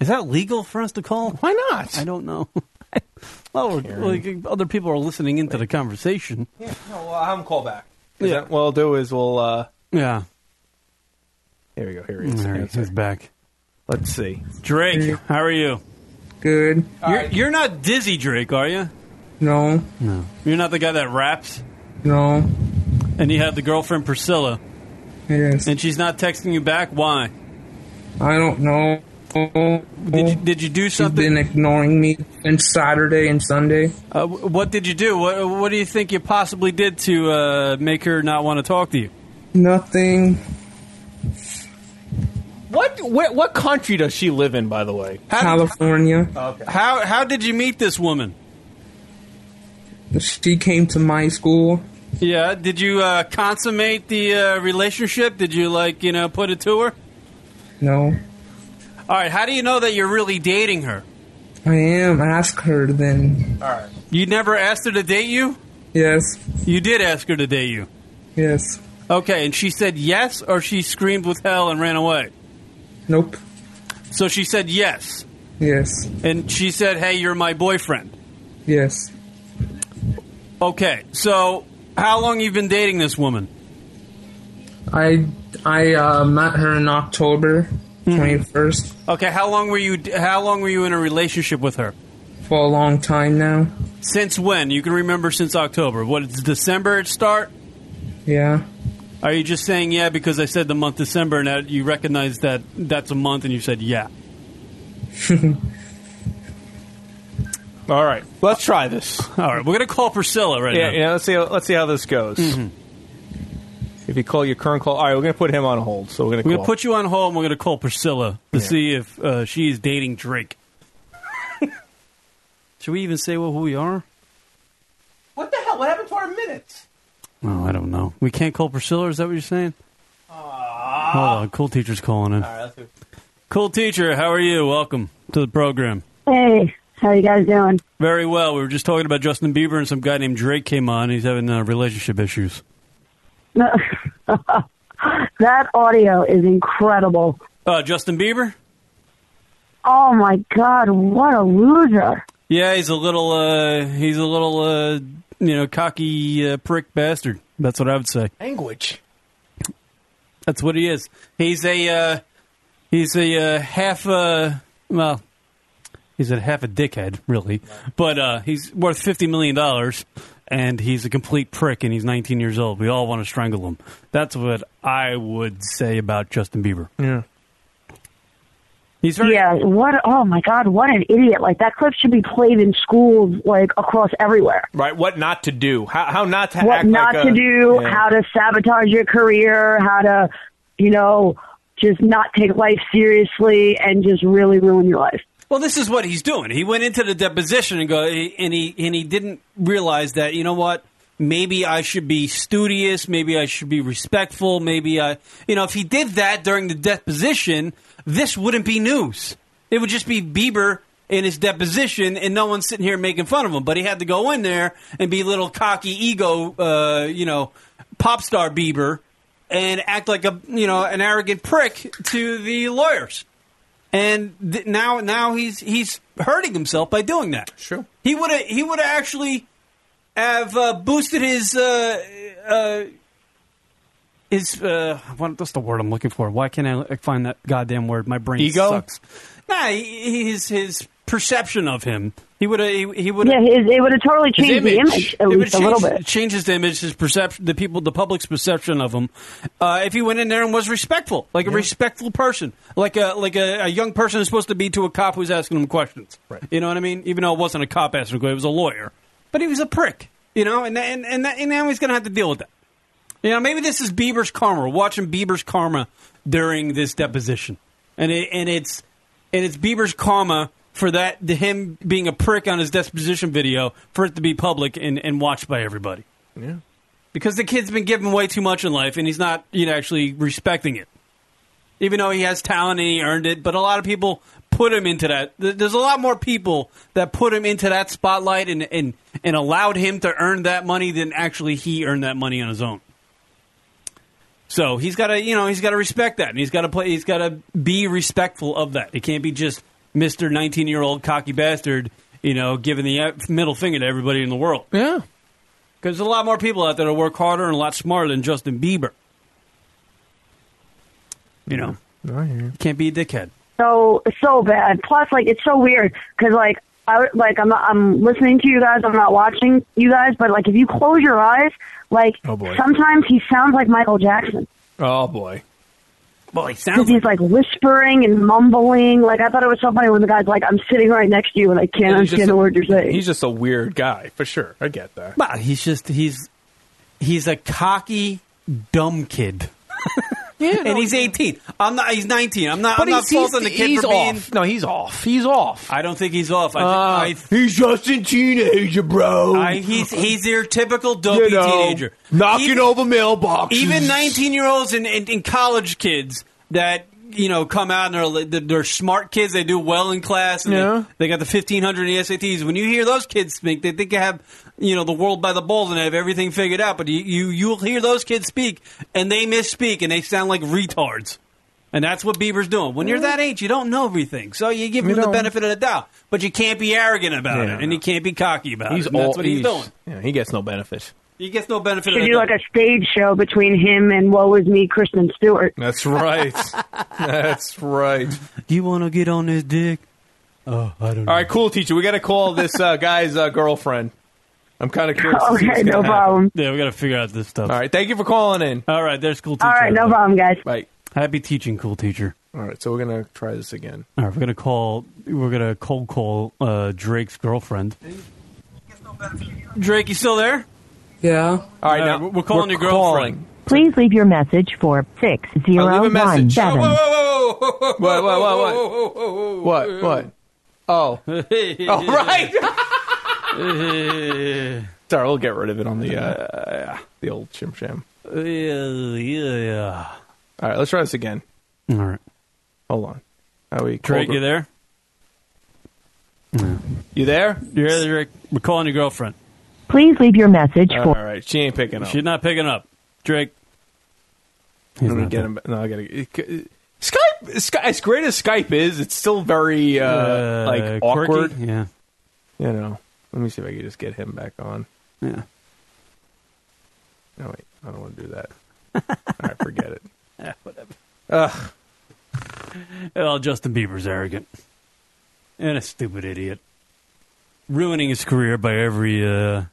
D: Is that legal for us to call? Why not? I don't know. well, we're- like, other people are listening into the conversation.
B: Yeah, no, well, I'll have him call back. Yeah. What I'll do is we'll. Uh,
D: Yeah.
B: here we go. Here he is.
D: There he is. He's back.
B: Let's see.
D: Drake, how are you?
E: Good.
D: You're, you're not dizzy, Drake, are you?
E: No.
D: No. You're not the guy that raps,
E: No.
D: and you have the girlfriend Priscilla,
E: Yes.
D: and she's not texting you back. Why?
E: I don't know. Did
D: you, did you do something?
E: She's been ignoring me since Saturday and Sunday.
D: Uh, wh- what did you do? What, what do you think you possibly did to uh, make her not want to talk to you?
E: Nothing.
B: What wh- what country does she live in, by the way?
E: California.
D: How how did you meet this woman?
E: She came to my school.
D: Yeah, did you uh, consummate the uh, relationship? Did you like you know put it to her?
E: No,
D: All right, how do you know that you're really dating her?
E: I am. Ask her then.
D: All right, you never asked her to date you.
E: Yes.
D: You did ask her to date you.
E: Yes.
D: Okay, and she said yes, or she screamed with hell and ran away.
E: Nope.
D: So she said yes,
E: Yes.
D: and she said, "Hey, you're my boyfriend."
E: Yes.
D: Okay, so how long you been dating this woman?
E: I I uh, met her in October
D: Hmm.
E: twenty first
D: Okay, how long were you how long were you in a relationship with her?
E: for a long time now.
D: Since when? You can remember since October. What it's December it start?
E: Yeah.
D: Are you just saying yeah because I said the month December and that you recognize that that's a month and you said yeah?
B: All right, let's try this.
D: All right, we're gonna call Priscilla right
B: yeah,
D: now. Mm.
B: yeah. Let's see. Let's see how this goes. If you call your current call, all right, we're gonna put him on hold. So we're gonna
D: We're
B: call.
D: gonna put you on hold. and We're gonna call Priscilla to see if uh, she is dating Drake. Should we even say well, who we are?
B: what the hell? What happened to our minutes?
D: Oh, I don't know. We can't call Priscilla. Is that what you're saying? Hold on, cool teacher's calling in. Cool teacher, how are you? Welcome to the program.
M: Hey, how you guys doing?
D: Very well. We were just talking about Justin Bieber and some guy named Drake came on. He's having uh, relationship issues.
M: that audio is incredible.
D: Uh, Justin Bieber?
M: Oh my god, what a loser.
D: Yeah, he's a little uh, he's a little uh, you know cocky uh, prick bastard. That's what I would say.
B: Language.
D: That's what he is. He's a uh, he's a uh, half uh, well, he's a half a dickhead really, but uh, he's worth fifty million dollars, and he's a complete prick, and he's nineteen years old. We all want to strangle him. That's what I would say about Justin Bieber.
B: Yeah.
D: He's
M: very Yeah, what oh my god, what an idiot. Like that clip should be played in schools like across everywhere.
B: Right. What not to do? How, how not to
M: what
B: act
M: not
B: like
M: to
B: a-
M: do,
B: yeah.
M: how to sabotage your career, how to, you know, just not take life seriously and just really ruin your life.
D: Well, this is what he's doing. He went into the deposition and go, and he and he didn't realize that. You know what? Maybe I should be studious. Maybe I should be respectful. Maybe I, you know, if he did that during the deposition, this wouldn't be news. It would just be Bieber in his deposition, and no one's sitting here making fun of him. But he had to go in there and be little cocky ego, uh, you know, pop star Bieber, and act like a you know an arrogant prick to the lawyers and th- now now he's he's hurting himself by doing that. Sure, he would have he would have actually have uh, boosted his uh, uh, his uh, what, what's the word I'm looking for? Why can't I find that goddamn word? My brain
B: Ego?
D: sucks. Nah, he- his his perception of him. He would have he, he would
M: Yeah, his, it would have totally
D: His
M: changed the image
D: It
M: at
D: would
M: least a
D: change-
M: little bit.
D: Change his image, his perception, the people, the public's perception of him. Uh, if he went in there and was respectful, like a respectful person, like a like a, a young person is supposed to be to a cop who's asking him questions. Right. You know what I mean? Even though it wasn't a cop asking, him, it was a lawyer. But he was a prick, you know. And and and, that, and now he's going to have to deal with that. You know, maybe this is Bieber's karma. Watching Bieber's karma during this deposition, and it, and it's and it's Bieber's karma for that to him being a prick on his deposition video for it to be public and, and watched by everybody
B: Yeah.
D: because the kid's been given way too much in life and he's not you know actually respecting it even though he has talent and he earned it but a lot of people put him into that Th- there's a lot more people that put him into that spotlight and and, and allowed him to earn that money than actually he earned that money on his own so he's got to, you know, he's got to respect that, and he's got to play. He's got to be respectful of that. It can't be just Mister Nineteen Year Old Cocky Bastard, you know, giving the uh, middle finger to everybody in the world.
B: Yeah,
D: because there's a lot more people out there that work harder and a lot smarter than Justin Bieber. You know, You can't be a dickhead.
M: so so bad. Plus, like it's so weird because like I like I'm not, I'm listening to you guys. I'm not watching you guys, but like if you close your eyes, like
B: Oh, boy.
M: sometimes he sounds like Michael Jackson.
B: Oh boy.
D: Well, he
M: Because
D: sounds
M: he's like whispering and mumbling. Like I thought it was so funny when the guy's like, "I'm sitting right next to you and I can't
B: He's just
M: understand
B: a-
M: a word you're saying."
B: He's just a weird guy, for sure. I get that.
D: Well, he's just he's he's a cocky dumb kid. Yeah, and he's 18. I'm not. He's 19. I'm not.
B: But
D: I'm not
B: he's- he's-
D: faulting the kid
B: he's
D: for being.
B: off. No, he's off. He's off.
D: I don't think he's off. I,
B: Uh,
D: think
B: he's just a teenager, bro.
D: I, I, he's he's your typical dopey
B: You know,
D: teenager,
B: knocking over mailboxes.
D: Even 19 year olds and, and, and college kids that you know come out and they're they're smart kids. They do well in class. And
B: Yeah.
D: they, they got the 1500 in the SATs. When you hear those kids speak, they think they have you know the world by the balls and they have everything figured out. But you, you you'll hear those kids speak and they misspeak and they sound like retards. And that's what Bieber's doing. When you're that age, you don't know everything, so you give
B: You
D: him the
B: don't.
D: benefit of the doubt. But you can't be arrogant about
B: Yeah.
D: it, and you can't be cocky about
B: He's
D: it. And that's
B: all-
D: what he's, doing.
B: Yeah, he gets no benefit.
D: He gets no benefit.
M: Should
D: of the
M: do
D: doubt.
M: like a stage show between him and Woe Is Me, Kristen Stewart.
B: That's right. That's right.
D: You want to get on his dick? Oh, I don't
B: All right, cool, teacher. We got to call this uh, guy's uh, girlfriend. I'm kind of curious. to see what's gonna happen.
D: Yeah, we got to figure out this stuff.
B: All right, thank you for calling in.
D: All right, there's cool teacher.
M: All right, no problem, guys.
B: Bye.
D: Happy teaching, cool teacher.
B: All right, so we're gonna try this again.
D: All right, we're gonna call. We're gonna cold call uh, Drake's girlfriend. Drake, you still there?
E: Yeah. All
B: right,
D: now we're calling your girlfriend.
N: Please leave your message for six zero one seven.
B: Whoa, whoa, whoa, what, what, what, what, what? Oh, all right. Sorry, we'll get rid of it on the uh, the old chim sham.
D: Yeah, yeah.
B: All right, let's try this again.
D: All right,
B: hold on. Are we
D: Drake, you there?
B: You there?
D: You're there, Drake. We're calling your girlfriend.
N: Please leave your message
B: All
N: for
B: right, she ain't picking up.
D: She's not picking up. Drake,
B: Let me get him. No, I gotta. it- Skype, Sky, as great as Skype is, it's still very uh,
D: Uh,
B: like
D: quirky?
B: awkward.
D: Yeah,
B: you know. Let me see if I can just get him back on.
D: Yeah.
B: No wait, I don't want to do that. All right, forget it. Ugh.
D: Well, Justin Bieber's arrogant and a stupid idiot, ruining his career by every uh,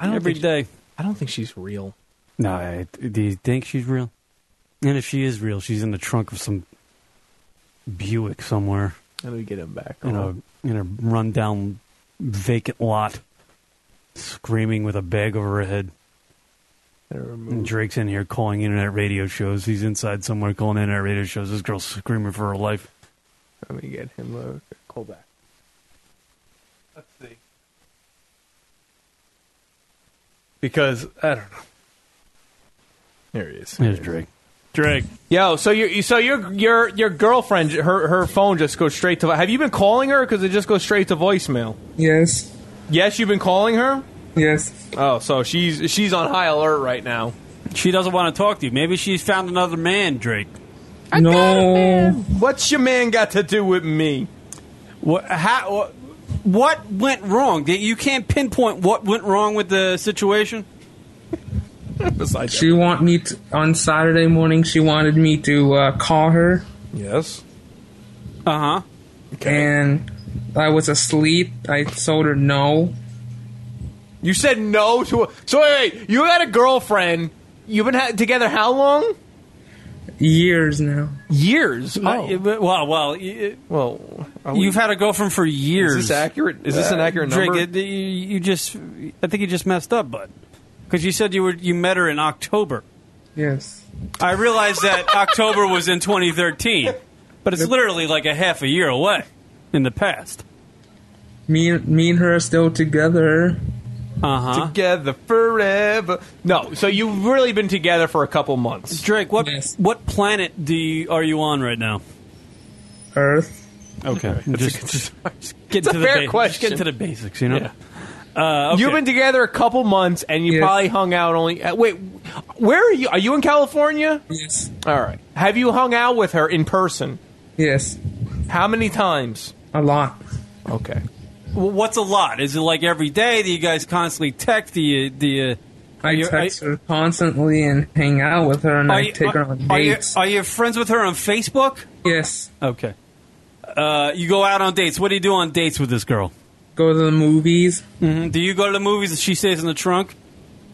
B: I don't
D: every
B: think-
D: day.
B: I don't think she's real.
D: No, I, do you think she's real? And if she is real, she's in the trunk of some Buick somewhere
B: Let me get him back.
D: in a in a rundown vacant lot, screaming with a bag over her head. And Drake's in here calling internet radio shows. He's inside somewhere calling internet radio shows. This girl's screaming for her life.
B: Let me get him a call back. Let's see. Because I don't know. There he is.
D: There's Drake. Drake.
B: Yo, so you so your your your girlfriend her her phone just goes straight to. Have you been calling her? Because it just goes straight to voicemail.
E: Yes.
B: Yes, you've been calling her.
E: Yes.
B: Oh, so she's she's on high alert right now.
D: She doesn't want to talk to you. Maybe she's found another man, Drake.
E: no.
B: What's your man got to do with me?
D: What? How? wh- What went wrong? That You can't pinpoint what went wrong with the situation.
B: Besides,
E: She want me to, on Saturday morning. She wanted me to uh, call her,
B: yes.
D: Uh huh.
E: and I was asleep. I told her no.
B: You said no to. A, so wait, wait, you had a girlfriend. You've been ha- together how long?
E: Years now.
B: Years.
D: Uh, yeah, but- well, well, y-
B: well. are we-
D: You've had a girlfriend for years. Uh,
B: Is this accurate? Is this an accurate
D: Drake,
B: number?
D: it- you, you just, I think you just messed up, bud. Because you said you were you met her in October.
E: Yes.
D: I realized that October was in 2013, but it's literally like a half a year away in the past.
E: Me, and- me and her are still together.
D: Uh
B: Uh-huh.
D: huh.
B: Together forever. No, so you've really been together for a couple months.
D: Drake, what what planet do you, are you on right now?
E: Earth.
D: Okay, just, just get
B: It's a
D: to the
B: fair
D: ba- just
B: question.
D: Get to the basics, you know. Uh, okay.
B: You've been together a couple months, and you
D: Yes.
B: probably hung out only. Uh, wait, where are you? Are you in California?
E: Yes.
B: All right. Have you hung out with her in person?
E: Yes.
B: How many times?
E: A lot.
B: Okay.
D: Well, what's a lot? Is it like every day? Do you guys constantly text? Do you do you?
E: I
D: you-
E: text her constantly and hang out with her, and I
D: you-
E: take her on
D: are you,
E: dates.
D: are you friends with her on Facebook?
E: Yes.
D: Okay. Uh, you go out on dates. What do you do on dates with this girl?
E: Go to the movies.
D: hmm Do you go to the movies and she stays in the trunk?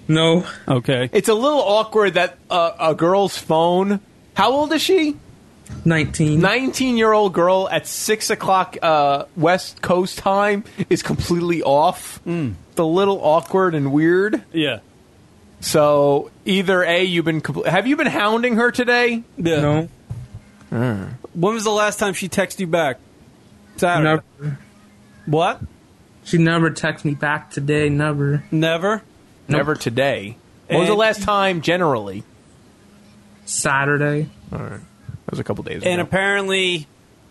E: No.
D: Okay.
B: It's a little awkward that uh, a girl's phone How old is she?
E: 19.
B: 19 year old girl at 6 o'clock uh, West Coast time is completely off. It's a little awkward and weird.
D: Mm. Yeah.
B: So either A, you've been. Compl- have you been hounding her today?
D: Yeah. No.
E: Uh.
B: Mm.
D: When was the last time she texted you back? Saturday.
E: Never.
D: What?
E: She never texted me back today. Never.
D: Never.
B: Never today. When was the
D: And-
B: last time generally?
E: Saturday.
B: All right. That was a couple days ago.
D: And apparently,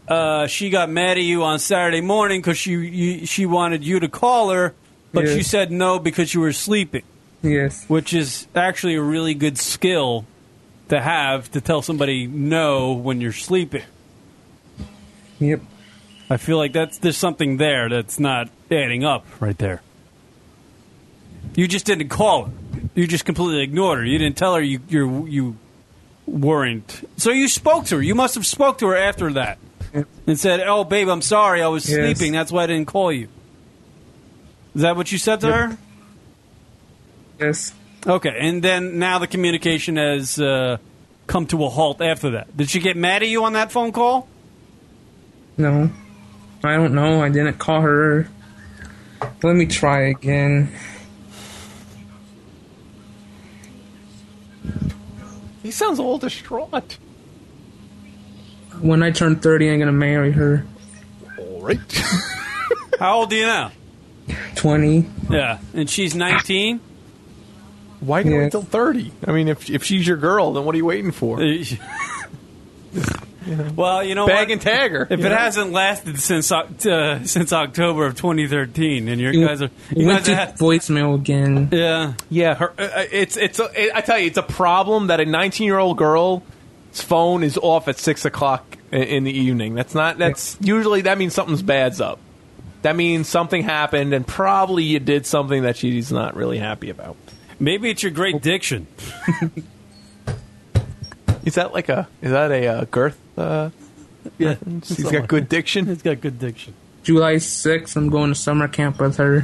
D: uh, she got mad at you on Saturday morning because she you, she wanted you to call her, but
E: Yeah.
D: you said no because you were sleeping.
E: Yes.
D: which is actually a really good skill to have to tell somebody no when you're sleeping.
E: Yep.
D: I feel like that's there's something there that's not adding up right there. You just didn't call her. You just completely ignored her. You didn't tell her you you you weren't. So you spoke to her. You must have spoke to her after that and said, "Oh, babe, I'm sorry. I was
E: Yes.
D: sleeping. That's why I didn't call you." Is that what you said to her?
E: Yes.
D: Okay, and then now the communication has uh, come to a halt after that. Did she get mad at you on that phone call?
E: No. I don't know. I didn't call her. Let me try again.
B: He sounds a little distraught.
E: When I turn 30, I'm going to marry her.
B: All right.
D: How old do you know?
E: 20.
D: Yeah, and she's 19.
B: Why can not
D: Yeah.
B: wait till 30? I mean, if, if she's your girl, then what are you waiting for?
D: Well, you know,
B: Bag
D: what?
B: and tag her,
D: If
B: you
D: it
B: know?
D: hasn't lasted since Oc- uh, since October of 2013, and you guys are you
E: Went
D: guys
E: to
D: are ha-
E: voicemail again.
D: yeah
B: yeah. Her, uh, uh, it's it's a, it, I tell you, it's a problem that a 19 year old girl's phone is off at six o'clock i- in the evening. That's not that's usually that means something's bad's up. That means something happened, and probably you did something that she's not really happy about.
D: Maybe it's your great diction.
B: Is that like a is that a uh, girth? Uh,
D: yeah,
B: he's got good diction.
D: He's got good diction.
E: July 6th, I'm going to summer camp with her.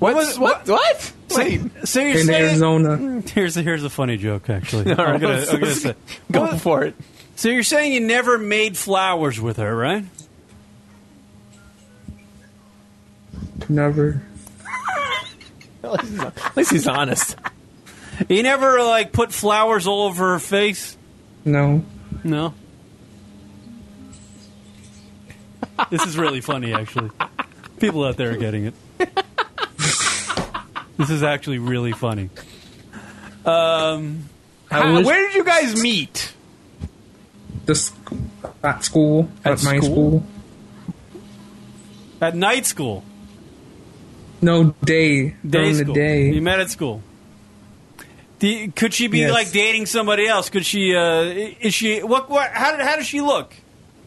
B: What was what what? Wait,
D: so you're
E: In
D: saying-
E: Arizona.
D: Here's a, here's a funny joke, actually.
B: All right.
D: I'm gonna, I'm gonna say.
B: Go for it.
D: So you're saying you never made flowers with her, right?
E: Never.
B: At least he's- at least he's honest.
D: You never like put flowers all over her face.
E: No.
D: No. this is really funny, actually. People out there are getting it. this is actually really funny. Um,
B: How- where did you guys meet?
E: The sc- at school. At,
D: At
E: my
D: school?
E: school.
D: At night school.
E: No, day.
D: Day
E: during
D: school.
E: the day.
D: You met at school. Do you- could she be
E: Yes.
D: like dating somebody else? Could she? Uh, i- is she? What? What? How did? How does she look?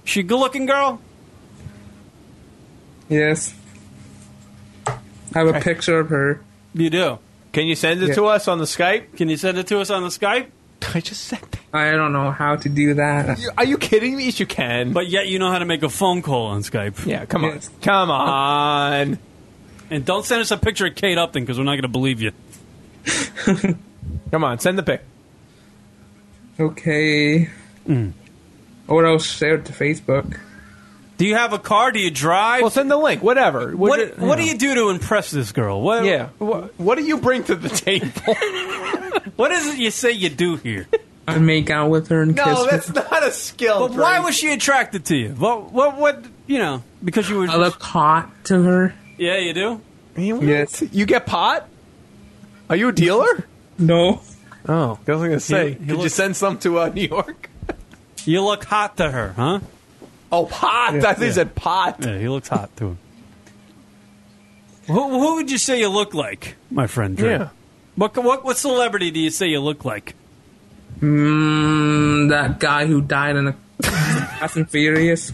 D: She a good-looking girl.
E: Yes. I have a picture of her.
D: You do.
B: Can you send it
E: Yeah.
B: to us on the Skype?
D: Can you send it to us on the Skype?
B: I just sent that.
E: I don't know how to do that.
B: Are you kidding me? Yes, you can.
D: But yet you know how to make a phone call on Skype. Uh,
B: Yeah, come on. Come on.
D: And don't send us a picture of Kate Upton because we're not going to believe you.
B: Come on, send the pic.
E: Okay.
D: Mm.
E: Or I'll share it to Facebook.
D: Do you have a car? Do you drive?
B: Well, send the link. Whatever.
D: What, what, do you do to impress this girl? What,
B: Yeah. What, what do you bring to the table?
D: What is it you say you do here?
E: I make out with her and
B: no,
E: kiss
B: that's
E: her.
B: not a skill.
D: But why
B: Drake.
D: was she attracted to you? What? What? What? You know, because you were.
E: I look hot to her.
D: yeah, you do.
B: Man, what?
E: Yes.
B: You get pot? Are you a dealer?
E: No.
B: Oh, I was gonna say.
D: He- he
B: Did you
D: looks-
B: send some to uh, New York?
D: You look hot to her, huh?
B: Oh, pot. I think he said pot.
D: Yeah, he looks hot to her. Who, who would you say you look like, my friend? Drew?
E: Yeah.
D: What, what what celebrity do you say you look like?
E: Mm, that guy who died in a Fast and Furious.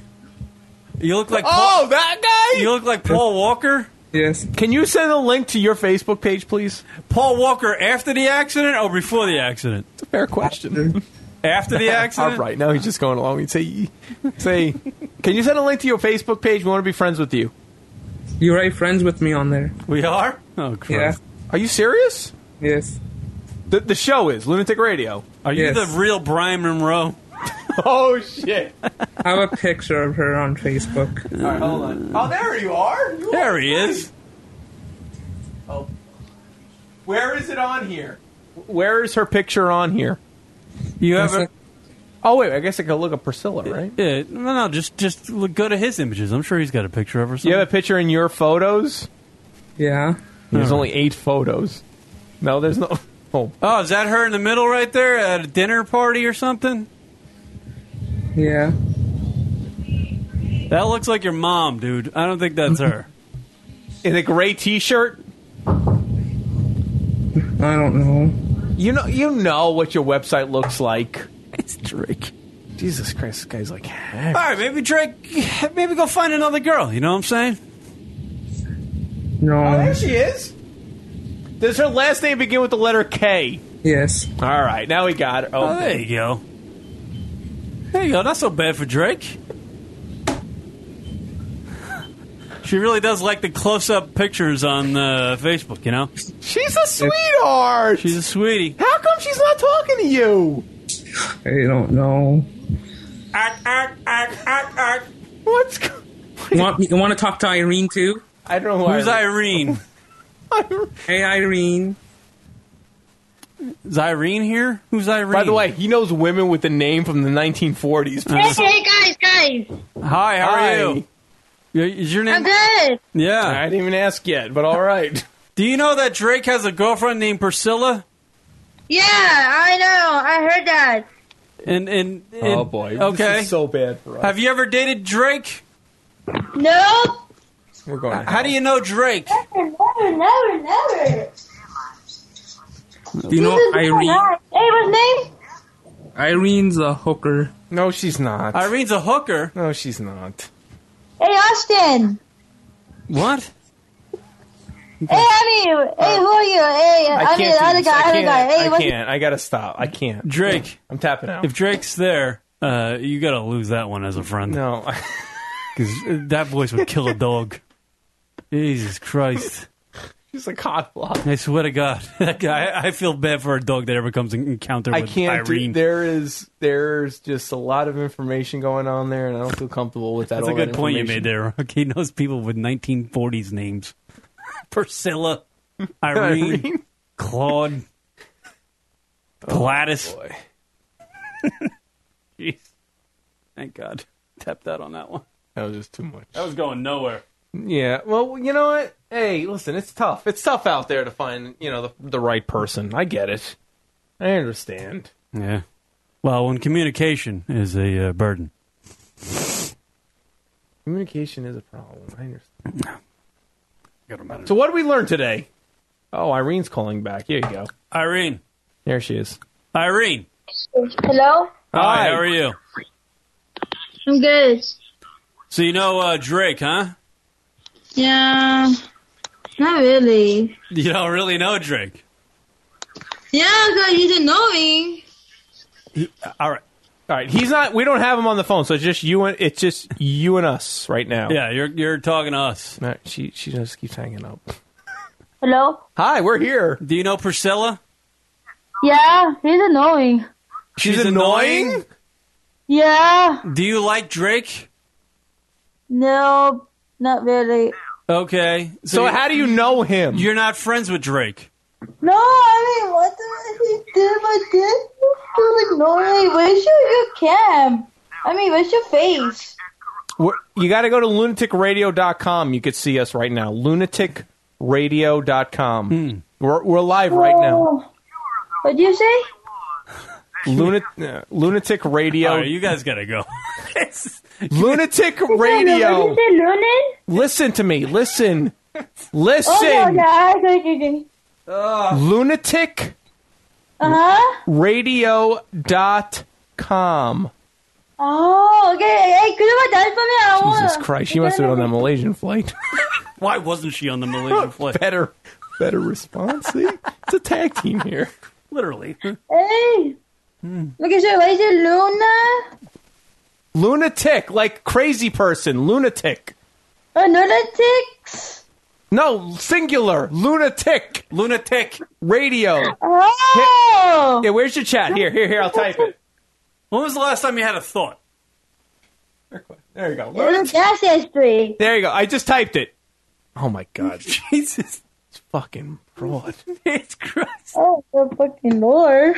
D: You look like
B: Oh, that
D: Paul, you look like Paul Walker.
E: Yes.
B: guy. Can you send a link to your Facebook page, please?
D: Paul Walker after the accident or before the accident?
B: It's a fair question.
D: After the
B: All
D: accident.
B: right, now he's just going along. He'd say, "Say, can you send a link to your Facebook page? We want to be friends with you."
E: You're right, friends with me on there.
D: We are? Oh,
E: Yeah.
D: Christ.
B: Are you serious?
E: Yes.
B: The, the show is Lunatic Radio.
D: Are you
E: Yes.
D: the real Brian Monroe?
B: Oh shit!
E: I have a picture of her on Facebook.
B: All right, hold on. Oh, there you are. You
D: There he is.
B: Where is it on here? Where is her picture on here?
D: You have a-
B: Oh wait, I guess I could look up Priscilla, right?
D: Yeah, no, no, just just look, go to his images. I'm sure he's got a picture of her.
B: You have a picture in your photos.
E: Yeah.
B: There's
D: All
B: only eight photos. No, there's no. Oh,
D: Oh, is that her in the middle right there at a dinner party or something?
E: Yeah.
D: That looks like your mom, dude. I don't think that's her.
B: In a gray T-shirt.
E: I don't know.
B: You know, you know what your website looks like.
D: It's Drake.
B: Jesus Christ, this guy's like.
D: All right, maybe Drake. Maybe go find another girl. You know what I'm saying?
E: No.
B: Oh, there she is. Does her last name begin with the letter K?
E: Yes.
B: All right, now we got her.
D: Oh, there you go. There you go. Not so bad for Drake. She really does like the close-up pictures on uh, Facebook. You know,
B: She's a sweetheart.
D: she's a sweetie.
B: How come she's not talking to you?
E: I don't know.
B: What's go-
E: You want, you want to talk to Irene too?
B: I don't know
D: Who's Irene?
E: Hey, Irene.
D: Is Irene here? Who's Irene?
B: By the way, he knows women with the name from the 1940s.
O: Hey, hey, guys, guys.
D: Hi, how
B: Hi.
D: are you? Y- Is your
O: I'm
D: name?
O: good.
D: Yeah,
B: I didn't even ask yet, but all right.
D: Do you know that Drake has a girlfriend named Priscilla?
O: Yeah, I know. I heard that.
D: And and, and
B: Oh, boy. This
D: okay,
B: is so bad for us.
D: Have you ever dated Drake?
O: Nope.
B: We're going.
D: How do you know Drake?
O: Never, never, never.
E: Do you know Irene?
O: Hey, what's name?
E: Irene's a hooker.
B: No, she's not.
D: Irene's a hooker.
B: No, she's not.
O: Hey, Austin.
D: What?
O: Hey, I mean, hey, who are you? Hey, I, mean,
B: do
O: the other
B: this.
O: guy,
B: I
O: other
B: can't.
O: guy. Hey,
B: I
O: what's
B: can't. I gotta stop. I can't.
D: Drake.
B: I'm tapping out.
D: If Drake's there, uh, you gotta lose that one as a friend.
B: No,
D: because uh, that voice would kill a dog. Jesus Christ!
B: she's a cock block.
D: I swear to God, that guy. I feel bad for a dog that ever comes in encounter
B: I
D: with
B: can't.
D: Irene.
B: Do, there is there's just a lot of information going on there, and I don't feel comfortable with that.
D: That's
B: all
D: a
B: that
D: good point you
B: information.
D: made there. Rock. He knows people with 1940s names. Priscilla, Irene,
B: Irene? Oh,
D: Claude, Gladys. Jeez. Thank God. Tapped out on that one.
B: That was just too much.
D: That was going nowhere.
B: Yeah. Well, you know what? Hey, listen, it's tough. It's tough out there to find you know the the right person. I get it. I understand.
D: Yeah. Well, when communication is a uh, burden.
B: Communication is a problem. I understand. So what did we learn today? Oh, Irene's calling back. Here you go.
D: Irene.
B: There she is.
D: Irene.
O: Hello?
D: Hi, how are you?
O: I'm good.
D: So you know uh, Drake, huh?
O: Yeah. Not really.
D: You don't really know Drake.
O: Yeah, because you didn't know me.
D: Uh,
B: All right. All right. He's not. We don't have him on the phone, so it's just you and it's just you and us right now.
D: Yeah, you're you're talking to us.
B: No, she she just keeps hanging up.
O: Hello?
B: Hi, we're here.
D: Do you know Priscilla?
O: Yeah, he's annoying.
B: She's, annoying.
O: Yeah.
D: Do you like Drake?
O: No, not really.
D: Okay.
B: So how do you know him?
D: You're not friends with Drake.
O: No, I mean, what the he did my dick? He was ignoring me. Where's your, your cam? I mean, where's your face?
B: We're, you got to go to lunaticradio.com. You could see us right now. Lunaticradio.com.
D: Hmm.
B: We're we're live right now.
O: Oh. What'd you say?
B: Lunat, uh, lunatic Radio.
D: All right, you guys gotta go.
B: lunatic
O: Did
B: Radio.
O: you say Lunin?
B: Listen to me. Listen. Listen.
O: Oh,
B: Uh.
O: no, no, okay, okay, okay.
B: Lunatic
O: Uh-huh.
B: radio.com.
O: Oh, okay. Hey, could you have done it for me? I don't wanna.
B: Jesus Christ, she must have been on that Malaysian flight.
D: Why wasn't she on the Malaysian flight?
B: better, better response. See? It's a tag team here.
D: Literally.
O: Hey.
B: Hmm.
O: Okay, so where's your Luna?
B: Lunatic, like crazy person, lunatic.
O: Oh, lunatic?
B: No, singular, lunatic.
D: Lunatic
B: radio.
O: Oh!
D: Oh!
B: Yeah, where's your chat? Here, here, here. I'll type it.
D: When was the last time you had a thought?
B: There you go.
O: That's history.
B: There you go. I just typed it. Oh my god. Jesus. It's fucking fraud.
D: it's Christ.
O: Oh, the fucking lord.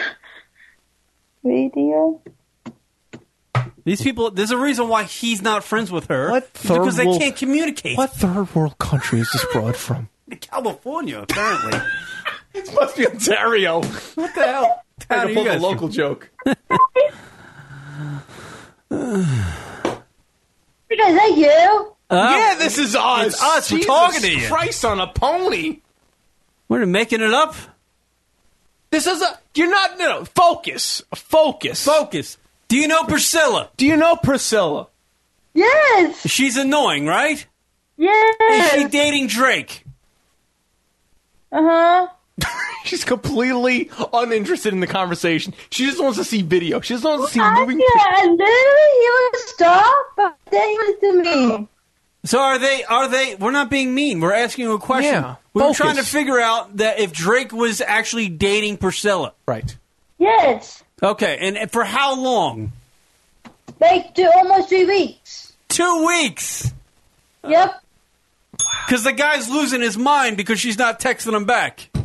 O: Radio.
D: These people, there's a reason why he's not friends with her. What? Because they can't communicate.
B: What third world country is this fraud from?
D: California, apparently.
B: it must be Ontario.
D: what the hell?
B: I
D: Town
B: can
D: you
B: pull the
D: guys
B: local joke.
O: Because that you?
B: yeah, this is us.
D: It's us. We're
B: Uh, Jesus
D: talking to you.
B: Christ on a pony.
D: We're making it up.
B: This is a. You're not. No, no. Focus. Focus.
D: Focus. Do you know Priscilla?
B: Do you know Priscilla?
O: Yes.
D: She's annoying, right? Is
O: Yes.
D: she dating Drake?
O: Uh huh.
B: She's completely uninterested in the conversation. She just wants to see video. She just wants to see
O: I
B: moving.
O: yeah, and literally he was stop, but then he was to me.
D: So are they? Are they? We're not being mean. We're asking a question.
B: Yeah,
D: we were
B: focus.
D: trying to figure out that if Drake was actually dating Priscilla,
B: right?
O: Yes.
D: Okay, and, and for how long?
O: Like two, almost three weeks.
D: Two weeks.
O: Yep.
D: Because the guy's losing his mind because she's not texting him back.
O: Uh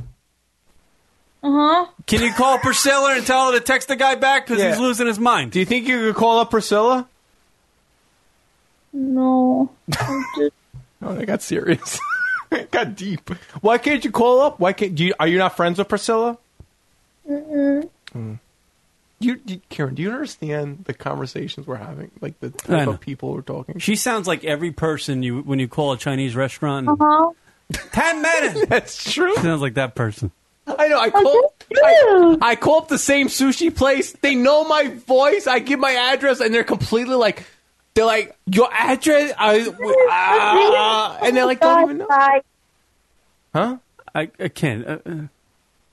O: huh.
D: Can you call Priscilla and tell her to text the guy back because he's losing his mind?
B: Do you think you could call up Priscilla?
O: No.
B: Oh, they got serious. it got deep. Why can't you call up? Why can't do you? Are you not friends with Priscilla?
O: Mm-mm.
B: You, you, Karen, do you understand the conversations we're having? Like the
D: I
B: type
D: know.
B: of people we're talking.
D: She sounds like every person you when you call a Chinese restaurant.
O: huh.
D: Ten minutes.
B: That's true.
D: Sounds like that person.
B: I know. I call. I, I call up the same sushi place. They know my voice. I give my address, and they're completely like, they're like, your address. I, w- ah," and they're like, don't even know. Huh?
D: I, I can't. Uh, uh.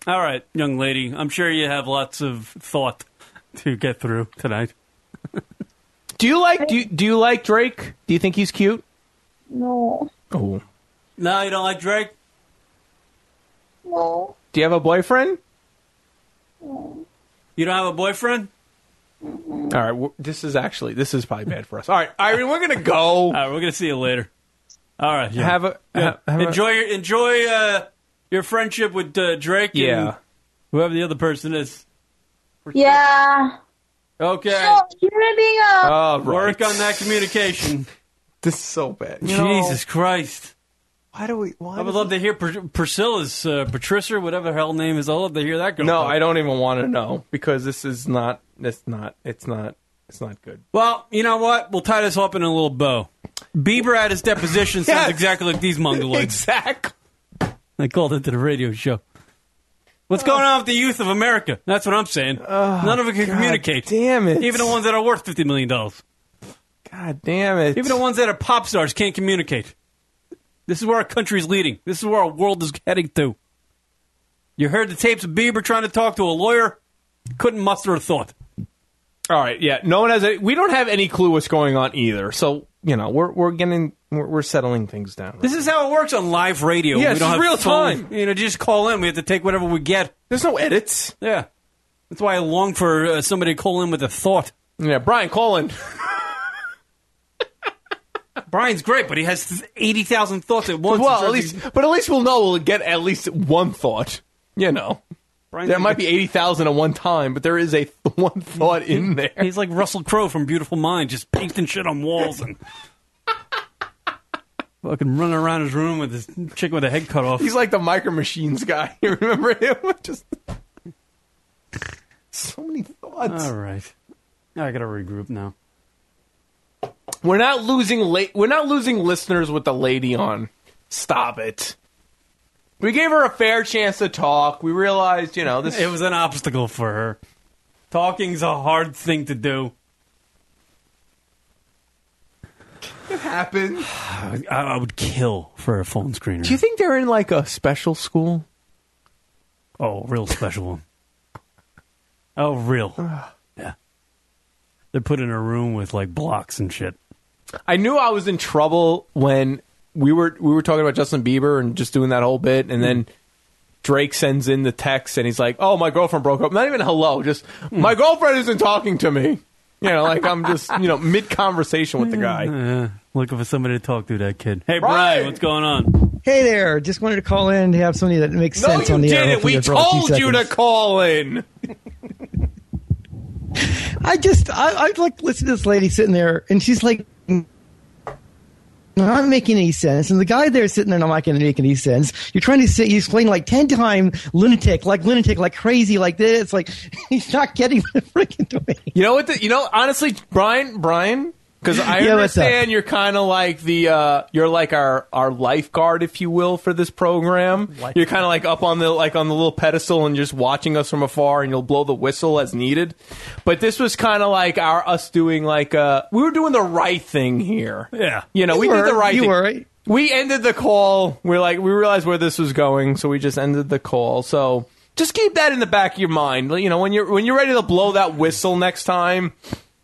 D: All right, young lady. I'm sure you have lots of thought to get through tonight.
B: Do you like? Do you, do you like Drake? Do you think he's cute?
O: No.
B: Oh.
D: No, you don't like Drake?
O: No.
B: Do you have a boyfriend?
D: You don't have a boyfriend?
B: All right. w- This is actually this is probably bad for us. All right, Irene, we're gonna go.
D: All right, we're gonna see you later. All right. Yeah.
B: Have a
D: Yeah.
B: ha- have a-
D: enjoy your enjoy uh, your friendship with uh, Drake.
B: Yeah.
D: And whoever the other person is.
O: Yeah.
D: Okay.
O: So you're uh, being a.
B: All Ah, right.
D: Work on that communication.
B: This is so bad.
D: Jesus Christ.
B: Why do we? Why
D: I would
B: does-
D: love to hear Pr- Priscilla's uh, Patricia, whatever her hell name is. I'd love to hear that girl.
B: No,
D: talk.
B: I don't even want to know because this is not. It's not. It's not. It's not good.
D: Well, you know what? We'll tie this up in a little bow. Bieber at his deposition sounds
B: Yes.
D: exactly like these mongoloids.
B: Exactly.
D: I called into the radio show. What's going on with the youth of America? That's what I'm saying. None of them can
B: God
D: communicate.
B: damn it.
D: Even the ones that are worth $50 million.
B: God damn it.
D: Even the ones that are pop stars can't communicate. This is where our country's leading. This is where our world is heading to. You heard the tapes of Bieber trying to talk to a lawyer. Couldn't muster a thought.
B: All right. Yeah. No one has. Any, we don't have any clue what's going on either. So you know, we're we're getting we're, we're settling things down.
D: This is how it works on live radio.
B: Yeah,
D: we
B: this
D: don't
B: is
D: have
B: real
D: phone-
B: time.
D: You know, just call in. We have to take whatever we get.
B: There's no edits.
D: Yeah, that's why I long for uh, somebody to call in with a thought.
B: Yeah. Brian Colin.
D: Brian's great, but he has eighty thousand thoughts at once.
B: Well, at least, but at least we'll know we'll get at least one thought. You know,
D: Brian's
B: there
D: like-
B: might be eighty thousand at one time, but there is a th- one thought in there.
D: he's like Russell Crowe from Beautiful Mind, just painting shit on walls and fucking running around his room with this chick with a head cut off.
B: He's like the micro machines guy. You remember him? Just so many thoughts.
D: All right, I gotta regroup now.
B: We're not losing la- we're not losing listeners with the lady on. Stop it. We gave her a fair chance to talk. We realized, you know, this
D: It was an obstacle for her. Talking's a hard thing to do.
B: happened.
D: I, I would kill for a phone screener.
B: Do you think they're in like a special school?
D: Oh, real special one. Oh, real. yeah. They're put in a room with like blocks and shit.
B: I knew I was in trouble when we were we were talking about Justin Bieber and just doing that whole bit, and then Drake sends in the text and he's like, "Oh, my girlfriend broke up." Not even hello, just
D: Hmm.
B: my girlfriend isn't talking to me. You know, like I'm just you know mid conversation with the guy.
D: Uh, looking for somebody to talk to, that kid. Hey,
B: Brian!
D: Brian, what's going on?
P: Hey there. Just wanted to call in to have somebody that makes
B: No,
P: sense
B: you
P: on the air.
B: didn't.
P: hopefully
B: We
P: for a few
B: told you to
P: seconds.
B: call in.
P: I just, I, I like listen to this lady sitting there, and she's like, not making any sense. And the guy there sitting there, not making making any sense. You're trying to say, you explain like ten times lunatic, like lunatic, like crazy, like this. Like he's not getting the freaking point.
B: You know what? The, you know, honestly, Brian, Brian, because I
P: Yeah, what's up?
B: understand you're kind of like the uh, you're like our our lifeguard, if you will, for this program.
C: Lifeguard.
B: You're kind of like up on the like on the little pedestal and just watching us from afar, and you'll blow the whistle as needed. But this was kind of like our us doing like uh, we were doing the right thing here.
D: Yeah.
B: You know,
P: You
B: we
P: were,
B: did the right
P: you
B: thing.
P: were, right?
B: We ended the call. We're like, we realized where this was going, so we just ended the call. So just keep that in the back of your mind. You know, when you're when you're ready to blow that whistle next time,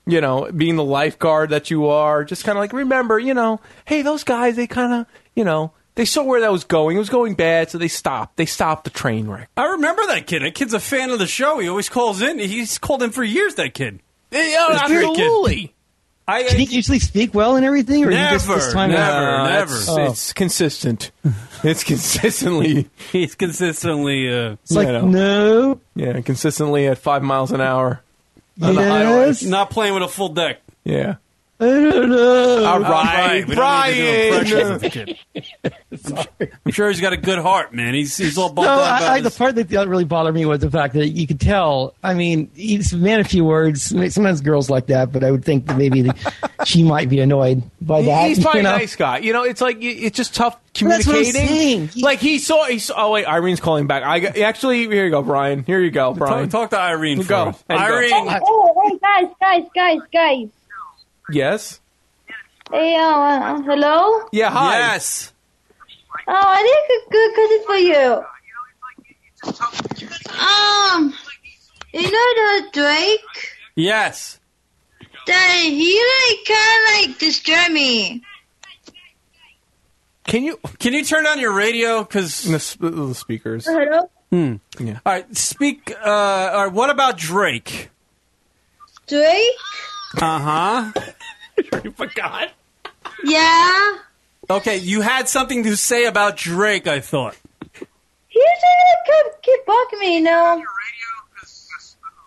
B: you know, being the lifeguard that you are, just kind of like remember, you know, hey, those guys, they kind of, you know, they saw where that was going. It was going bad, so they stopped. They stopped the train wreck.
D: I remember that kid. That kid's a fan of the show. He always calls in. He's called in for years. That kid. This great kid. I,
P: Did he usually speak well and everything, or you just this time
B: No,
D: never.
B: It's,
D: Oh.
B: it's consistent. It's consistently.
D: He's consistently. Uh,
B: It's like,
P: no.
B: Yeah, consistently at five miles an hour. On the highway.
D: Yes. Not playing with a full deck.
B: Yeah.
P: I don't know.
B: All right,
D: We don't need to do
B: Brian.
D: impressions of the kid. I'm sure he's got a good heart, man. He's he's all
P: No,
D: bummed out about
P: I, I,
D: his-
P: the part that that really bothered me was the fact that you could tell. I mean, he's a man a few words. Sometimes girls like that, but I would think that maybe the, she might be annoyed by that.
B: He's probably
P: you know?
B: a nice guy. You know, it's like it- it's just tough
P: Well, that's what I'm
B: communicating. like he saw, he saw. Oh wait, Irene's calling back. I got, actually here you go, Brian. Here you go, Brian.
D: Talk, to Irene.
B: Go,
D: first.
B: And go.
D: Irene.
O: Oh, hey guys, guys, guys, guys.
B: Yes.
O: Hey, uh, uh, hello.
B: Yeah. Hi.
D: Yes.
O: Oh, I think a good question for you. Um, you know the Drake
D: Yes.
O: that he like kind of like destroyed me.
B: Can you
D: can you turn on your radio? Because
B: the, sp- the speakers.
O: Hello,
D: Hmm.
B: Yeah.
D: All right. Speak. Uh, all right. What about Drake?
O: Drake.
D: Uh huh.
B: you forgot.
O: Yeah,
D: Okay. You had something to say about Drake. I thought.
O: he just kept keep bugging me. You know.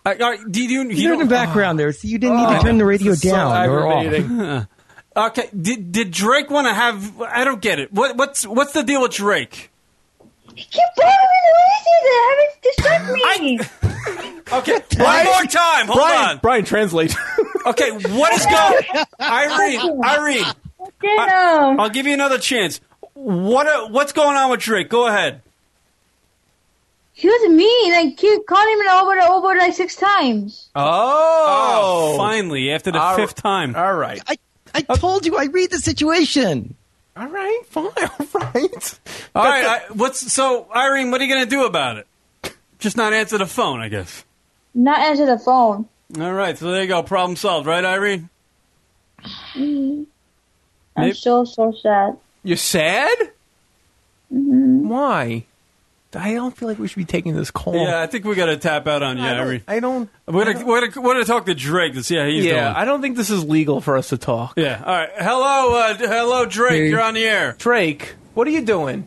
D: All right, did you? you
P: You're in the
D: don't-
P: background there, so you didn't need
D: Oh.
P: to turn the radio
D: So
P: down or off.
D: aggravating. okay. Did did Drake want to have? I don't get it. What what's what's the deal with Drake?
O: He kept bugging me the way he did it. Haven't destroyed me.
D: Okay. One more time. Hold
B: Brian,
D: on.
B: Brian, translate.
D: Okay. What is going? Irene. Irene. I, will give you another chance. What uh, what's going on with Drake? Go ahead.
O: He was mean. Like keep calling him over and over like six times.
B: Oh,
D: finally, after the
P: All-
D: fifth time.
B: All right.
P: I, I told you I read the situation.
B: All right. Fine. All right.
D: All right. I, what's so Irene? What are you going to do about it? Just not answer the phone, I guess.
O: Not answer the phone.
D: All right. So there you go. Problem solved, right, Irene?
O: Mm. I'm
D: Maybe-
O: so so sad.
B: You're sad. Why? I don't feel like we should be taking this call.
D: Yeah, I think we got to tap out on you,
B: Oh. I don't-
D: Irene.
B: I don't.
D: We're gonna, we're, gonna, we're gonna talk to Drake to see how he's
B: yeah,
D: doing.
B: I don't think this is legal for us to talk.
D: yeah. All right. Hello, uh, d- hello, Drake.
E: Hey.
D: You're on the air.
B: Drake, what are you doing?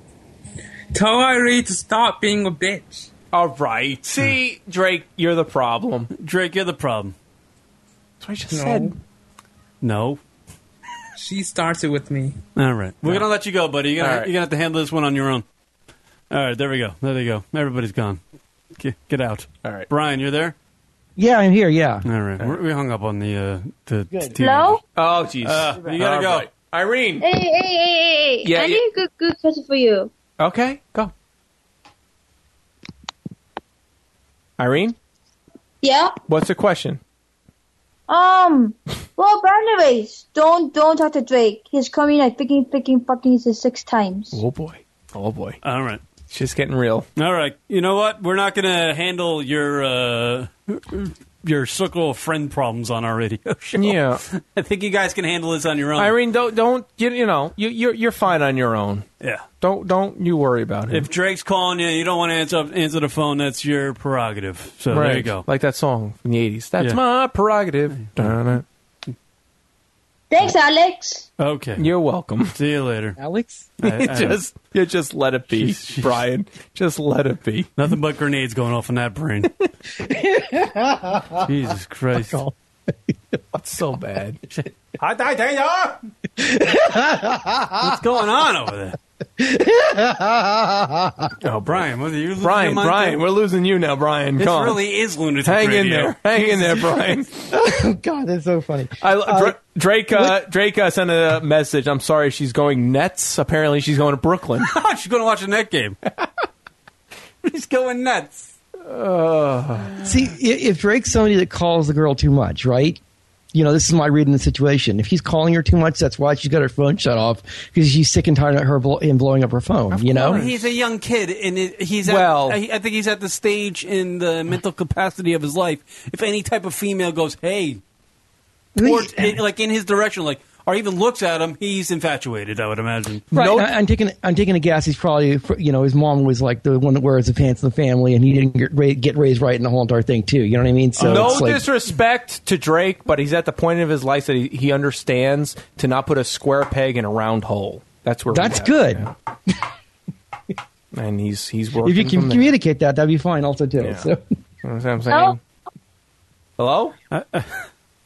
E: Tell Irene to stop being a bitch.
B: All right. See, Drake, you're the problem.
D: Drake, you're the problem.
B: That's what I just
E: No.
B: said.
D: No.
E: She starts it with me.
D: All right. We're gonna let you go, buddy. You're gonna,
E: All right.
D: you're gonna have to handle this one on your own. All right. There we go. There they go. Everybody's gone. Get, get out. All
B: right.
D: Brian, you're there.
P: Yeah, I'm here. Yeah.
D: All right. We're- We hung up on the uh, the. the
O: Hello.
B: Oh, jeez.
D: Uh, you gotta
B: All
D: go.
B: right. Irene.
O: Hey, hey, hey, hey, hey. I
B: Yeah, yeah.
O: need a good, good question for you.
B: Okay, go. Irene,
O: Yeah.
B: what's the question?
O: Um. Well, but anyways, don't don't talk to Drake. He's coming like picking, picking, fucking six times.
B: Oh boy. Oh boy.
D: All right.
B: It's just getting real.
D: All right. You know what? We're not going to handle your uh, your circle of friend problems on our radio show.
B: Yeah.
D: I think you guys can handle this on your own.
B: Irene, don't don't you, you know you you're, you're fine on your own.
D: Yeah.
B: Don't don't you worry about it.
D: If Drake's calling you, and you don't want to answer answer the phone. That's your prerogative. So there you go.
B: Like that song from the eighties. That's
D: Yeah.
B: my prerogative. Dun-dun.
O: Thanks, Alex.
D: Okay.
B: You're welcome.
D: See you later,
P: Alex.
B: just you just let it be, Brian. Just let it be.
D: Nothing but grenades going off in that brain. Jesus Christ.
B: That's so bad.
D: What's going on over there?
B: oh,
D: Brian, what are you losing
B: Brian,
D: your mind
B: Brian,
D: too?
B: we're losing you now, Brian.
D: This
B: Come on.
D: really is lunatic.
B: Hang in
D: radio.
B: there, hang in there, Brian.
P: Oh, God, that's so funny.
B: I, Dra- Drake uh, Drake uh, sent a message. I'm sorry, she's going Nets. Apparently, she's going to Brooklyn.
D: She's going to watch a net game. He's going nuts.
P: See, i- if Drake's somebody that calls the girl too much, right? You know, this is my reading the situation. If he's calling her too much, that's why she's got her phone shut off because she's sick and tired of her blo- him blowing up her phone. you know,
D: he's a young kid, and it- he's at,
P: Well-
D: I, I think he's at the stage in the mental capacity of his life. If any type of female goes, "Hey," or it, like in his direction, like or even looks at him, he's infatuated. I would imagine.
P: Right. I, am taking I'm taking a guess. He's probably you know his mom was like the one that wears the pants in the family, and he didn't get, ra- get raised right in the whole entire thing too. You know what I mean? So
B: no
P: it's like,
B: disrespect to Drake, but he's at the point of his life that he, he understands to not put a square peg in a round hole. That's where we
P: that's
B: have
P: good.
B: it. And he's he's working.
P: If you
B: from
P: can
B: there.
P: communicate that, that'd be fine. Also too.
B: Yeah.
P: So.
B: You know what I'm saying? Hello?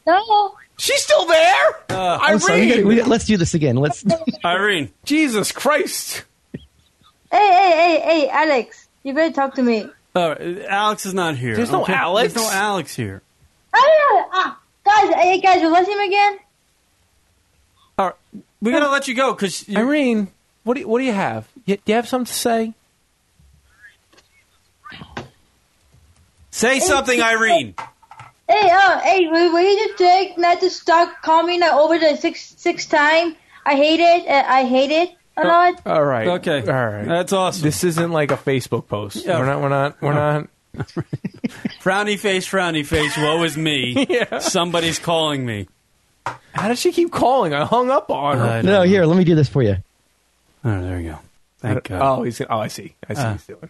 O: No.
B: She's still there?
P: I'm sorry, we gotta- we gotta- let's do this again. Let's.
D: Irene.
B: Jesus Christ.
O: Hey, hey, hey, hey, Alex. You better talk to me.
D: All right, Alex is not here.
O: There's no Alex?
D: There's no Alex here.
O: Oh, yeah. ah, guys, hey, guys, what's him again?
D: All right, we gotta let you go because
B: Irene, what do you, what do you have? You, do you have something to say?
D: Say something, Irene.
O: Hey, uh, hey, will, will you just take not to stop calling that over the six six time? I hate it. Uh, I hate it a
B: Oh,
O: lot.
B: All right. Okay. All right.
D: That's awesome.
B: This isn't like a Facebook post.
D: Yeah.
B: We're not. We're not. We're not.
D: Frowny face, frowny face. Woe is me.
B: Yeah.
D: Somebody's calling me.
B: How does she keep calling? I hung up on her.
P: No, here, let me do this for you.
D: Oh, there you go. Thank God.
B: Oh, he's. Oh, I see. I see.
D: Uh,
B: what he's doing.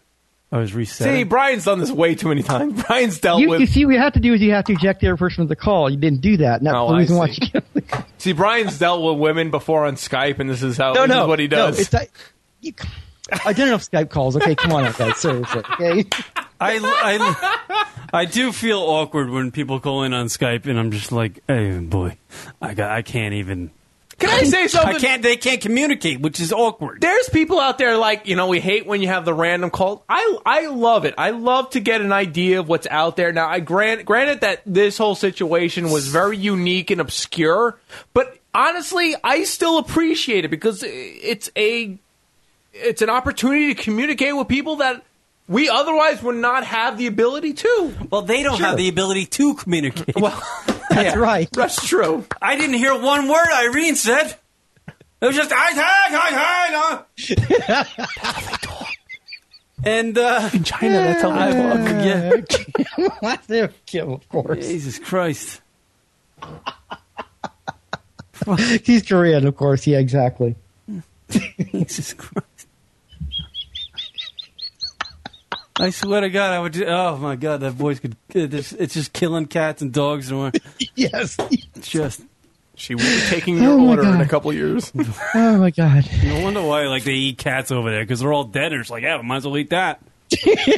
D: I was reset.
B: See, Brian's done this way too many times. Brian's dealt
P: You,
B: with.
P: you see, what you have to do is you have to eject the other person with the call. You didn't do that, and that's
B: Oh,
P: the
B: I
P: reason why
B: see.
P: she can't.
B: See, Brian's dealt with women before on Skype, and this is how.
P: no,
B: this
P: no,
B: is what he does.
P: No, it's not- you- I did enough Skype calls. Okay, come on, guys. Seriously, okay.
D: I, I, I do feel awkward when people call in on Skype, and I'm just like, hey, boy, I got, I can't even.
B: Can I say something?
D: I can't. They can't communicate, which is awkward.
B: There's people out there like you know we hate when you have the random call. I I love it. I love to get an idea of what's out there. Now I grant granted that this whole situation was very unique and obscure, but honestly, I still appreciate it because it's a it's an opportunity to communicate with people that we otherwise would not have the ability to.
D: Well, they don't have the ability to communicate. Well,
P: That's right.
B: That's true.
D: I didn't hear one word Irene said. It was just I, I, I, I, and uh,
B: in China, that's how they talk.
D: yeah,
P: Kim, of course.
D: Jesus Christ.
P: He's Korean, of course. Yeah, exactly.
D: Jesus Christ. I swear to God, I would. Just, oh my God, that voice could. It's, it's just killing cats and dogs and
P: Yes.
D: it's just.
B: She will be taking your
P: Oh my
B: order in a
P: God.
B: couple of years.
P: Oh my God.
D: No wonder why like they eat cats over there because they're all dead and it's like yeah, we might as well eat that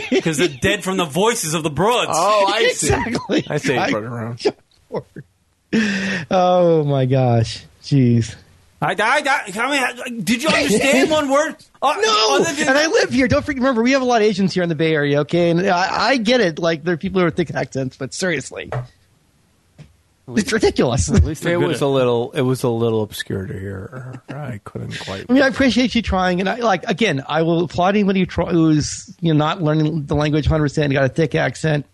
D: because they're dead from the voices of the broads.
B: oh, I see.
P: Exactly.
B: I see.
P: I-
B: Right around.
P: Oh my gosh. Jeez.
D: I died. I mean, did you understand one word? Uh,
P: No,
D: other than-
P: and I live here. Don't forget. Remember, we have a lot of Asians here in the Bay Area. Okay, and I, I get it. Like there are people who are thick accents, but seriously, it's ridiculous.
B: It was a little. It was a little obscure to hear. I couldn't quite.
P: I mean, I appreciate you trying, and I like again. I will applaud anybody who try, who's you know not learning the language hundred percent, got a thick accent.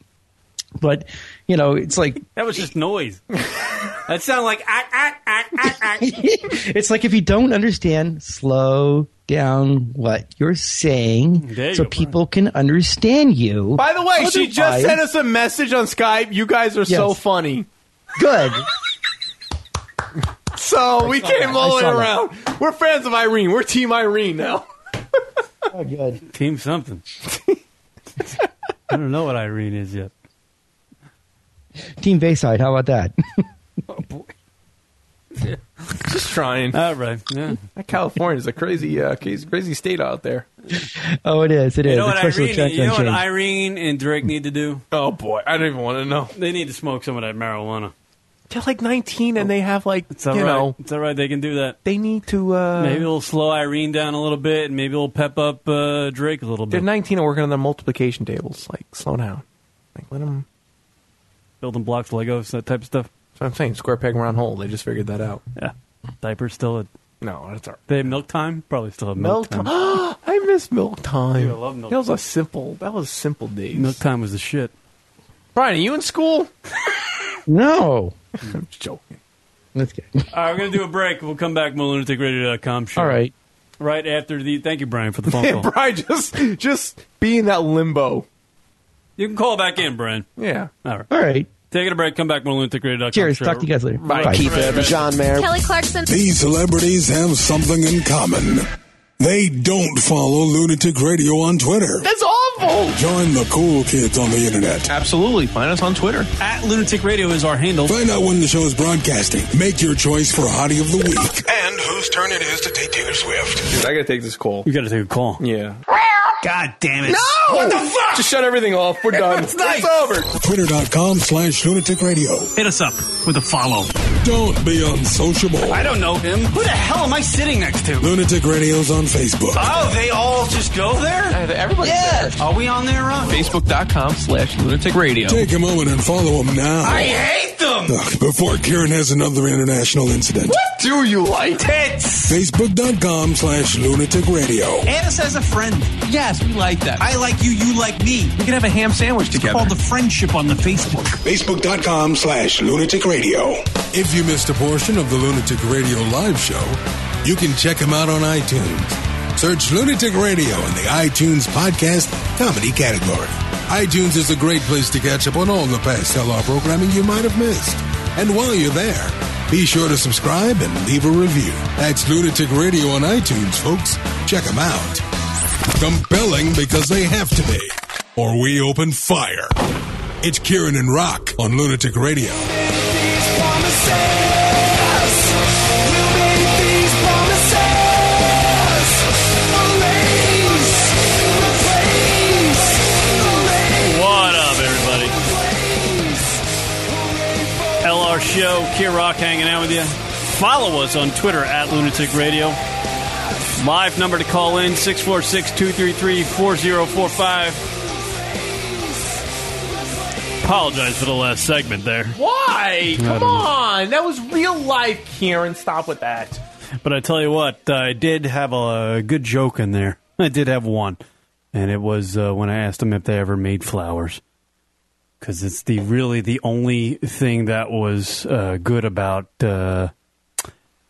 P: But you know, it's like
D: that was just noise. that sounded like ah, ah, ah,
P: it's like if you don't understand, slow down what you're saying
B: There you
P: so
B: go,
P: people can understand you.
B: By the way, she just
P: Otherwise-
B: sent us a message on Skype. You guys are so
P: Yes.
B: funny.
P: Good.
B: So we
P: saw that.
B: came all the
P: I
B: way
P: saw that.
B: around. We're fans of Irene. We're Team Irene now.
P: oh, good.
D: Team something. I don't know what Irene is yet.
P: Team Bayside, how about that?
B: Just trying.
D: All right. Yeah.
B: That California is a crazy, uh, crazy, crazy state out there.
P: oh, it is. It is.
D: You know what
P: Especially with
D: Irene? You know
P: Jack
D: what
P: Dunn
D: Irene and Drake need to do?
B: Oh boy, I don't even want to know.
D: They need to smoke some of that marijuana.
B: They're like 19 and they have like
D: It's all
B: you
D: right.
B: know
D: it's all right. They can do that.
B: they need to. Uh,
D: maybe we'll slow Irene down a little bit, and maybe we'll pep up uh, Drake a little
B: they're
D: bit.
B: 19 and working on their multiplication tables. Like slow down. Like let them.
D: Building blocks, Legos, that type of stuff.
B: That's what I'm saying. Square peg, round hole. They just figured that out.
D: Yeah. Diapers still a.
B: No, that's all right.
D: They have milk time? Probably still have milk,
B: Milk time. I miss milk time.
D: Dude, I love milk
B: That was
D: time.
B: a simple. That was simple days.
D: Milk time was the shit.
B: Brian, are you in school?
P: No.
B: I'm joking.
P: That's good.
D: All right, we're going to do a break. We'll come back, MoLunaticRadio.com show.
P: All right.
D: Right after the. Thank you, Brian, for the phone call.
B: Brian, just just be in that limbo.
D: You can call back in, Brian.
B: Yeah.
D: All right.
P: All right.
D: Taking a break. Come back, MoLunaticRadio.com
P: Cheers.
D: show.
P: Talk to you guys later.
D: Right.
P: Bye.
D: Keith Right, right. John Mayer.
F: Kelly Clarkson.
A: These celebrities have something in common. They don't follow Lunatic Radio on Twitter.
B: That's awful.
A: Join the cool kids on the internet.
B: Absolutely. Find us on Twitter.
D: At Lunatic Radio is our handle.
A: Find out when the show is broadcasting. Make your choice for Hottie of the Week.
C: And whose turn it is to take Taylor Swift?
B: Dude, I gotta take this call.
D: You got to take a call.
B: Yeah.
D: God damn it. Um,
B: No! What the fuck? Just shut everything off. We're done.
D: It's nice.
B: over.
A: Twitter.com slash Lunatic Radio.
D: Hit us up with a follow.
A: Don't be unsociable.
D: I don't know him. Who the hell am I sitting next to?
A: Lunatic Radio's on Facebook.
D: Oh, they all just go there?
B: Everybody.
D: Yeah. Are we on there, Ron?
B: Facebook.com slash lunatic radio.
A: Take a moment and follow them now.
D: I hate them!
A: Ugh, Before Karen has another international incident.
B: What do you like?
D: Tits!
A: Facebook.com slash Lunatic Radio.
C: Add us as a friend. Yes, we like that. I like you, you like me. We can have a ham sandwich together. It's called the friendship on the Facebook.
A: Facebook.com slash Lunatic Radio. If you missed a portion of the Lunatic Radio live show, you can check them out on iTunes. Search Lunatic Radio in the iTunes podcast comedy category. iTunes is a great place to catch up on all the past LR programming you might have missed. And while you're there, be sure to subscribe and leave a review. That's Lunatic Radio on iTunes, folks. Check them out. Compelling because they have to be, or we open fire. It's Kieran and Rock on Lunatic Radio.
J: What up, everybody? LR Show, Kier Rock hanging out with you. Follow us on Twitter at Lunatic Radio. Live number to call in 646 233 4045. Apologize for the last segment there,
B: Why?
J: I
B: Come
J: don't know.
B: on. That was real life, Kieran. Stop with that.
D: But I tell you what, I did have a good joke in there. I did have one. And it was uh, when I asked them if they ever made flowers. Because it's the really the only thing that was uh, good about uh,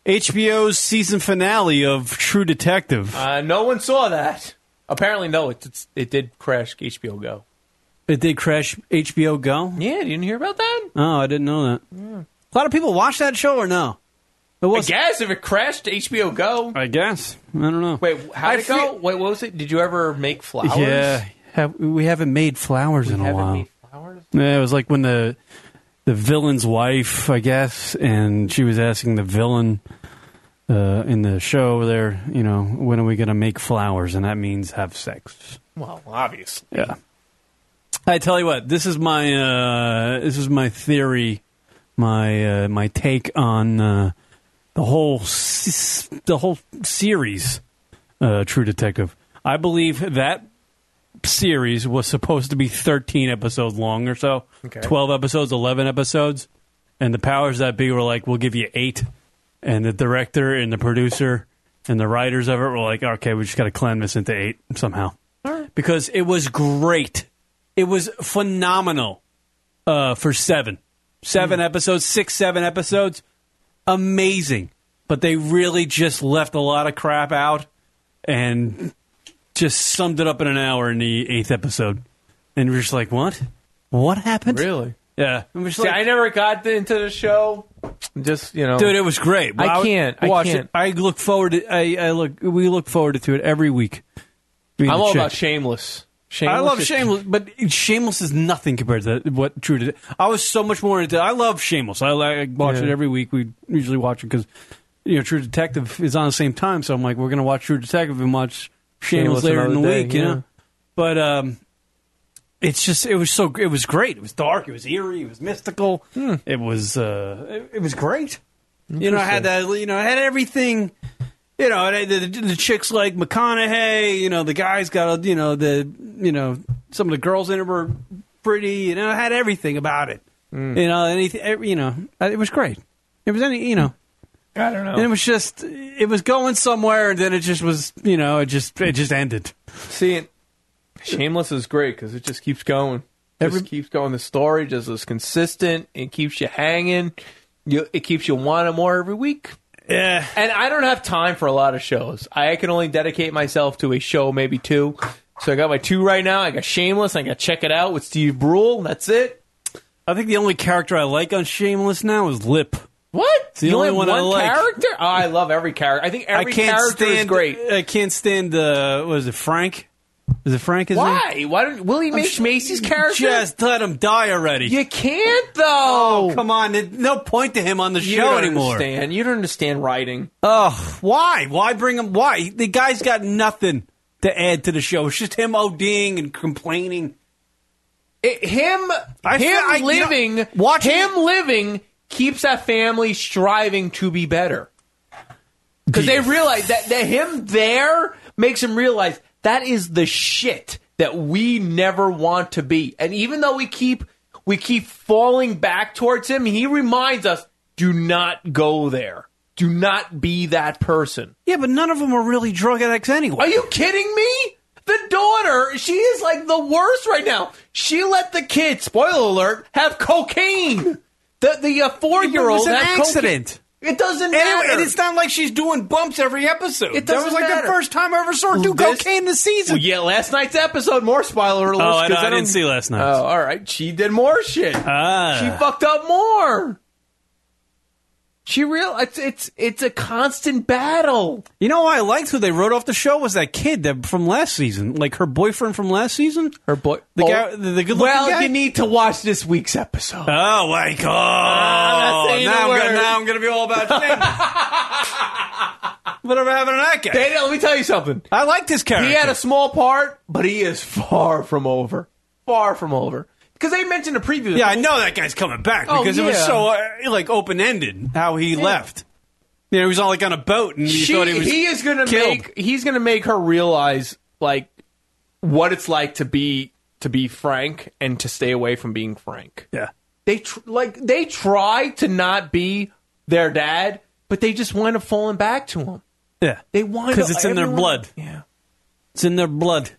D: HBO's season finale of True Detective.
B: Uh, no one saw that. Apparently, no. It, it's, it did crash HBO Go.
D: It did crash HBO Go.
B: Yeah, you didn't hear about that?
D: Oh, I didn't know that. A lot of people watch that show or no? It
B: I
D: was.
B: guess if it crashed HBO Go.
D: I guess. I don't know.
B: Wait, how did it go? Wait, what was it? Did you ever make flowers?
D: Yeah, have, we haven't made flowers in a
B: haven't
D: while.
B: made flowers?
D: Yeah, it was like when the the villain's wife, I guess, and she was asking the villain uh, in the show there, you know, when are we going to make flowers? And that means have sex.
B: Well, obviously.
D: Yeah. I tell you what, this is my uh, this is my theory, my uh, my take on uh, the whole s- the whole series, uh, True Detective. I believe that series was supposed to be thirteen episodes long or so,
C: Okay.
D: twelve episodes, eleven episodes, and the powers that be were like, "We'll give you eight. and the director and the producer and the writers of it were like, "Okay, we just got to climb this into eight somehow." because it was great. It was phenomenal uh, for seven, seven episodes, six, seven episodes. amazing, but they really just left a lot of crap out and just summed it up in an hour in the eighth episode. And you're just like, what? What happened?
B: Really?
D: Yeah. I'm just
B: See,
D: like,
B: I never got into the show. Just you know,
D: Dude, it was great.
B: I can't. I
D: watched
B: can't.
D: It. I look forward to. I, I look. We look forward to it every week. Being
B: I'm
D: a
B: all
D: chick.
B: about Shameless.
D: I
B: Shameless
D: love
B: is-
D: Shameless, but Shameless is nothing compared to what True did. I was so much more into. I love Shameless. I like watch
B: Yeah.
D: it every week. We usually watch it because you know True Detective is on the same time. So I'm like, we're gonna watch True Detective and watch Shameless,
B: Shameless
D: later in the
B: another day,
D: week. You
B: yeah.
D: know, but um, it's just it was so it was great. It was dark. It was eerie. It was mystical. It was uh, it, it was great. You know, I had that. You know, I had everything. You know, and the, the, the chicks like McConaughey. You know, the guys got. You know, the you know some of the girls in it were pretty. You know, I had everything about it. You know, anything. every- You know, it was great. It was any. You know,
B: I
E: Oh.
B: don't know.
D: and it was just it was going somewhere, and then it just was. You know, it just it just ended.
B: See, Shameless is great because it just keeps going. Just keeps going. The story just is consistent. It keeps you hanging. You, it keeps you wanting more every week.
D: Yeah.
B: And I don't have time for a lot of shows. I can only dedicate myself to a show, maybe two. So I got my two right now. I got Shameless. I got Check It Out with Steve Brule. That's it.
D: I think the only character I like on Shameless now is Lip.
B: What?
D: It's the
B: You
D: only
B: only
D: one I like.
B: character? Oh, I love every character. I think every
D: I can't
B: character
D: stand,
B: is great.
D: I can't stand. Uh, what is it? Frank? Is it Frank? Is
B: Why? Why don't Willie Mace Macy's character?
D: Just let him die already.
B: You can't though.
D: Oh, come on! There's No point to him on the
B: you
D: show
B: don't
D: anymore.
B: understand. You don't understand writing.
D: Oh, why? Why bring him? Why the guy's got nothing to add to the show. It's just him ODing and complaining.
B: It, him,
D: I
B: him
D: feel- I- you know,
B: living,
D: watching-
B: him living keeps that family striving to be better. Because they realize that, that him there makes them realize that is the shit that we never want to be. And even though we keep we keep falling back towards him, he reminds us: do not go there. Do not be that person.
D: Yeah, but none of them are really drug addicts anyway.
B: Are you kidding me? The daughter, she is like the worst right now. She let the kid, spoiler alert, have cocaine. The the uh, four year old
D: an
B: had cocaine.
D: accident.
B: It doesn't
D: And,
B: matter.
D: it- and it's not like she's doing bumps every episode. that
B: It doesn't
D: was like
B: matter.
D: the first time I ever saw her do
B: This-
D: cocaine this season.
B: Well, yeah, last night's episode. More spoiler alert.
D: Oh, I- I didn't see last night's.
B: Oh, all right. She did more shit.
D: Ah.
B: She fucked up more. She real. It's it's it's a constant battle.
D: You know why I liked who they wrote off the show was that kid that from last season, like her boyfriend from last season.
B: Her boy,
D: the
B: Oh.
D: guy, the, the good-looking
B: well,
D: guy?
B: you need to watch this week's episode.
D: Oh my god!
B: I'm not saying
D: now,
B: the
D: I'm
B: word.
D: Gonna, now I'm gonna be all about Shameless. Whatever happened to that guy?
B: Dana, let me tell you something.
D: I like this character.
B: He had a small part, but he is far from over. Far from over. Because they mentioned a preview.
D: yeah, I know that guy's coming back
B: Oh,
D: because it was
B: yeah.
D: so uh, like open ended how he left. You know, he was on like on a boat and you
B: She,
D: thought he was.
B: is gonna
D: killed.
B: make he's gonna make her realize like what it's like to be to be frank and to stay away from being frank.
D: Yeah.
B: They tr- like they try to not be their dad, but they just wind up falling back to him.
D: Yeah,
B: They wind
D: because
B: up-
D: it's in their
B: everyone-
D: blood.
B: Yeah.
D: It's in their blood.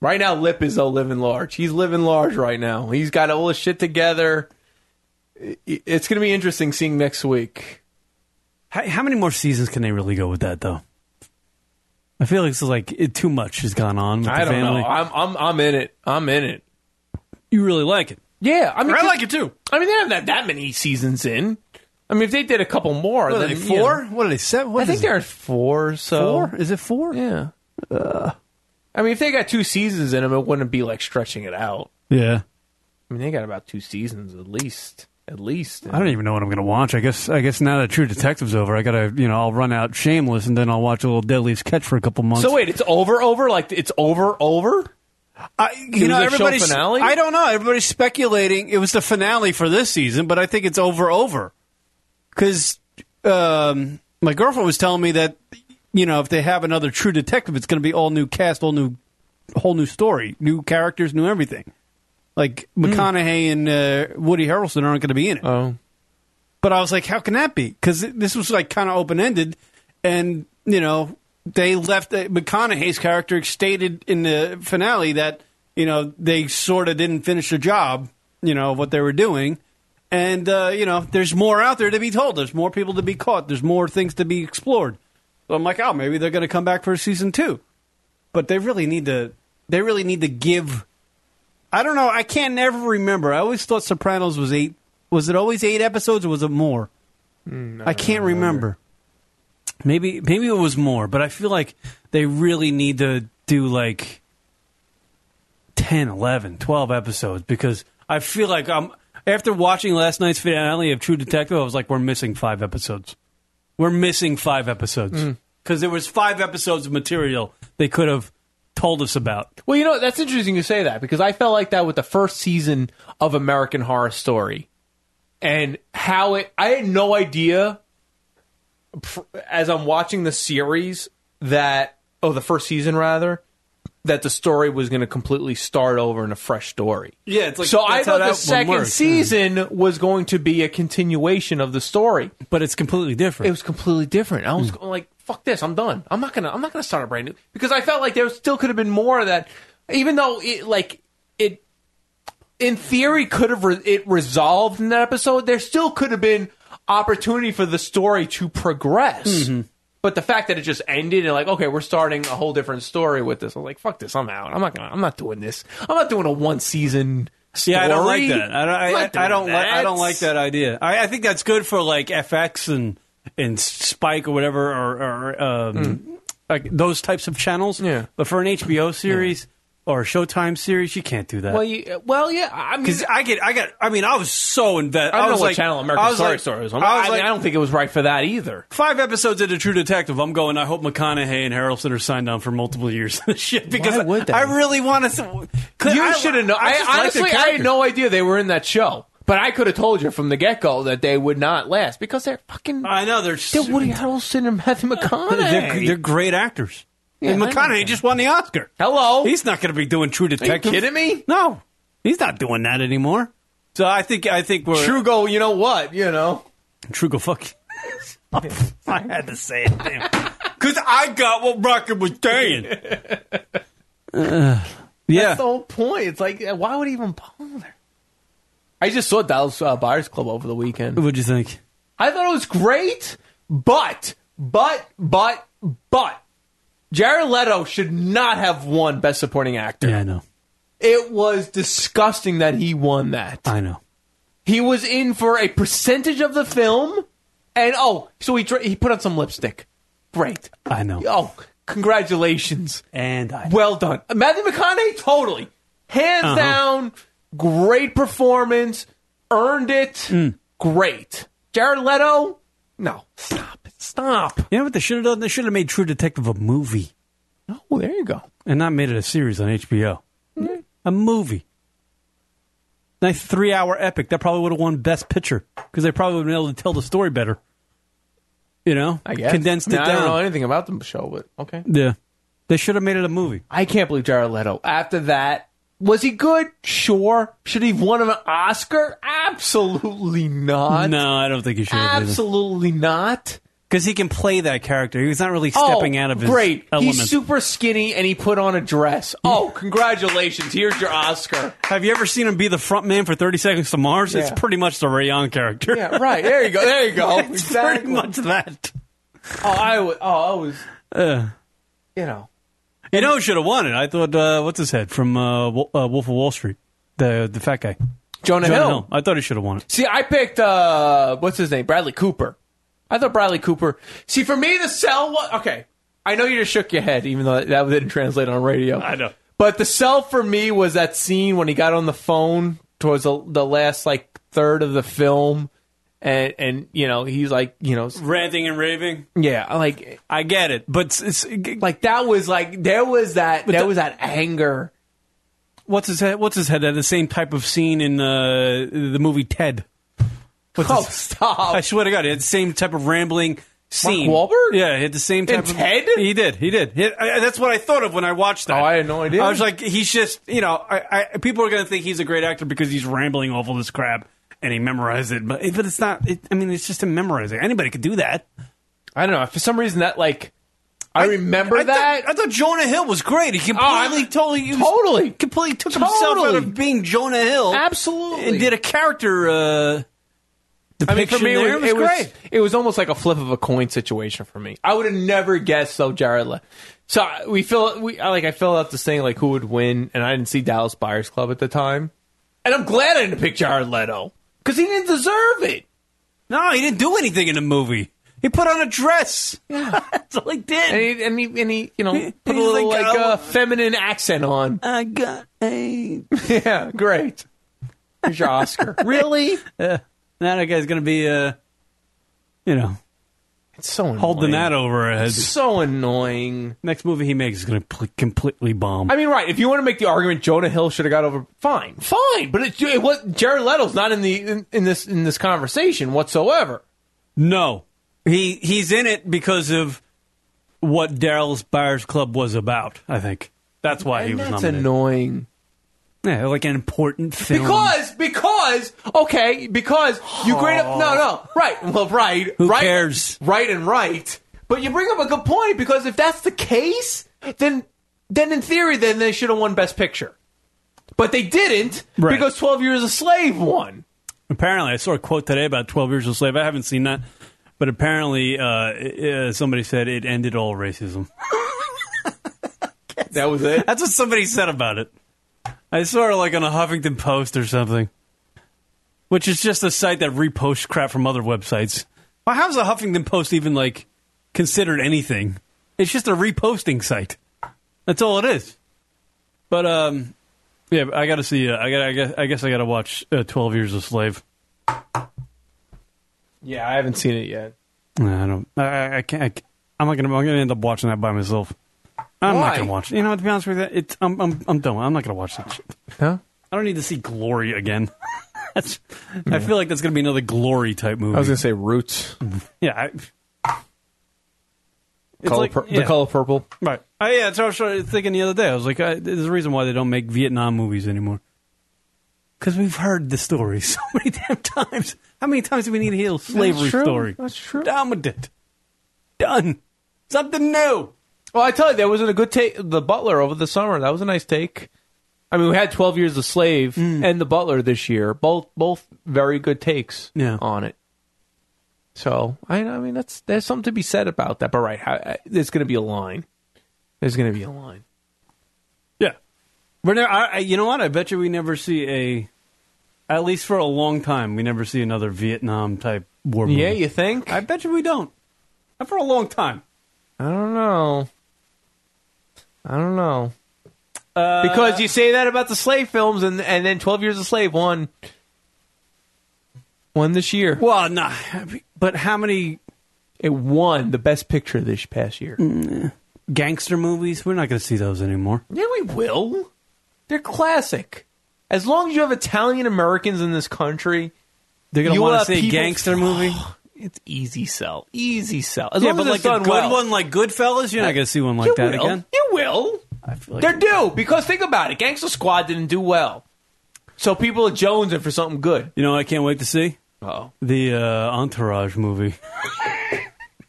B: Right now, Lip is though living large. He's living large right now. He's got all his shit together. I- I- It's going to be interesting seeing next week.
D: How, how many more seasons can they really go with that though? I feel like this is like it, too much has gone on. With
B: I
D: the
B: don't
D: family.
B: know. I'm I'm I'm in it. I'm in it.
D: You really like it.
B: Yeah, I mean,
D: I like it too.
B: I mean, they haven't had that many seasons in. I mean, if they did a couple more,
D: What are
B: then
D: they
B: you know.
D: four? What are they seven? What
B: I think
D: is it?
B: they're at four. So
D: four. Is it four?
B: yeah.
D: Uh,
B: I mean, if they got two seasons in them, it wouldn't be like stretching it out.
D: Yeah.
B: I mean, they got about two seasons at least. At least.
D: I don't even know what I'm going to watch. I guess I guess now that True Detective's over, I got to you know I'll run out Shameless and then I'll watch a little Deadliest Catch for a couple months.
B: So wait, it's over, over. Like it's over, over.
D: I,
B: It was a show finale?
D: I don't know. Everybody's speculating it was the finale for this season, but I think it's over over because um, my girlfriend was telling me that you know if they have another True Detective, it's going to be all new cast, all new, whole new story, new characters, new everything. Like McConaughey and uh, Woody Harrelson aren't going to be in it.
B: Hmm. Oh.
D: But I was like, how can that be? Because this was like kind of open ended, and you know they left uh, McConaughey's character stated in the finale that you know they sort of didn't finish the job, you know what they were doing, And uh, you know, there's more out there to be told. There's more people to be caught. There's more things to be explored. So I'm like, oh, maybe they're going to come back for season two. But they really need to. They really need to give. I don't know. I can't never remember. I always thought Sopranos was eight. Was it always eight episodes or was it more?
B: Hmm.
D: I can't remember. Maybe maybe it was more, but I feel like they really need to do like 10, 11, 12 episodes because I feel like I'm after watching last night's finale of True Detective, I was like we're missing 5 episodes. We're missing 5 episodes
B: Mm.
D: because there was 5 episodes of material they could have told us about.
B: Well, you know, that's interesting you say that because I felt like that with the first season of American Horror Story and how it. I had no idea pr- as I'm watching the series that, oh, the first season rather, that the story was going to completely start over in a fresh story.
D: Yeah, it's like
B: so I
D: that's how
B: thought the
D: that one
B: second
D: works. Mm-hmm.
B: season was going to be a continuation of the story,
D: but it's completely different. Mm.
B: It was completely different. I was going like, "Fuck this! I'm done. I'm not gonna. I'm not gonna start a brand new." Because I felt like there still could have been more of that, even though it like it in theory could have re- it resolved in that episode. There still could have been opportunity for the story to progress.
D: Mm-hmm.
B: But the fact that it just ended and like, okay, we're starting a whole different story with this. I was like, fuck this, I'm out. I'm not gonna. I'm not doing this. I'm not doing a one season. Story.
D: Yeah, I don't like that. I
B: I'm not
D: don't. I, I
B: doing
D: don't like. I
B: that.
D: don't like that idea. I, I think that's good for like FX and and Spike or whatever or, or um,
B: Mm.
D: like those types of channels. Yeah. But for an HBO series or a Showtime series, you can't do that.
B: Well, you, well, yeah. I mean,
D: because I get, I got. I mean, I was so invested.
B: I don't
D: was
B: know what
D: like,
B: channel American
D: I was
B: Horror
D: like-
B: Story was
D: I
B: on.
D: was
B: I, mean,
D: like,
B: I don't think it was right for that either.
D: Five episodes into True Detective. I'm going. I hope McConaughey and Harrelson are signed on for multiple years. Shit, because
B: Why would they?
D: I really want to.
B: You
D: I-
B: should have known.
D: I
B: I,
D: just like the
B: honestly, I had
D: characters.
B: no idea they were in that show. But I could have told you from the get go that they would not last because they're fucking.
D: I know they're.
B: They're Woody Harrelson and Matthew McConaughey.
D: They're, they're great actors.
B: Yeah,
D: and
B: I know
D: McConaughey
B: that.
D: just won the Oscar.
B: Hello,
D: he's not going to be doing True Detective.
B: kidding me?
D: No, he's not doing that anymore. So I think I think we're
B: Trugo. You know what? You know
D: Trugo. Fuck. I had to say it because I got what Rocket was saying. Uh, yeah,
B: That's the whole point. It's like, uh, why would he even bother? I just saw Dallas uh, Buyers Club over the weekend.
D: What'd you think?
B: I thought it was great, but, but, but, but, Jared Leto should not have won Best Supporting Actor.
D: Yeah, I know.
B: It was disgusting that he won that.
D: I know.
B: He was in for a percentage of the film, and oh, so he dra- he put on some lipstick. Great.
D: I know.
B: Oh, congratulations.
D: And
B: well done, Matthew McConaughey. Totally, hands
D: Uh-huh.
B: down, great performance. Earned it.
D: Mm.
B: Great. Jared Leto. No, stop, stop.
D: You know what they should have done? They should have made True Detective a movie.
B: Oh, there you go. Mm-hmm.
D: and not made it a series on HBO. A movie. Nice three hour epic. That probably would have won Best Picture because they probably would have been able to tell the story better. You know?
B: I guess
D: Condensed
B: I mean,
D: it
B: I
D: down.
B: don't know anything about the show, but okay.
D: Yeah. They should have made it a movie.
B: I can't believe Jared Leto. After that, was he good? Sure. Should he have won an Oscar? Absolutely not.
D: No, I don't think he should have.
B: Absolutely not.
D: Because he can play that character. He's not really stepping
B: oh,
D: out of his
B: great.
D: element.
B: He's super skinny and he put on a dress. Oh, congratulations. Here's your Oscar.
D: have you ever seen him be the front man for 30 Seconds to Mars?
B: Yeah.
D: It's pretty much the Rayon character.
B: Yeah, right. There you go. There you go.
D: It's
B: exactly.
D: pretty much that.
B: Oh, I was, oh, I was,
D: Uh.
B: you know.
D: You know, who should have won it. I thought, uh, what's his head from uh, Wo- uh, Wolf of Wall Street, the the fat guy,
B: Jonah Hill.
D: I thought he should have won it.
B: See, I picked uh what's his name? Bradley Cooper. I thought Bradley Cooper. See, for me the sell was okay. I know you just shook your head even though that didn't translate on radio. I know. But the sell for me was that scene when he got on the phone towards the, the last like third of the film and and you know, he's like, you know,
D: Ranting and raving.
B: yeah, I like
D: I get it, but it's,
B: like that was like there was that there
D: the-
B: was that anger.
D: What's his head? What's his head? Had the same type of scene in uh, the movie Ted. What's
B: Oh,
D: his-
B: stop.
D: I swear to God, he had the same type of rambling scene.
B: Mark Wahlberg?
D: Yeah, he had the same type
B: In
D: of
B: Ted?
D: He did. He did. He- I- I- that's what I thought of when I watched that.
B: Oh, I had no idea.
D: I was like, he's just, you know, I, I, people are going to think he's a great actor because he's rambling off all this crap and he memorized it, but but it's not. It, I mean, it's just him memorizing. Anybody could do that.
B: I don't know. For some reason that like I, remember
D: I
B: that.
D: Thought, I thought Jonah Hill was great. He
B: Oh, I-
D: completely, totally, he was-
B: Totally.
D: completely took himself out
B: Totally.
D: of being Jonah Hill
B: Absolutely.
D: and did a character. Uh,
B: I mean, for
D: depiction
B: me,
D: there
B: it was, it
D: was
B: was,
D: great.
B: it was almost like a flip of a coin situation for me. I would have never guessed though, Jared. Le- so I- we fill we I, like I filled out this thing like who would win, and I didn't see Dallas Buyers Club at the time, and I'm glad I didn't pick Jared Leto because he didn't deserve it.
D: No, he didn't do anything in the movie. He put on a dress.
B: Yeah,
D: that's all he did.
B: And he, and he, and he you know, put a
D: he's
B: little
D: like,
B: like,
D: "I
B: uh, feminine accent on.
D: I got a
B: yeah, great. Here's your Oscar. really?
D: Uh, now that guy's gonna be, uh, you know,
B: it's so annoying.
D: holding that over her head.
B: It's so annoying.
D: Next movie he makes is gonna pl- completely bomb.
B: I mean, right? If you want to make the argument, Jonah Hill should have got over. Fine, fine. But it, it was Jared Leto's not in the in, in this in this conversation whatsoever.
D: No, he he's in it because of what Daryl's Buyers Club was about. I think that's why he was
B: That's
D: nominated.
B: annoying.
D: Yeah, like an important film.
B: Because, because, okay, because you grade up. No, no, right. Well, right.
D: Who
B: right,
D: cares?
B: Right and right. But you bring up a good point because if that's the case, then then in theory, then they should have won Best Picture. But they didn't
D: Right.
B: because Twelve Years a Slave won.
D: Apparently, I saw a quote today about 12 Years a Slave. I haven't seen that, but apparently, uh, uh, somebody said it ended all racism.
B: that was it.
D: That's what somebody said about it. I saw it like on a Huffington Post or something, which is just a site that reposts crap from other websites. Well, how's the Huffington Post even like considered anything? It's just a reposting site. That's all it is. But um, yeah, I got to see. Uh, I got. I guess. I guess I got to watch uh, Twelve Years a Slave.
B: Yeah, I haven't seen it yet.
D: No, I don't. I- I, I can't. I, can't- I'm not gonna. I'm gonna end up watching that by myself. I'm
B: Why?
D: not gonna watch. it. You know, to be honest with you, it's. I'm. I'm. I'm done. I'm not gonna watch that shit.
B: Huh?
D: I don't need to see Glory again. that's. I feel like that's gonna be another Glory type movie.
B: Hmm. I was gonna say Roots.
D: Yeah. I, it's
B: Color Pur- The Color Purple.
D: Right. Oh yeah, that's what I was trying- thinking the other day. I was like, I, there's a reason why they don't make Vietnam movies anymore. Because we've heard the story so many damn times. How many times do we need to hear a slavery
B: true.
D: story?
B: That's true.
D: Done with it. Done. Something new.
B: Well, I tell you, that wasn't a good take. The Butler over the summer, that was a nice take. I mean, we had Twelve Years a Slave
D: Mm.
B: and The Butler this year. Both both very good takes on it. So I, I mean, that's there's something to be said about that. But right, how, I- there's going to be a line. There's going to be a line.
D: Yeah. But no, I, I, you know what? I bet you we never see a, at least for a long time, we never see another Vietnam type war movie.
B: Yeah, you think?
D: I bet you we don't. Not for a long time.
B: I don't know. I don't know. because you say that about the slave films, and and then Twelve Years a Slave won won this year.
D: Well, nah, but how many?
B: It won the best picture this past year.
D: Mm, Gangster movies, we're not going to see those anymore.
B: Yeah, we will. They're classic. As long as you have Italian Americans in this country,
D: They're going to
B: you
D: want
B: will
D: to
B: have
D: see a
B: people-
D: gangster movie.
B: It's easy sell, easy sell. As
D: yeah,
B: long
D: but
B: as
D: like
B: it's done
D: a good
B: well.
D: one like Goodfellas, you're not going to see one like
B: you
D: that
B: will.
D: again.
B: You will.
D: like-
B: They're due because think about it. Gangster Squad didn't do well, so people are jonesing for something good.
D: You know, what I can't wait to see
B: oh
D: the uh, Entourage movie.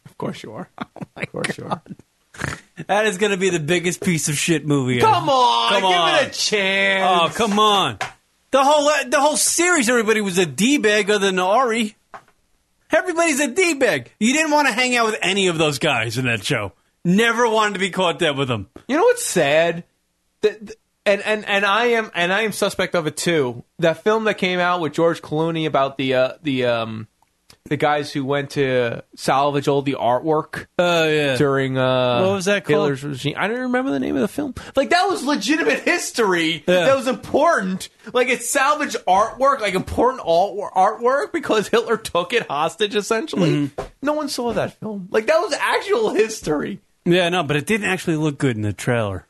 B: Of course you are. of course you are.
D: that is going to be the biggest piece of shit movie. ever.
B: Come on,
D: come
B: give
D: on.
B: it a
D: Oh,
B: chance.
D: come on. The whole uh, the whole series, everybody was a d bag other than Ari. Everybody's a d bag. You didn't want to hang out with any of those guys in that show. Never wanted to be caught dead with them.
B: You know what's sad? That th- and and and I am and I am suspect of it too. That film that came out with George Clooney about the uh, the um the guys who went to salvage all the artwork.
D: Oh yeah.
B: During uh,
D: What was that called?
B: Hitler's regime. I don't remember the name of the film. Like that was legitimate history. That was important. Like it's salvage artwork, like important alt- artwork because Hitler took it hostage. Essentially, no one saw that film. Like that was actual history.
D: Yeah, no, but it didn't actually look good in the trailer.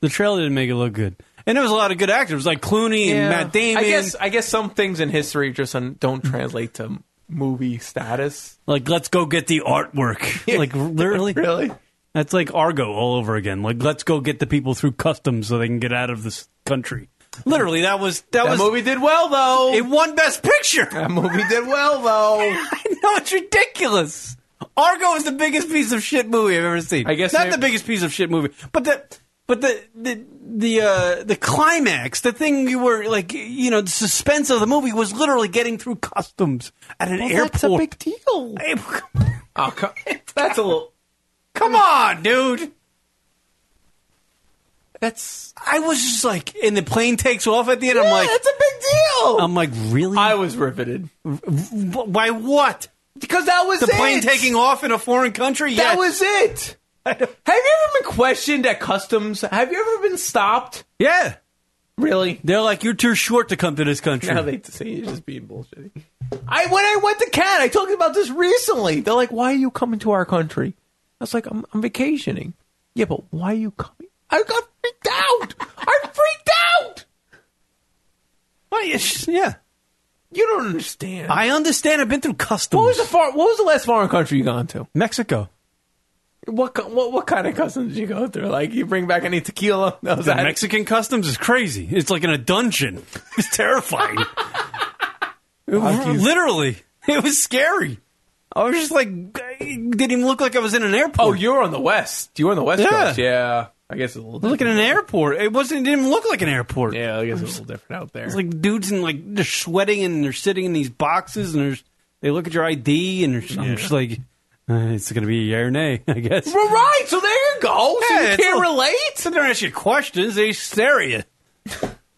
D: The trailer didn't make it look good, and there was a lot of good actors like Clooney and Matt Damon.
B: I guess I guess some things in history just un- don't translate to movie status.
D: Like, let's go get the artwork. like, literally,
B: really.
D: That's like Argo all over again. Like, let's go get the people through customs so they can get out of this country. Literally, that was that,
B: That,
D: was
B: movie did well though.
D: It won Best Picture.
B: that movie did well though.
D: I know it's ridiculous. Argo is the biggest piece of shit movie I've ever seen.
B: I guess
D: not
B: I-
D: the biggest piece of shit movie, but the But the the the uh, the climax, the thing you were like, you know, the suspense of the movie was literally getting through customs at an airport.
B: That's a big deal.
D: Oh, co- that's a little. Come on, dude. That's. I was just like, and the plane takes off at the end. I'm
B: Yeah,
D: like,
B: it's a big deal.
D: I'm like, really? I was riveted. By what?
B: Because that was
D: the plane
B: it.
D: taking off in a foreign country. Yes.
B: That was it. Have you ever been questioned at customs? Have you ever been stopped?
D: Yeah.
B: Really?
D: They're like, you're too short to come to this country.
B: Now they say you're just being bullshitty. I when I went to Canada, I talked about this recently. They're like, "Why are you coming to our country?" I was like, "I'm, I'm vacationing." Yeah, but why are you coming? I got freaked out. I'm freaked out.
D: Why? It's just- yeah.
B: You don't understand.
D: I understand. I've been through customs.
B: What was the far, What was the last foreign country you gone to?
D: Mexico.
B: What co- what what kind of customs did you go through? Like you bring back any tequila? That was
D: The
B: that it?
D: Mexican customs is crazy. It's like in a dungeon. It's terrifying. It
B: Fuck
D: was-
B: you.
D: Literally, it was scary. I was just like, I didn't even look like I was in an airport.
B: Oh, you're on the west. You were on the west
D: Yeah.
B: coast. Yeah, I guess it's a little.
D: Look at an airport. It wasn't. It didn't even look like an airport.
B: Yeah, I guess it's a little different out there.
D: It's like dudes in like they're sweating and they're sitting in these boxes and there's they look at your ID and there's, I'm just like, uh, it's gonna be yay or nay, I guess.
B: Well, right. So there you go. Oh, So
D: Yeah,
B: you
D: it's
B: can't
D: a-
B: relate.
D: So they don't ask you questions. They stare at you.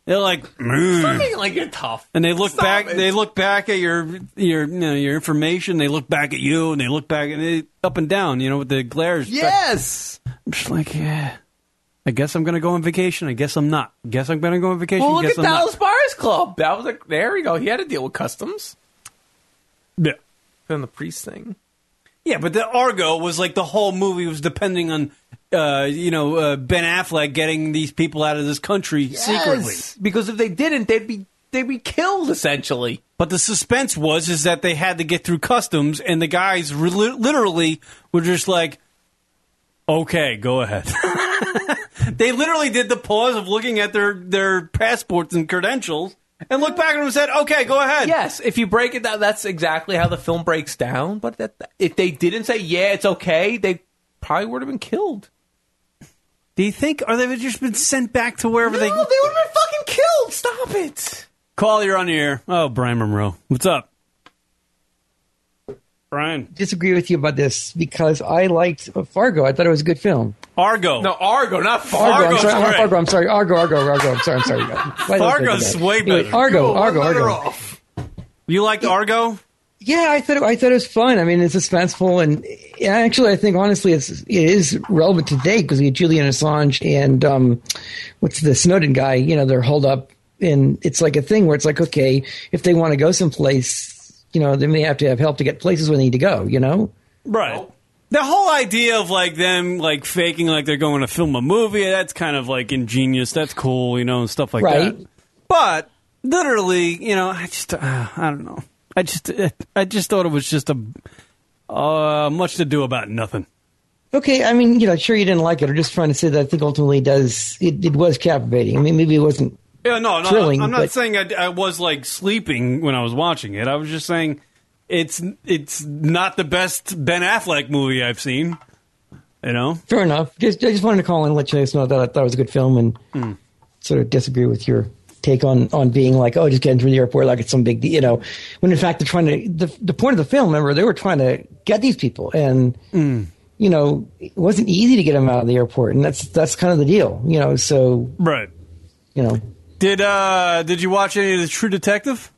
D: They're like,
B: Stop
D: "Mm."
B: being like you're tough.
D: and they look
B: Stop
D: back.
B: it.
D: They look back at your your you know, your information. They look back at you and they look back and they, up and down. You know, with the glares.
B: Yes.
D: I'm just like, yeah. I guess I'm gonna go on vacation. I guess I'm not. Guess I'm gonna go on vacation.
B: Well, look
D: guess
B: at
D: I'm not.
B: Dallas Buyers Club. That was a there you go. He had to deal with customs.
D: Yeah.
B: Then the priest thing.
D: Yeah, but the Argo was like the whole movie was depending on, uh, you know, uh, Ben Affleck getting these people out of this country secretly.
B: Yes, because if they didn't, they'd be they'd be killed essentially.
D: But the suspense was is that they had to get through customs, and the guys re- literally were just like, "Okay, go ahead." they literally did the pause of looking at their their passports and credentials, and looked back at them and said, "Okay, go ahead."
B: Yes, if you break it down, that's exactly how the film breaks down. But that, if they didn't say, "Yeah, it's okay," they probably would have been killed.
D: Do you think, or they've just been sent back to wherever
B: No, they would have been fucking killed. Stop it.
D: Call, you're on the air. Oh, Brian Monroe, what's up? Brian.
Q: Disagree with you about this because I liked Fargo. I thought it was a good film.
D: Argo.
B: No, Argo, not
Q: Argo,
B: Fargo.
Q: I'm sorry, not Fargo, I'm sorry, Argo, Argo, Argo, I'm sorry, I'm sorry. Why did I say
D: Fargo's
Q: that?
D: way
Q: Anyway,
D: better.
Q: Argo, Argo, Argo.
D: You liked Argo?
Q: Yeah, I thought it, I thought it was fun. I mean, it's suspenseful, and and actually, I think honestly, it's it is relevant today because you had Julian Assange and um, what's the Snowden guy? You know, they're holed up, and it's like a thing where it's like, okay, if they want to go someplace, you know, then they have to have help to get places where they need to go. You know,
D: Right. The whole idea of like them like faking like they're going to film a movie, that's kind of like ingenious. That's cool, you know, and stuff like
Q: Right.
D: that. But literally, you know, I just uh, I don't know. I just I just thought it was just a uh, much to do about nothing.
Q: Okay, I mean, you know, sure you didn't like it. I'm just trying to say that I think ultimately it does it, it was captivating. I mean, maybe it wasn't.
D: Yeah, no, no
Q: Thrilling,
D: I'm not
Q: but-
D: saying I, I was like sleeping when I was watching it. I was just saying it's it's not the best Ben Affleck movie I've seen. You know,
Q: Fair enough. Just I just wanted to call in and let you guys know that I thought it was a good film and
D: Hmm.
Q: sort of disagree with your take on on being like, oh, just getting through the airport like it's some big deal, you know. When in fact they're trying to the the point of the film, remember, they were trying to get these people and
D: Hmm.
Q: you know, it wasn't easy to get them out of the airport and that's that's kind of the deal, you know, so
D: right?
Q: you know.
D: Did uh did you watch any of the True Detective?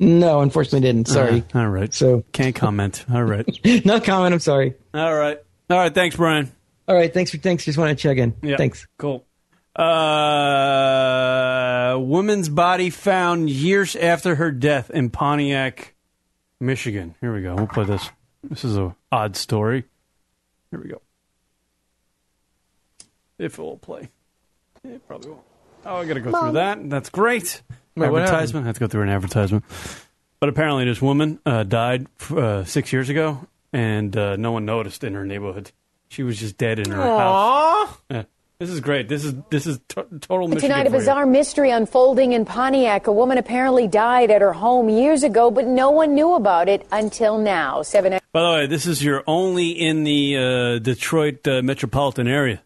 Q: No, unfortunately didn't. Sorry.
D: all right.
Q: So
D: Can't comment. All right.
Q: no comment, I'm sorry.
D: All right. All right. Thanks, Brian.
Q: All right, thanks for thanks. Just want to check in.
D: Yeah.
Q: Thanks.
D: Cool. Uh, woman's body found years after her death in Pontiac, Michigan. Here we go. We'll play this. This is a odd story. Here we go. If it will play. It probably won't. Oh, I got to go through that. That's great.
B: Wait, what
D: advertisement. I have to go through an advertisement. But apparently, this woman uh, died uh, six years ago, and uh, no one noticed in her neighborhood. She was just dead in her house. Yeah. This is great. This is this is to- total Michigan
F: Tonight, a
D: for you.
F: bizarre mystery unfolding in Pontiac. A woman apparently died at her home years ago, but no one knew about it until now. Seven.
D: By the way, this is your only in the uh, Detroit uh, metropolitan area.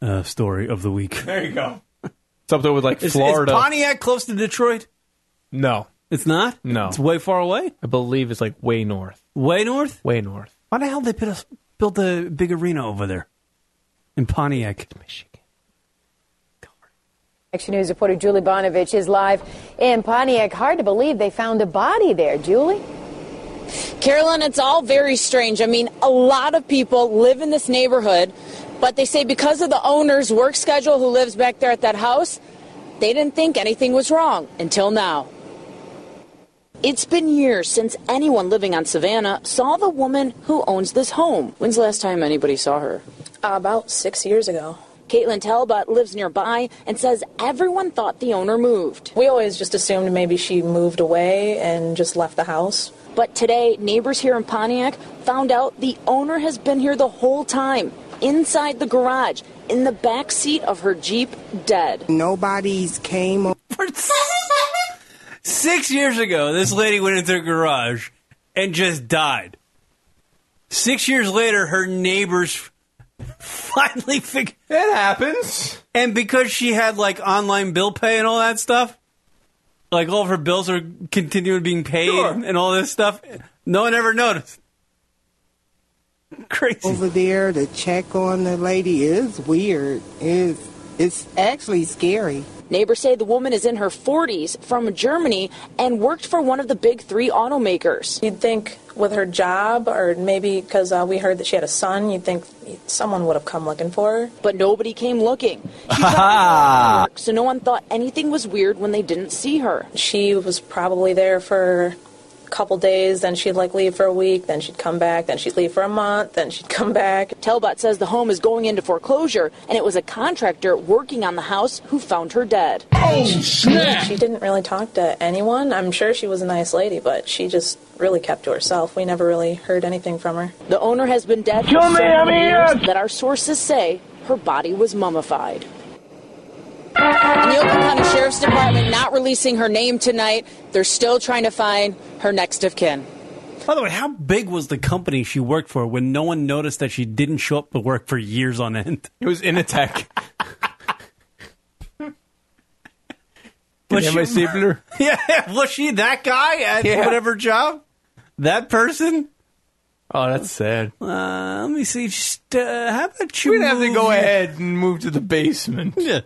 D: uh, story of the week.
B: There you go. Something with like
D: Is- is
B: Florida.
D: Pontiac close to Detroit?
B: No.
D: It's not?
B: No.
D: It's way far away?
B: I believe it's like way north.
D: Way north?
B: Way north.
D: Why the hell they put us, built a big arena over there in Pontiac? Michigan.
F: Action News reporter Julie Bonovich is live in Pontiac. Hard to believe they found a body there, Julie.
R: Carolyn, it's all very strange. I mean, a lot of people live in this neighborhood, but they say because of the owner's work schedule who lives back there at that house, they didn't think anything was wrong until now. It's been years since anyone living on Savannah saw the woman who owns this home. When's the last time anybody saw her? Uh, about six years ago. Caitlin Talbot lives nearby and says everyone thought the owner moved. We always just assumed maybe she moved away and just left the house. But today, neighbors here in Pontiac found out the owner has been here the whole time, inside the garage, in the back seat of her Jeep, dead. Nobody's came over.
D: Six years ago, this lady went into her garage and just died. Six years later, her neighbors finally figured
B: it happens.
D: And because she had like online bill pay and all that stuff, like all of her bills are continuing being paid and all this stuff, no one ever noticed. Crazy.
H: Over there to check on the lady is weird. Is it's actually scary.
R: Neighbors say the woman is in her 40s from Germany and worked for one of the big three automakers. You'd think with her job, or maybe because uh, we heard that she had a son, you'd think someone would have come looking for her. But nobody came looking.
S: Ah.
R: So no one thought anything was weird when they didn't see her. She was probably there for a couple days, then she'd like leave for a week, then she'd come back, then she'd leave for a month, then she'd come back. Talbot says the home is going into foreclosure, and it was a contractor working on the house who found her dead. Oh,
S: snap.
R: She didn't really talk to anyone. I'm sure she was a nice lady, but she just really kept to herself. We never really heard anything from her. The owner has been dead
S: Show me how many years.
R: that our sources say her body was mummified. And the Oakland County Sheriff's Department not releasing her name tonight. They're still trying to find her next of kin.
D: By the way, how big was the company she worked for when no one noticed that she didn't show up to work for years on end?
B: It was Initech. Can I have my stapler?
D: yeah, was she that guy at
B: Yeah.
D: whatever job? That person?
B: Oh, that's sad.
D: Uh, let me see. Just, uh, how about you?
B: We'd have to
D: move
B: go
D: your-
B: ahead and move to the basement.
D: Yeah.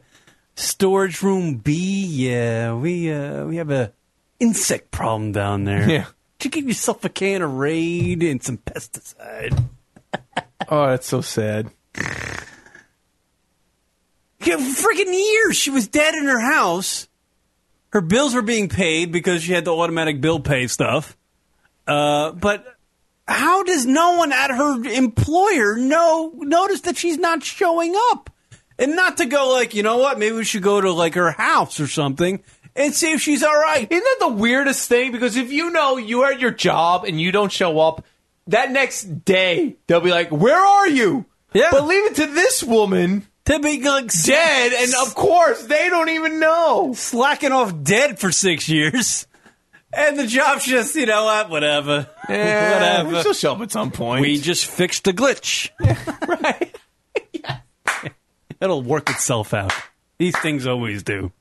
D: Storage room B. Yeah, we uh, we have a insect problem down there.
B: Yeah.
D: Did you give yourself a can of Raid and some pesticide?
B: Oh, that's so sad.
D: Yeah, freaking years. She was dead in her house. Her bills were being paid because she had the automatic bill pay stuff. Uh, but how does no one at her employer know notice that she's not showing up? And not to go like, you know what? Maybe we should go to like her house or something and see if she's all right.
B: Isn't that the weirdest thing? Because if you know you're at your job and you don't show up, that next day they'll be like, "Where are you?" Yeah. But leave it to this woman
D: to be like
B: dead, and of course they don't even know.
D: Slacking off dead for six years. And the job's just, you know what? Whatever.
B: Yeah,
D: Whatever.
B: she'll show up at some point.
D: We just fixed the glitch. It'll work itself out. These things always do.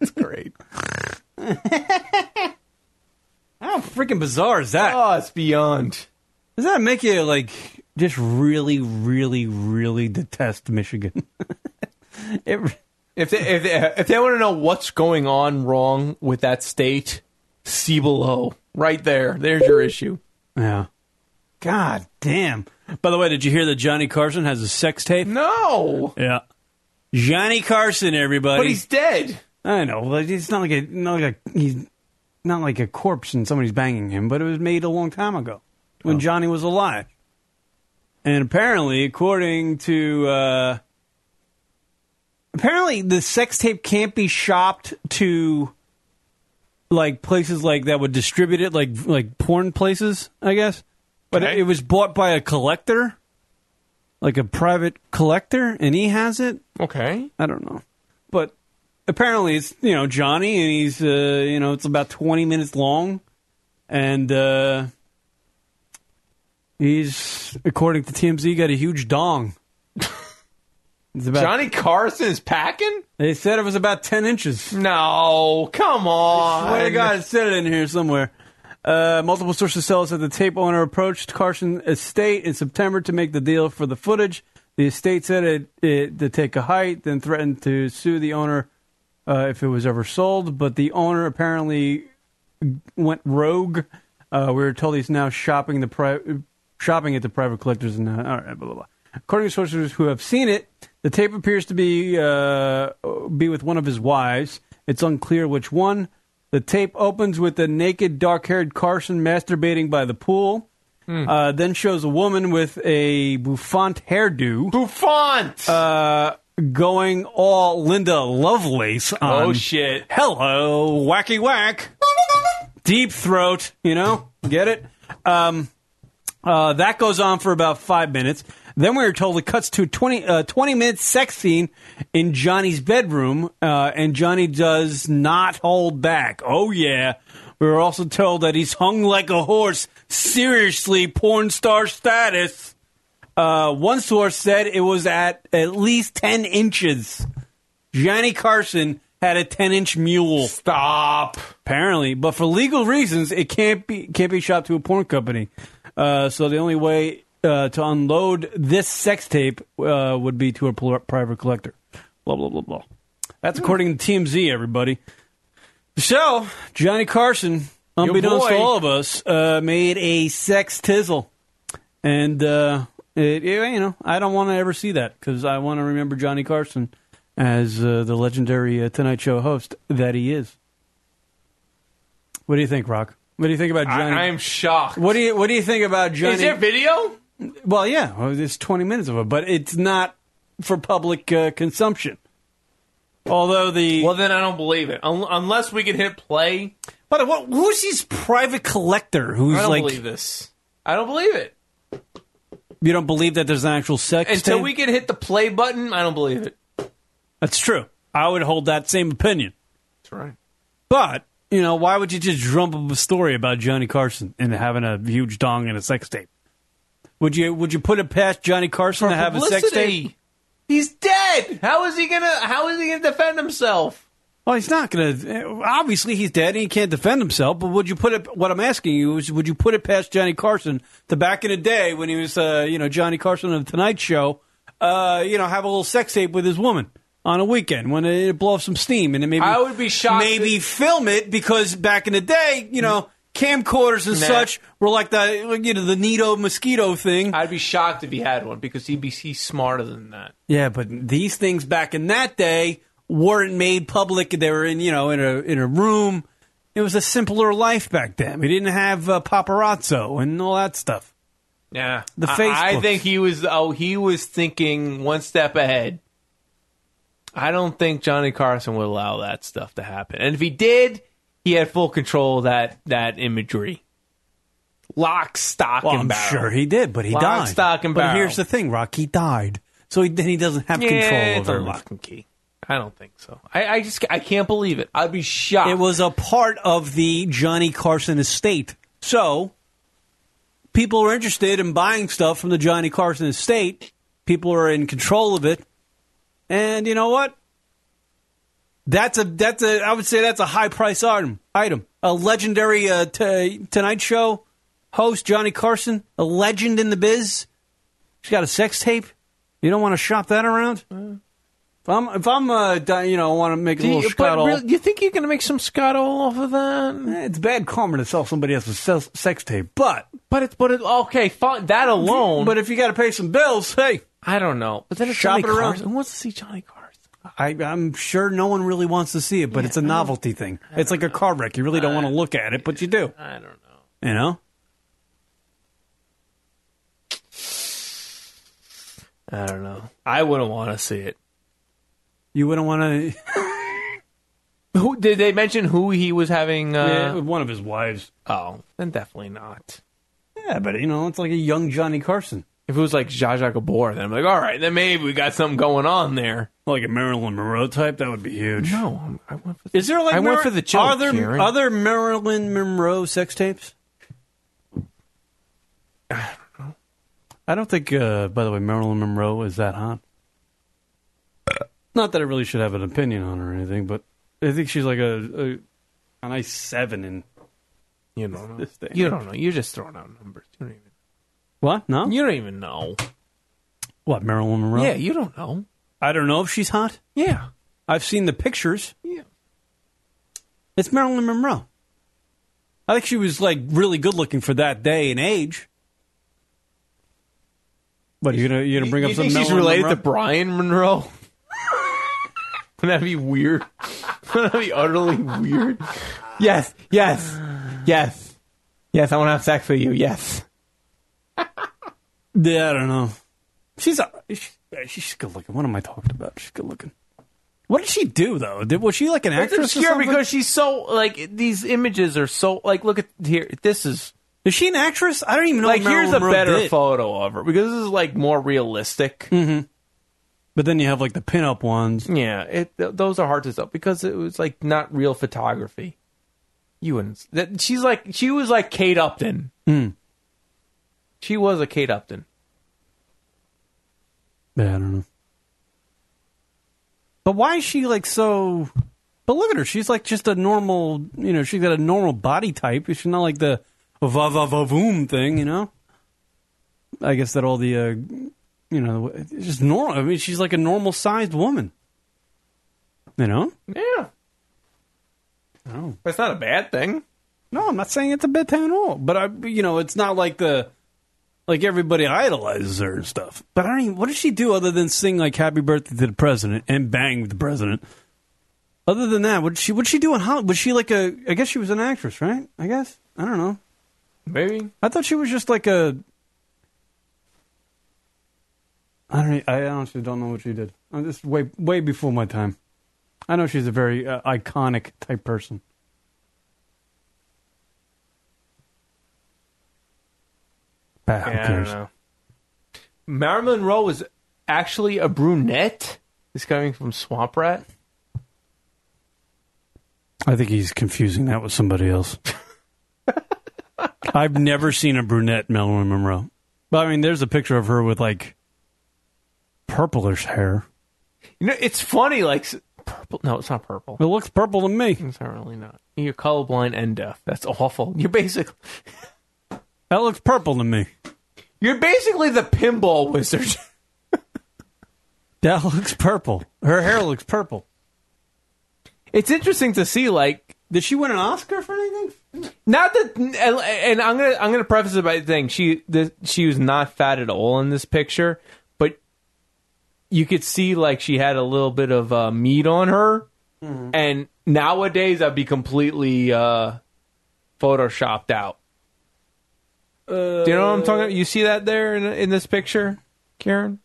B: It's great.
D: How freaking bizarre is that?
B: Oh, it's beyond.
D: Does that make you like just really, really, really detest Michigan?
B: If they, if they, if they want to know what's going on wrong with that state, see below. Right there. There's your issue.
D: yeah. God damn. By the way, did you hear that Johnny Carson has a sex tape?
B: No.
D: Yeah. Johnny Carson, everybody.
B: But he's dead.
D: I know. Like it's not like a not like a, he's not like a corpse and somebody's banging him, but it was made a long time ago
B: Oh.
D: when Johnny was alive. And apparently, according to uh, apparently the sex tape can't be shopped to like places like that would distribute it, like like porn places, I guess. But it, it was bought by a collector, like a private collector, and he has it.
B: Okay,
D: I don't know, but apparently it's you know Johnny, and he's uh, you know it's about twenty minutes long, and uh, he's according to TMZ got a huge dong. It's about-
B: Johnny Carson is packing?
D: They said it was about 10 inches.
B: No, come on.
D: I swear to God, it said it in here somewhere. Uh, multiple sources tell us that the tape owner approached Carson Estate in September to make the deal for the footage. The estate said it, it to take a hike, then threatened to sue the owner uh, if it was ever sold. But the owner apparently went rogue. Uh, we were told he's now shopping the pri- shopping at the private collectors and uh, all right, blah blah blah. According to sources who have seen it, the tape appears to be uh, be with one of his wives. It's unclear which one. The tape opens with the naked, dark-haired Carson masturbating by the pool.
B: Hmm.
D: Uh, then shows a woman with a bouffant hairdo.
B: Bouffant.
D: Uh, going all Linda Lovelace on.
B: Oh, shit.
D: Hello, wacky whack. Deep throat. You know, get it. Um, uh, that goes on for about five minutes. Then we were told it cuts to a 20, uh, 20 minute sex scene in Johnny's bedroom, uh, and Johnny does not hold back. Oh, yeah. We were also told that he's hung like a horse, seriously, porn star status. Uh, one source said it was at at least 10 inches. Johnny Carson had a 10 inch mule.
B: Stop.
D: Apparently, but for legal reasons, it can't be can't be shot to a porn company. Uh, so the only way uh, to unload this sex tape uh, would be to a pl- private collector. Blah blah blah blah. That's according to TMZ. Everybody. So Johnny Carson, unbeknownst to
B: boy.
D: all of us, uh, made a sex tizzle, and uh, it, yeah, you know I don't want to ever see that because I want to remember Johnny Carson as uh, the legendary uh, Tonight Show host that he is. What do you think, Rock? What do you think about
B: I,
D: Johnny?
B: I am shocked.
D: What do you What do you think about Johnny?
B: Is there video?
D: Well, yeah, well, there's 20 minutes of it, but it's not for public uh, consumption. Although the
B: well, then I don't believe it. Un- unless we can hit play.
D: But what, who's his private collector? Who's
B: I don't
D: like
B: believe this. I don't believe it.
D: you don't believe that there's an actual sex?
B: Until
D: tape?
B: we can hit the play button, I don't believe it.
D: That's true. I would hold that same opinion.
B: That's right.
D: But you know, why would you just drum up a story about Johnny Carson and having a huge dong and a sex tape? Would you Would you put it past Johnny Carson to have a sex tape?
B: Publicity. He's dead. How is he gonna? How is he gonna defend himself?
D: Well, he's not going to. Obviously, he's dead and he can't defend himself. But would you put it? What I'm asking you is, would you put it past Johnny Carson to back in the day when he was, uh, you know, Johnny Carson on the Tonight Show, uh, you know, have a little sex tape with his woman on a weekend when it blow up some steam and then maybe
B: I would be shocked
D: Maybe film it because back in the day, you know, camcorders and
B: Nah.
D: such were like the you know the neato mosquito thing.
B: I'd be shocked if he had one because he'd be he's smarter than that.
D: Yeah, but these things back in that day weren't made public. They were in you know in a in a room. It was a simpler life back then. We didn't have uh, paparazzo and all that stuff.
B: Yeah,
D: The
B: I, I
D: Facebooks.
B: think he was. Oh, he was thinking one step ahead. I don't think Johnny Carson would allow that stuff to happen, and if he did, he had full control of that that imagery. Lock, stock,
D: Well,
B: and
D: I'm
B: barrel.
D: sure he did, but he
B: Lock,
D: died.
B: stock, and
D: but
B: barrel.
D: here's the thing, Rock. He died, so he, then he doesn't have
B: Yeah, it's
D: control
B: a
D: over
B: lock and key. I don't think so. I, I just I can't believe it. I'd be shocked.
D: It was a part of the Johnny Carson estate. So people are interested in buying stuff from the Johnny Carson estate. People are in control of it. And you know what? That's a that's a I would say that's a high price item. Item. A legendary uh, t- Tonight Show host Johnny Carson, a legend in the biz. She's got a sex tape. You don't want to shop that around. If I'm if I'm uh, di- you know want to make a
B: Uh. Do
D: little
B: you, but
D: scuttle.
B: really, do you think you're going to make some scuttle off of that?
D: Eh, It's bad karma to sell somebody else's se- sex tape, but
B: but it's but it, okay, fine. That alone.
D: But if you got to pay some bills, hey,
B: I don't know. But then it's
D: shop
B: Johnny
D: it around.
B: Carson. Who wants to see Johnny Carson?
D: I, I'm sure no one really wants to see it, but it's a novelty thing. It's like a car wreck. You really don't want to look at it, but you do.
B: I don't know.
D: You know.
B: I don't know. I wouldn't want to see it.
D: You wouldn't want
B: Who did they mention who he was having? Uh,
D: Yeah, one of his wives.
B: Oh, then definitely not.
D: to. Yeah, but you know, it's like a young Johnny Carson,
B: If it was like Zsa Zsa Gabor, then I'm like, all right, then maybe we got something going on there.
D: like a Marilyn Monroe type. That would be huge.
B: No, I'm- I went for
D: Is there like
B: I went
D: Mar-
B: for the joke,
D: Are there
B: Karen.
D: other Marilyn Monroe sex tapes? I don't think. Uh, by the way, Marilyn Monroe is that hot. Not that I really should have an opinion on her or anything, but I think she's like a, a, a nice seven in
B: you know
D: this thing.
B: You don't know. You're just throwing out numbers. You don't even.
D: What? No,
B: you don't even know.
D: What Marilyn Monroe?
B: Yeah, you don't know.
D: I don't know if she's hot.
B: Yeah,
D: I've seen the pictures.
B: Yeah,
D: it's Marilyn Monroe. I think she was like really good looking for that day and age. But you're gonna you're gonna bring
B: you
D: up
B: think
D: some
B: she's
D: Marilyn
B: related
D: Monroe?
B: to Brian Monroe? Wouldn't that be weird? Wouldn't that be utterly weird? Yes, yes, yes, yes. I want to have sex with you. Yes.
D: Yeah, I don't know. She's a, she, she's good looking. What am I talking about? She's good looking. What did she do though? Did was she like an
B: It's
D: actress?
B: obscure
D: or something?
B: because she's so like these images are so like look at here. This is
D: is she an actress? I don't even know.
B: Like
D: what
B: here's
D: Marilyn
B: a
D: Monroe
B: better
D: did.
B: photo of her because this is like more realistic.
D: Mm-hmm. But then you have like the pinup ones.
B: Yeah, it th- those are hard to sell because it was like not real photography. You wouldn't. That she's like she was like Kate Upton.
D: Mm.
B: She was a Kate Upton.
D: Yeah, I don't know. But why is she like so? But look at her. She's like just a normal. You know, she's got a normal body type. She's not like the va va va voom thing. You know. I guess that all the, uh, you know, it's just normal. I mean, she's like a normal sized woman. You know.
B: Yeah.
D: Oh.
B: That's not a bad thing.
D: No, I'm not saying it's a bad thing at all. But I, you know, it's not like the like everybody idolizes her and stuff. But I don't even. What does she do other than sing like "Happy Birthday to the President" and bang with the president? Other than that, what she what she do in Hollywood? Was she like a? I guess she was an actress, right? I guess I don't know.
B: Maybe
D: I thought she was just like a. I don't. I honestly don't know what she did. I'm just way way before my time. I know she's a very uh, iconic type person. Bah, who
B: Yeah, I
D: cares?
B: don't know. Marilyn Monroe was actually a brunette. This coming from Swamp Rat.
D: I think he's confusing that with somebody else. I've never seen a brunette Marilyn Monroe. But I mean, there's a picture of her with like purplish hair.
B: You know, it's funny. Like s- purple. No, it's not purple.
D: It looks purple to me.
B: It's not really not. You're colorblind and deaf. That's awful. You're basically
D: that looks purple to me.
B: You're basically the pinball wizard.
D: That looks purple. Her hair looks purple.
B: It's interesting to see. Like,
D: did she win an Oscar for anything?
B: Not that, and, and I'm gonna I'm gonna preface it by saying she this, she was not fat at all in this picture, but you could see like she had a little bit of uh, meat on her, and nowadays I'd be completely uh, photoshopped out. Do you know what I'm talking about? You see that there in in this picture, Karen?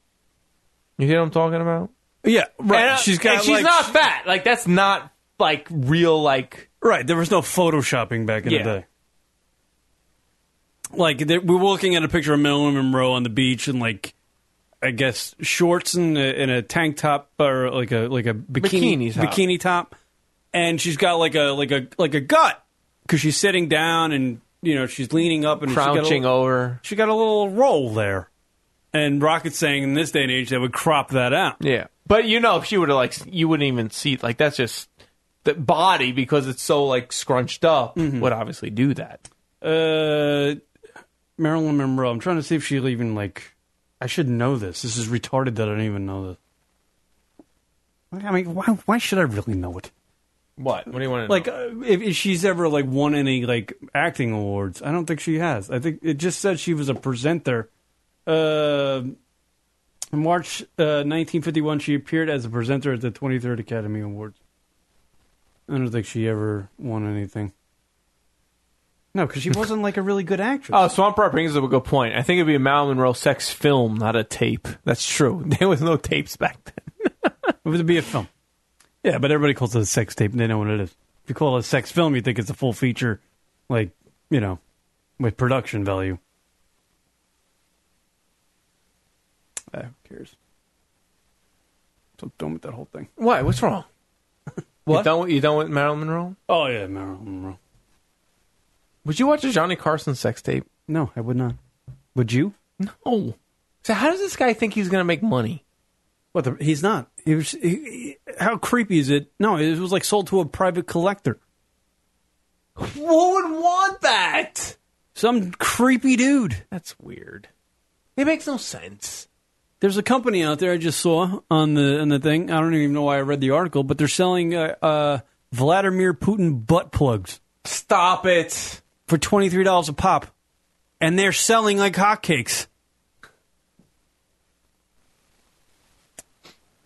B: You see what I'm talking about?
D: Yeah, right.
B: And, uh,
D: she's got.
B: and she's
D: like-
B: not fat. Like that's not like real. Like
D: Right. There was no photoshopping back in
B: Yeah.
D: the day. Like there, we were looking at a picture of Marilyn Monroe on the beach in like, I guess shorts and a, and a tank top or like a like a bikini
B: Bikini top.
D: bikini top, and she's got like a like a like a gut because she's sitting down and you know she's leaning up and she's got a
B: crouching
D: little-
B: over.
D: She got a little roll there, and Rocket's saying in this day and age they would crop that out.
B: Yeah, but you know, if she would have like, you wouldn't even see like that's just the body because it's so like scrunched up
D: Mm-hmm.
B: would obviously do that.
D: Uh, Marilyn Monroe. I'm trying to see if she even like. I should know this. This is retarded that I don't even know this. I mean, why? Why should I really know it?
B: What? What do you want to
D: Like, uh, if, if she's ever like won any like acting awards, I don't think she has. I think it just said she was a presenter. Uh, in March uh, 1951, she appeared as a presenter at the 23rd Academy Awards. I don't think she ever won anything. No, because she wasn't like a really good actress.
B: Oh, Swamp Rat brings up a good point. I think it'd be a Marilyn Monroe sex film, not a tape. That's true. There was no tapes back then.
D: It would be a film. Yeah, but everybody calls it a sex tape, and they know what it is. If you call it a sex film, you think it's a full feature, like you know, with production value. Ah, who cares? So done with that whole thing.
B: Why? What's wrong?
D: What?
B: You done with, you done with Marilyn Monroe?
D: Oh yeah, Marilyn Monroe.
B: Would you watch a Johnny Carson sex tape?
D: No, I would not. Would you?
B: Oh. No. So how does this guy think he's gonna make money?
D: What? The, he's not. He- It was, he- how creepy is it? No, it was like sold to a private collector.
B: Who would want that?
D: Some creepy dude.
B: That's weird. It makes no sense.
D: There's a company out there I just saw on the on the thing. I don't even know why I read the article, but they're selling uh, uh, Vladimir Putin butt plugs
B: Stop it.
D: for twenty three dollars a pop, and they're selling like hotcakes.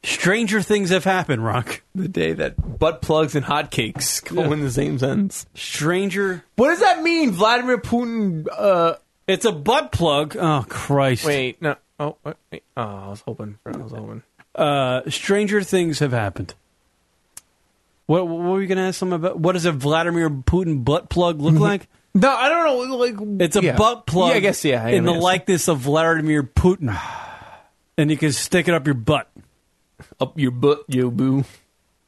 D: Stranger things have happened, Rock.
B: The day that butt plugs and hotcakes go in the same sentence.
D: Stranger.
B: What does that mean, Vladimir Putin? Uh,
D: it's a butt plug. Oh Christ!
B: Wait, no. Oh, wait, wait. oh, I was hoping. For, I was hoping.
D: Uh, stranger things have happened. What, what were you going to ask them about? What does a Vladimir Putin butt plug look like?
B: No, I don't know. Like
D: It's a
B: yeah.
D: butt plug.
B: Yeah, I guess. Yeah, I
D: in the
B: guess.
D: likeness of Vladimir Putin, and you can stick it up your butt.
B: up your butt, yo boo.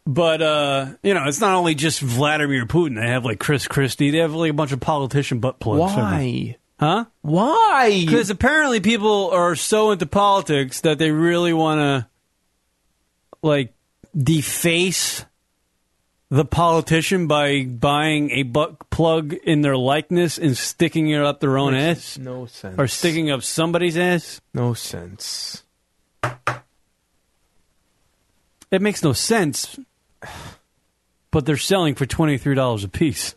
D: But uh, you know, it's not only just Vladimir Putin. They have like Chris Christie. They have like a bunch of politician butt plugs.
B: Why?
D: Huh?
B: Why?
D: Because apparently people are so into politics that they really want to like deface the politician by buying a butt plug in their likeness and sticking it up their own ass
B: No sense.
D: or sticking up somebody's ass.
B: No sense.
D: It makes no sense. But they're selling for twenty three dollars a piece.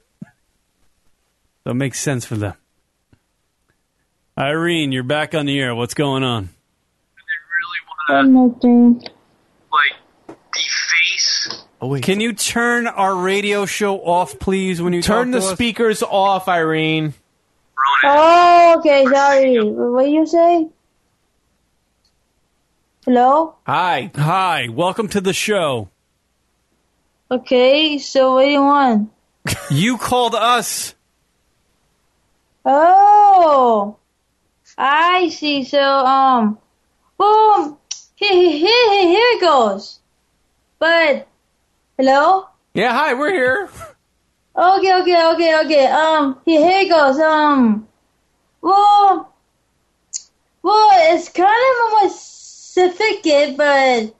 D: So it makes sense for them. Irene, you're back on the air. What's going on?
T: Nothing.
B: Oh,
D: Can you turn our radio show off, please? When you
B: Turn the
D: talk to us?
B: speakers off, Irene.
O: Oh, okay, sorry. What you say? Hello?
B: Hi.
D: Hi. Welcome to the show.
O: Okay, so what do you want?
D: You called us.
O: Oh, I see. So, um, boom, here, here, here here it goes. But, hello?
B: Yeah, hi. We're here.
O: Okay, okay, okay, okay. Um, here, here it goes. Um, well, well, it's kind of a certificate, but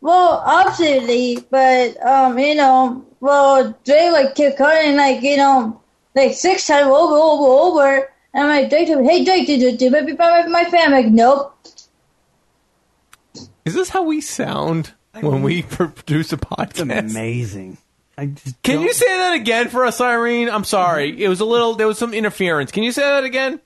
O: well, obviously, but um, you know, well, Drake like kept calling like you know, like six times over, over, over. And I'm like, Drake, hey Drake, did you do my my, my fam? Like, nope.
B: Is this how we sound when we pr- produce a podcast?
D: Amazing. I just
B: Can you say that again for us, Irene? I'm sorry. It was a little. There was some interference. Can you say that again?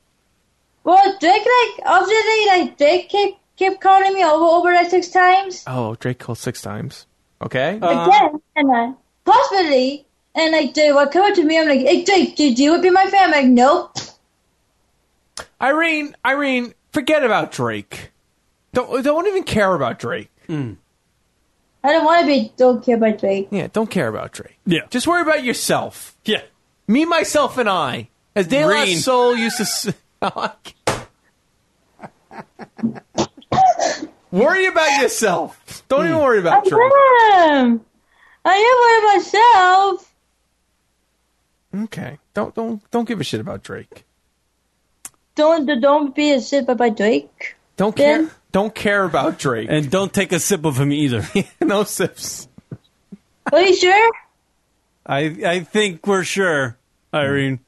O: Well, Drake like obviously like Drake kept kept calling me over, over like six times.
B: Oh, Drake called six times. Okay. Um,
O: again, and I possibly, and like they will come up to me. I'm like, hey, Jake, did you would be my fan? I'm like, nope.
B: Irene, Irene, forget about Drake. Don't don't even care about Drake.
D: Hmm.
O: I don't want to be. Don't care about Jake.
B: Yeah, don't care about Drake.
D: Yeah.
B: Just worry about yourself.
D: Yeah.
B: Me, myself, and I. As De La
D: Green.
B: Soul used to. s- worry about yourself. Don't
D: Hmm.
B: even worry about Drake.
O: Damn. I am one of myself.
B: Okay. Don't don't don't give a shit about Drake.
O: Don't don't be a shit by Drake.
B: Don't
O: Then-
B: care. Don't care about Drake.
D: And don't take a sip of him either.
B: no sips.
O: Are you sure?
D: I I think we're sure, Irene.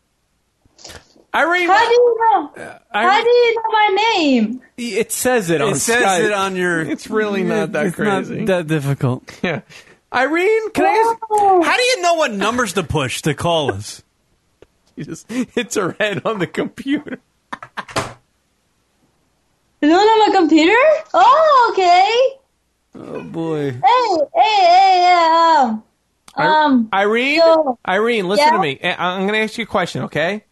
B: Irene,
O: How do you know? How do you know my name?
B: it says it on
D: it says
B: Skype.
D: it on your.
B: It's really not that
D: it's not
B: crazy.
D: that difficult.
B: yeah. Irene, can I
O: Oh,
D: How do you know what numbers to push to call us?
B: ask? She just hits her head on the computer.
O: you don't know my computer? Oh, okay.
D: Oh boy.
O: Hey, hey, hey, yeah, um, um,
B: Irene,
O: so-
B: Irene, listen
O: Yeah?
B: to me. I- I'm going to ask you a question, okay?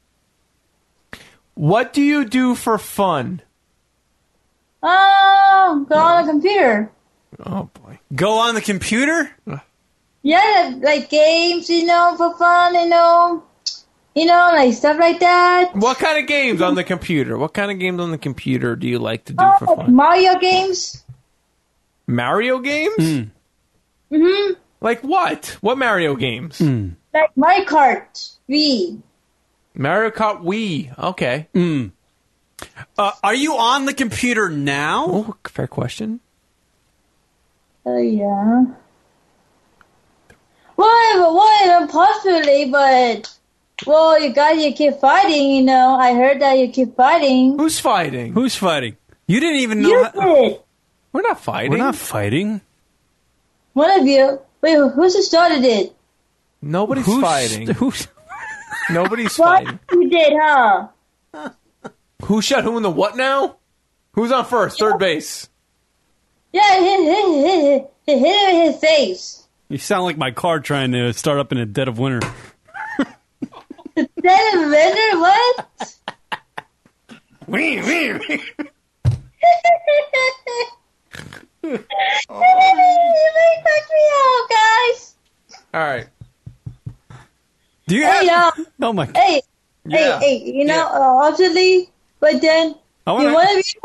B: What do you do for fun?
O: um, go on a computer.
B: Oh boy.
D: Go on the computer.
O: Yeah, like games, you know, for fun, you know, you know, like stuff like that.
B: What kind of games on the computer? What kind of games on the computer do you like to do for
O: Oh,
B: fun?
O: Mario games.
B: Mario games?
D: Hmm.
O: Mhm.
B: Like what? What Mario games?
D: Hmm.
O: Like Mario Kart Wii.
B: Mario Kart Wii. Okay.
D: Hmm. Uh, are you on the computer now?
B: Oh, fair question.
O: Uh, Oh yeah. Well, well, possibly, but well, you guys, you keep fighting. You know, I heard that you keep fighting.
B: Who's fighting?
D: Who's fighting? You didn't even know.
O: You
D: how-
O: did.
B: We're not fighting.
D: We're not fighting.
O: One of you. Wait, who's who started it?
B: Nobody's
D: Who's-
B: fighting.
D: Who's
B: Nobody's fighting.
O: You did, huh?
B: Who shot who in the what now? Who's on first? Third base.
O: Yeah, hit, hit, hit, hit, hit him in his face.
D: You sound like my car trying to start up in the dead of winter.
O: That inventor, what? you may fuck me up, guys.
B: All right.
D: Do you
O: Hey,
D: have?
O: y'all.
D: Oh my!
O: Hey,
D: Yeah.
O: hey, hey, you know, uh, obviously, but then,
D: I
O: you
D: wanna-
O: want to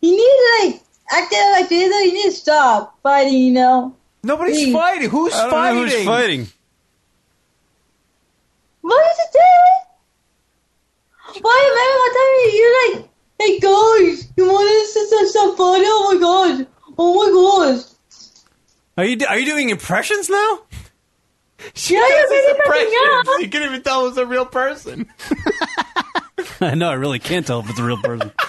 O: be, you need to, like, act out like this, though, you need to stop fighting, you know?
B: Nobody's
O: Please.
B: fighting. Who's
D: I don't
B: fighting?
D: know who's fighting.
O: What is it doing? Why am I telling you? You're like, hey guys, you want this is such a funny? Oh my god! Oh my god!
D: Are you are you doing impressions now?
B: She
O: Yeah,
B: does
O: you're
B: his
O: making nothing
B: impressions.
O: up.
B: You can't even tell it was a real person.
D: I know I really can't tell if it's a real person.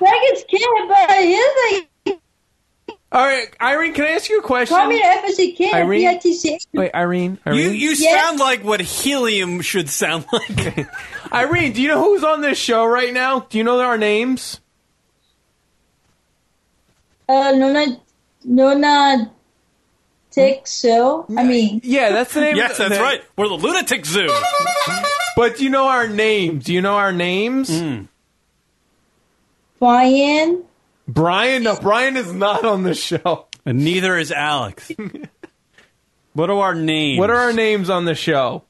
O: Like it's kid, but he's like,
B: All right, Irene, can I ask you a question?
O: call me an FSC kid.
B: Irene?
O: PITC.
B: Wait, Irene.
D: You
B: Irene?
D: you
O: Yes.
D: sound like what helium should sound like.
B: Irene, do you know who's on this show right now? Do you know our names?
O: Uh, no, not, no, not. Take so. I mean,
B: Yeah, that's the name.
D: yes,
B: of the,
D: that's
B: the-
D: right. We're the lunatic zoo.
B: But do you know our names? Do you know our names?
D: Hmm.
O: Brian.
B: Brian, no, Brian is not on the show.
D: And neither is Alex. what are our names?
B: What are our names on the show?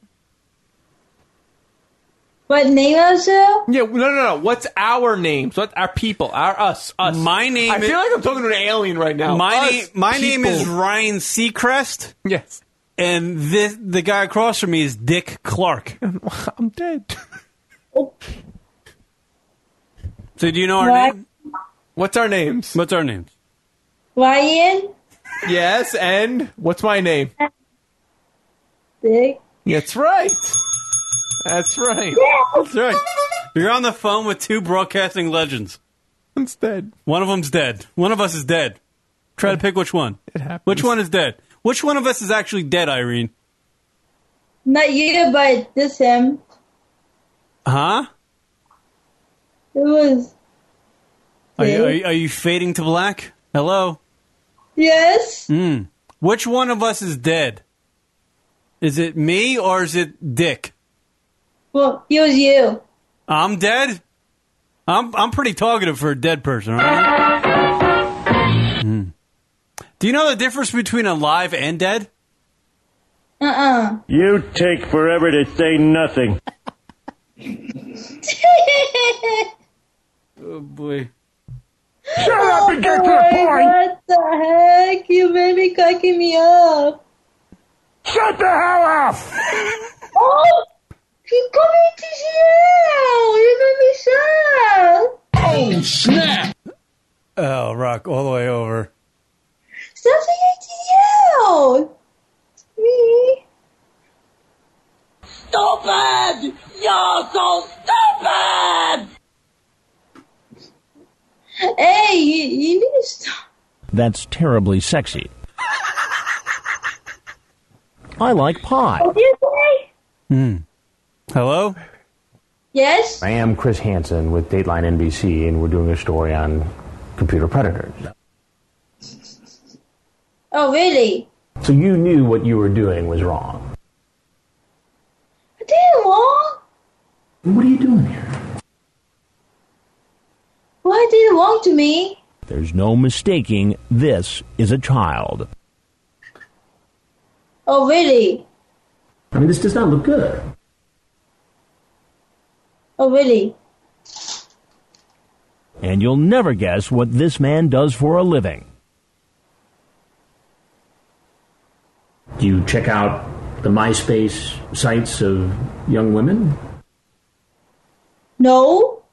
O: What name also?
B: Yeah, no, no, no. What's our names? What our people? Our us, us.
D: My name
B: I
D: is-
B: feel like I'm talking to an alien right now.
D: My
B: Us
D: name, my name
B: people.
D: is Ryan Seacrest,
B: Yes,
D: and this the guy across from me is Dick Clark.
B: I'm dead.
D: So do you know our
O: Right.
D: name?
B: What's our names?
D: What's our names?
O: Brian.
B: Yes, and what's my name?
O: Dick.
B: That's right. That's right.
D: That's right. You're on the phone with two broadcasting legends.
B: It's dead.
D: One of them's dead. One of us is dead. Try to pick which one. It
B: happens.
D: Which one is dead? Which one of us is actually dead, Irene?
O: Not you, but this him.
D: Huh?
O: It was
D: Are you,
O: Yeah.
D: are, you, are you fading to black? Hello?
O: yes.
D: Hmm. Which one of us is dead? Is it me or is it Dick?
O: Well, it was you.
D: I'm dead? I'm, I'm pretty talkative for a dead person, aren't I? Do you know the difference between alive and dead?
O: Uh uh
T: You take forever to say nothing.
D: Oh, boy.
T: Shut up and get to the point!
O: Oh, What the heck? You made me cracking me up.
T: Shut the hell up!
O: Oh! You coming to jail! You made me sad!
T: Oh, snap!
D: Oh, rock all the way over.
O: Stop saying to jail! Me?
T: Stupid! You're so stupid!
O: Hey, you, you need to stop.
U: That's terribly sexy. I like pie.
O: What do you say?
D: Hmm. Hello?
O: Yes?
V: I am Chris Hansen with Dateline NBC, and we're doing a story on computer predators.
O: Oh, really?
V: So you knew what you were doing was wrong.
O: I didn't wrong.
V: What are you doing here?
O: What did wrong to me?
U: There's no mistaking this is a child.
O: Oh, really?
V: I mean, this does not look good.
O: Oh, really?
U: And you'll never guess what this man does for a living.
V: Do you check out the MySpace sites of young women?
O: No?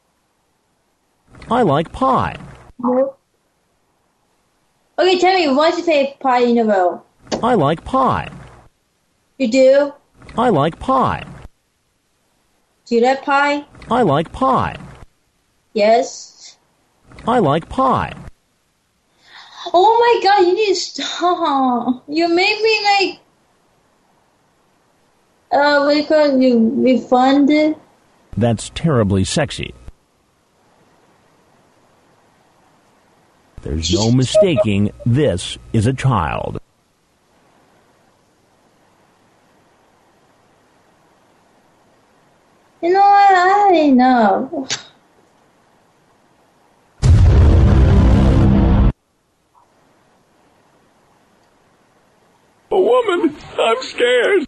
U: I like pie.
O: No. Okay, tell me, why'd you say pie in a row?
U: I like pie.
O: You do?
U: I like pie.
O: Do you like pie?
U: I like pie.
O: Yes.
U: I like pie.
O: Oh my god, you need to stop. You made me like. Uh, what do you call it? You refunded?
U: That's terribly sexy. There's no mistaking this is a child.
O: You know what? I already know.
A: A woman. I'm scared.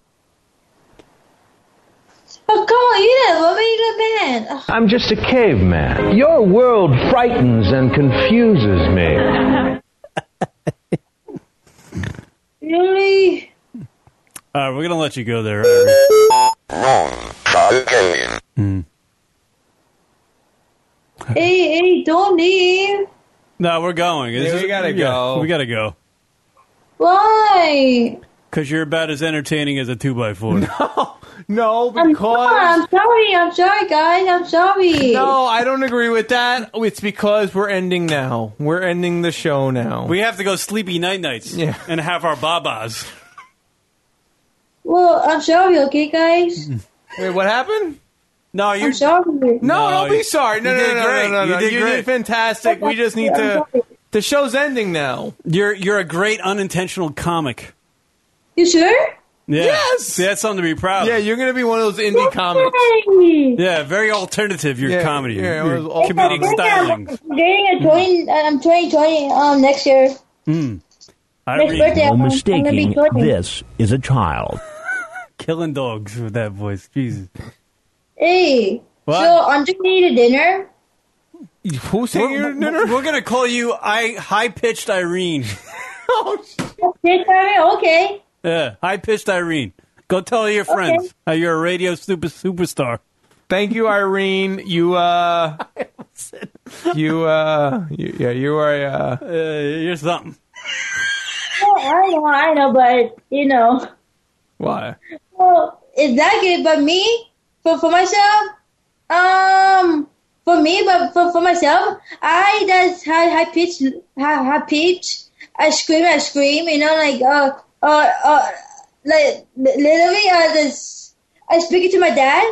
O: Oh, come on, you didn't love me, you did man.
W: I'm just a caveman. Your world frightens and confuses me.
O: Oh, Really?
D: All right, we're gonna let you go there. Ivory. Hmm.
O: hey, hey, don't leave.
D: No, we're going.
B: Yeah, we gotta
D: yeah,
B: go.
D: We gotta go
O: Why?
D: because you're about as entertaining as a two by four.
B: No,
O: I'm sorry,
B: because.
O: I'm sorry, I'm sorry, guys, I'm sorry.
B: No, I don't agree with that. It's because we're ending now. We're ending the show now.
D: We have to go sleepy night nights
B: Yeah.
D: and have our babas.
O: Well, I'm sorry, okay, guys?
B: Wait, what happened?
D: No,
B: you're
O: I'm sorry.
B: No, don't be sorry. No,
D: you
B: no,
D: did
B: no, no,
D: great.
B: no, no,
D: You
B: no.
D: did
B: You
D: great.
B: did fantastic. We just need to. The show's ending now.
D: You're you're a great unintentional comic.
O: You sure?
D: Yeah. Yes, that's something to be proud. of.
B: Yeah, you're gonna be one of those indie comics.
D: Yeah, very alternative. Your
B: Yeah,
D: comedy,
B: yeah, it
D: your
B: was all
D: comedic
B: comedy.
D: styling.
O: I'm getting a 20, I'm 2020 um, next year.
D: Mm.
O: Next birthday,
U: no
O: I'm- I'm gonna be
U: mistaking
O: joining.
U: this is a child.
D: Killing dogs with that voice. Jesus.
O: Hey,
D: What?
O: so I'm just gonna eat a dinner.
B: Who's
D: taking your dinner? We're gonna call you I high pitched Irene.
B: Oh,
O: Yes, sorry, okay.
D: Yeah, high pitched Irene. Go tell your friends how you're a radio super superstar.
B: Thank you, Irene. You uh, you uh, you, yeah, you are uh, uh,
D: you're something.
O: Well, I know, I know, but you know,
B: Why?
O: well, is that good? But me, for for myself, um, for me, but for for myself, I just high high pitch, high, high pitch. I scream, I scream. You know, like uh, uh, uh like li- literally, I just I speak it to my dad.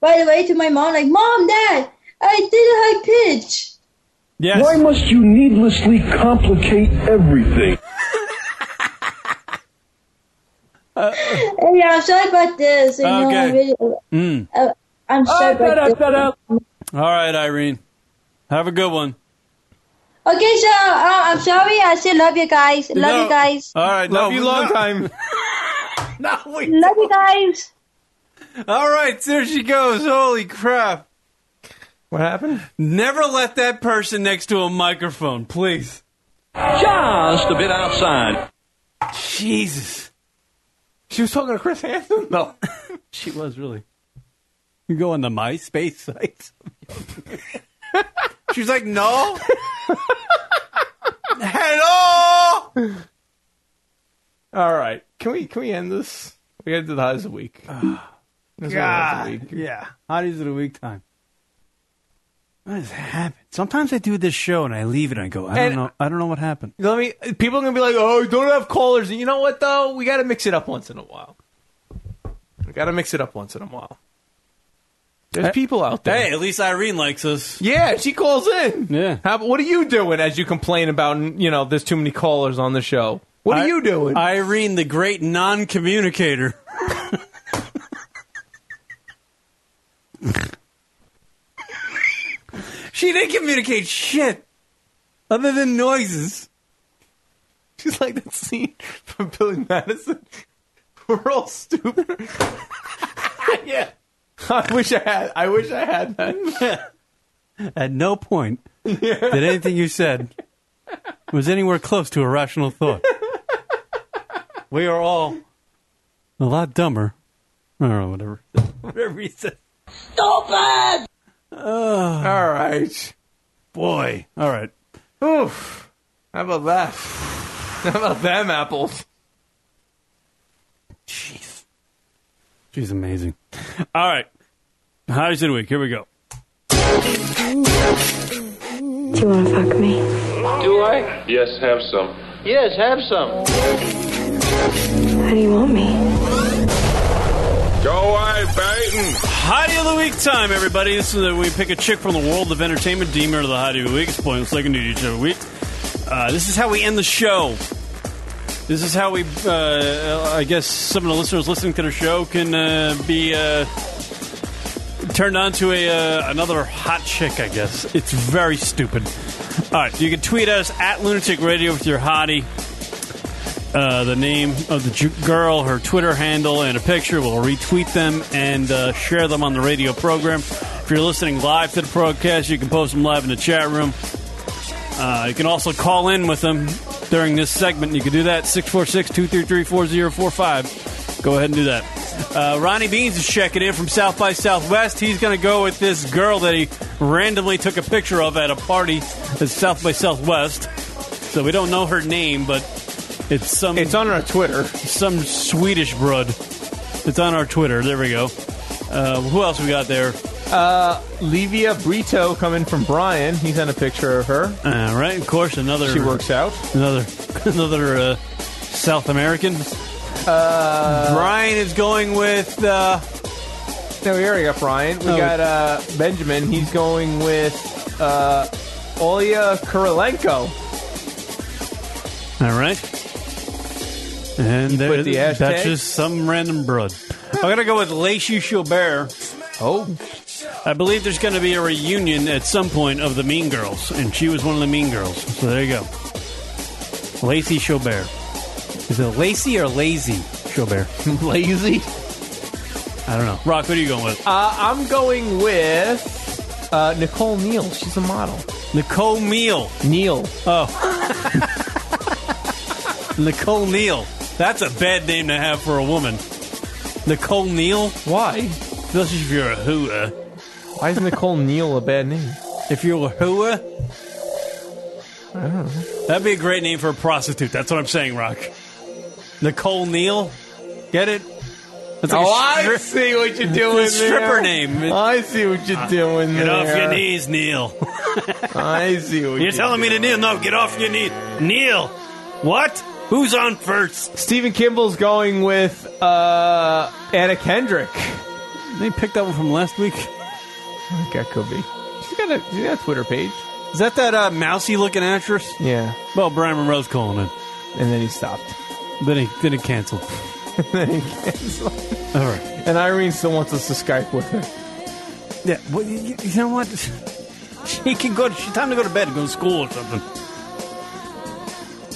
O: By the way, to my mom, like mom, dad, I did a high pitch.
D: Yes.
A: Why must you needlessly complicate everything?
O: yeah, I'm sorry about this. You know, I
D: Okay.
O: really,
D: Mm.
O: uh, I'm
A: Ah,
O: sorry about this.
D: All right, Irene. Have a good one.
O: Okay, so uh, I'm sorry. I still love you guys. Love
D: No.
O: you guys.
D: All right,
B: Love
D: no,
B: you
D: no.
B: long time.
O: Love you guys.
D: All right, there she goes. Holy crap.
B: What happened?
D: Never let that person next to a microphone, please.
A: Just a bit outside.
D: Jesus.
B: She was talking to Chris Hansen. No,
D: she was really. You go on the MySpace site. She's like, no. Hello.
B: All right, can we can we end this? We gotta do the highs of the week. This is the highs of the week.
D: Yeah. Hotties of the week time. What has happened? Sometimes I do this show and I leave it and I go, I
B: And-
D: don't know. I don't know what happened.
B: Let me. People are gonna be like, "Oh, don't have callers." And you know what though? We gotta mix it up once in a while. We gotta mix it up once in a while. There's people out there.
D: Hey, at least Irene likes us.
B: Yeah, she calls in. Yeah. How, what are you doing as you complain about you know there's too many callers on the show? What are
D: I-
B: you doing?
D: Irene, the great non communicator. she didn't communicate shit other than noises.
B: She's like that scene from Billy Madison. We're all stupid. yeah. I wish I had. I wish I had that.
D: At no point did anything you said was anywhere close to a rational thought. We are all a lot dumber. Or whatever. Whatever he said.
A: Stupid!
B: all right.
D: Boy. All right.
B: Oof. How about that? How about them apples?
X: She's amazing. All right. How's the week? Here we go.
O: Do you want to fuck me?
U: Do I?
A: Yes, have some.
U: Yes, have some.
O: How do you want me?
A: Go away, Baton.
D: Hottie of the Week time, everybody. This is uh, we pick a chick from the world of entertainment, deem her the Hottie of the Week. It's pointless like a new each every week. Uh, this is how we end the show. This is how we, uh, I guess, some of the listeners listening to the show can uh, be uh, turned on to a uh, another hot chick. I guess it's very stupid. All right, you can tweet us at Lunatic Radio with your hottie. Uh, the name of the ju- girl, her Twitter handle, and a picture. We'll retweet them and uh, share them on the radio program. If you're listening live to the broadcast, you can post them live in the chat room. Uh, you can also call in with them during this segment. You can do that 646 233 4045. Go ahead and do that. Uh, Ronnie Beans is checking in from South by Southwest. He's going to go with this girl that he randomly took a picture of at a party at South by Southwest. So we don't know her name, but it's some. It's on
B: our Twitter.
D: Some Swedish broad. It's on our Twitter. There we go. Uh, who else we got there?
B: Uh, Livia Brito coming from Brian. He sent a picture of her.
D: All right, of course, another.
B: She works out.
D: Another, another uh, South American. Uh, Brian is going with. Uh,
B: no, we already got Brian. We
D: Oh.
B: got uh, Benjamin. He's going with uh, Olya Kurilenko.
D: All right, and there,
B: put the
D: that's
B: hashtag?
D: just some random broad. I'm gonna go with Lacey Chabert.
B: Oh,
D: I believe there's gonna be a reunion at some point of the Mean Girls, and she was one of the Mean Girls. So there you go, Lacey Chabert. Is it Lacey or Lazy Chabert?
B: Lazy.
D: I don't know. Rock, what are you going with?
B: Uh, I'm going with uh, Nicole Neal. She's a model.
D: Nicole Neal.
B: Neal.
D: Oh. Nicole Neal. That's a bad name to have for a woman. Nicole Neal?
B: Why?
D: Especially if you're a hooah.
B: Why is Nicole Neal a bad name?
D: If you're a hooah,
B: I don't know.
D: that'd be a great name for a prostitute. That's what I'm saying, Rock. Nicole Neal? Get it? That's like
B: oh,
D: a
B: I
D: strip-
B: see what you're
D: it's a
B: doing there.
D: stripper name.
B: I see what you're doing
D: Get
B: there.
D: off your knees, Neal.
B: I see what
D: you're,
B: you're
D: telling me to kneel. No, get off your knees. Neil. What? Who's on first?
B: Stephen Kimball's going with uh, Anna Kendrick.
D: They picked that one from last week.
B: That could be. She's got a, she's got a Twitter page.
D: Is that that uh, mousy looking actress?
B: Yeah.
D: Well, Brian Monroe's calling it.
B: And then he stopped.
D: Then he then he canceled.
B: then he canceled.
D: All right.
B: And Irene still wants us to Skype with her.
D: Yeah. Well, you, you know what? She can go. She time to go to bed and go to school or something.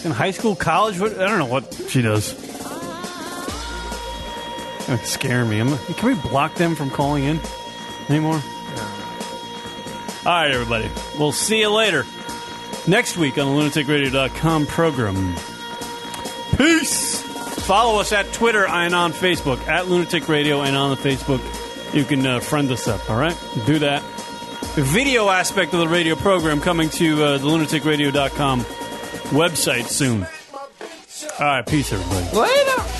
D: In high school, college, what, I don't know what she does. It's scaring me. I'm, can we block them from calling in anymore? All right, everybody. We'll see you later next week on the lunaticradio.com program. Peace. Follow us at Twitter and on Facebook at Lunatic Radio and on the Facebook. You can uh, friend us up. All right, do that. Video aspect of the radio program coming to uh, the lunaticradio.com website soon. All right, peace, everybody.
B: Later.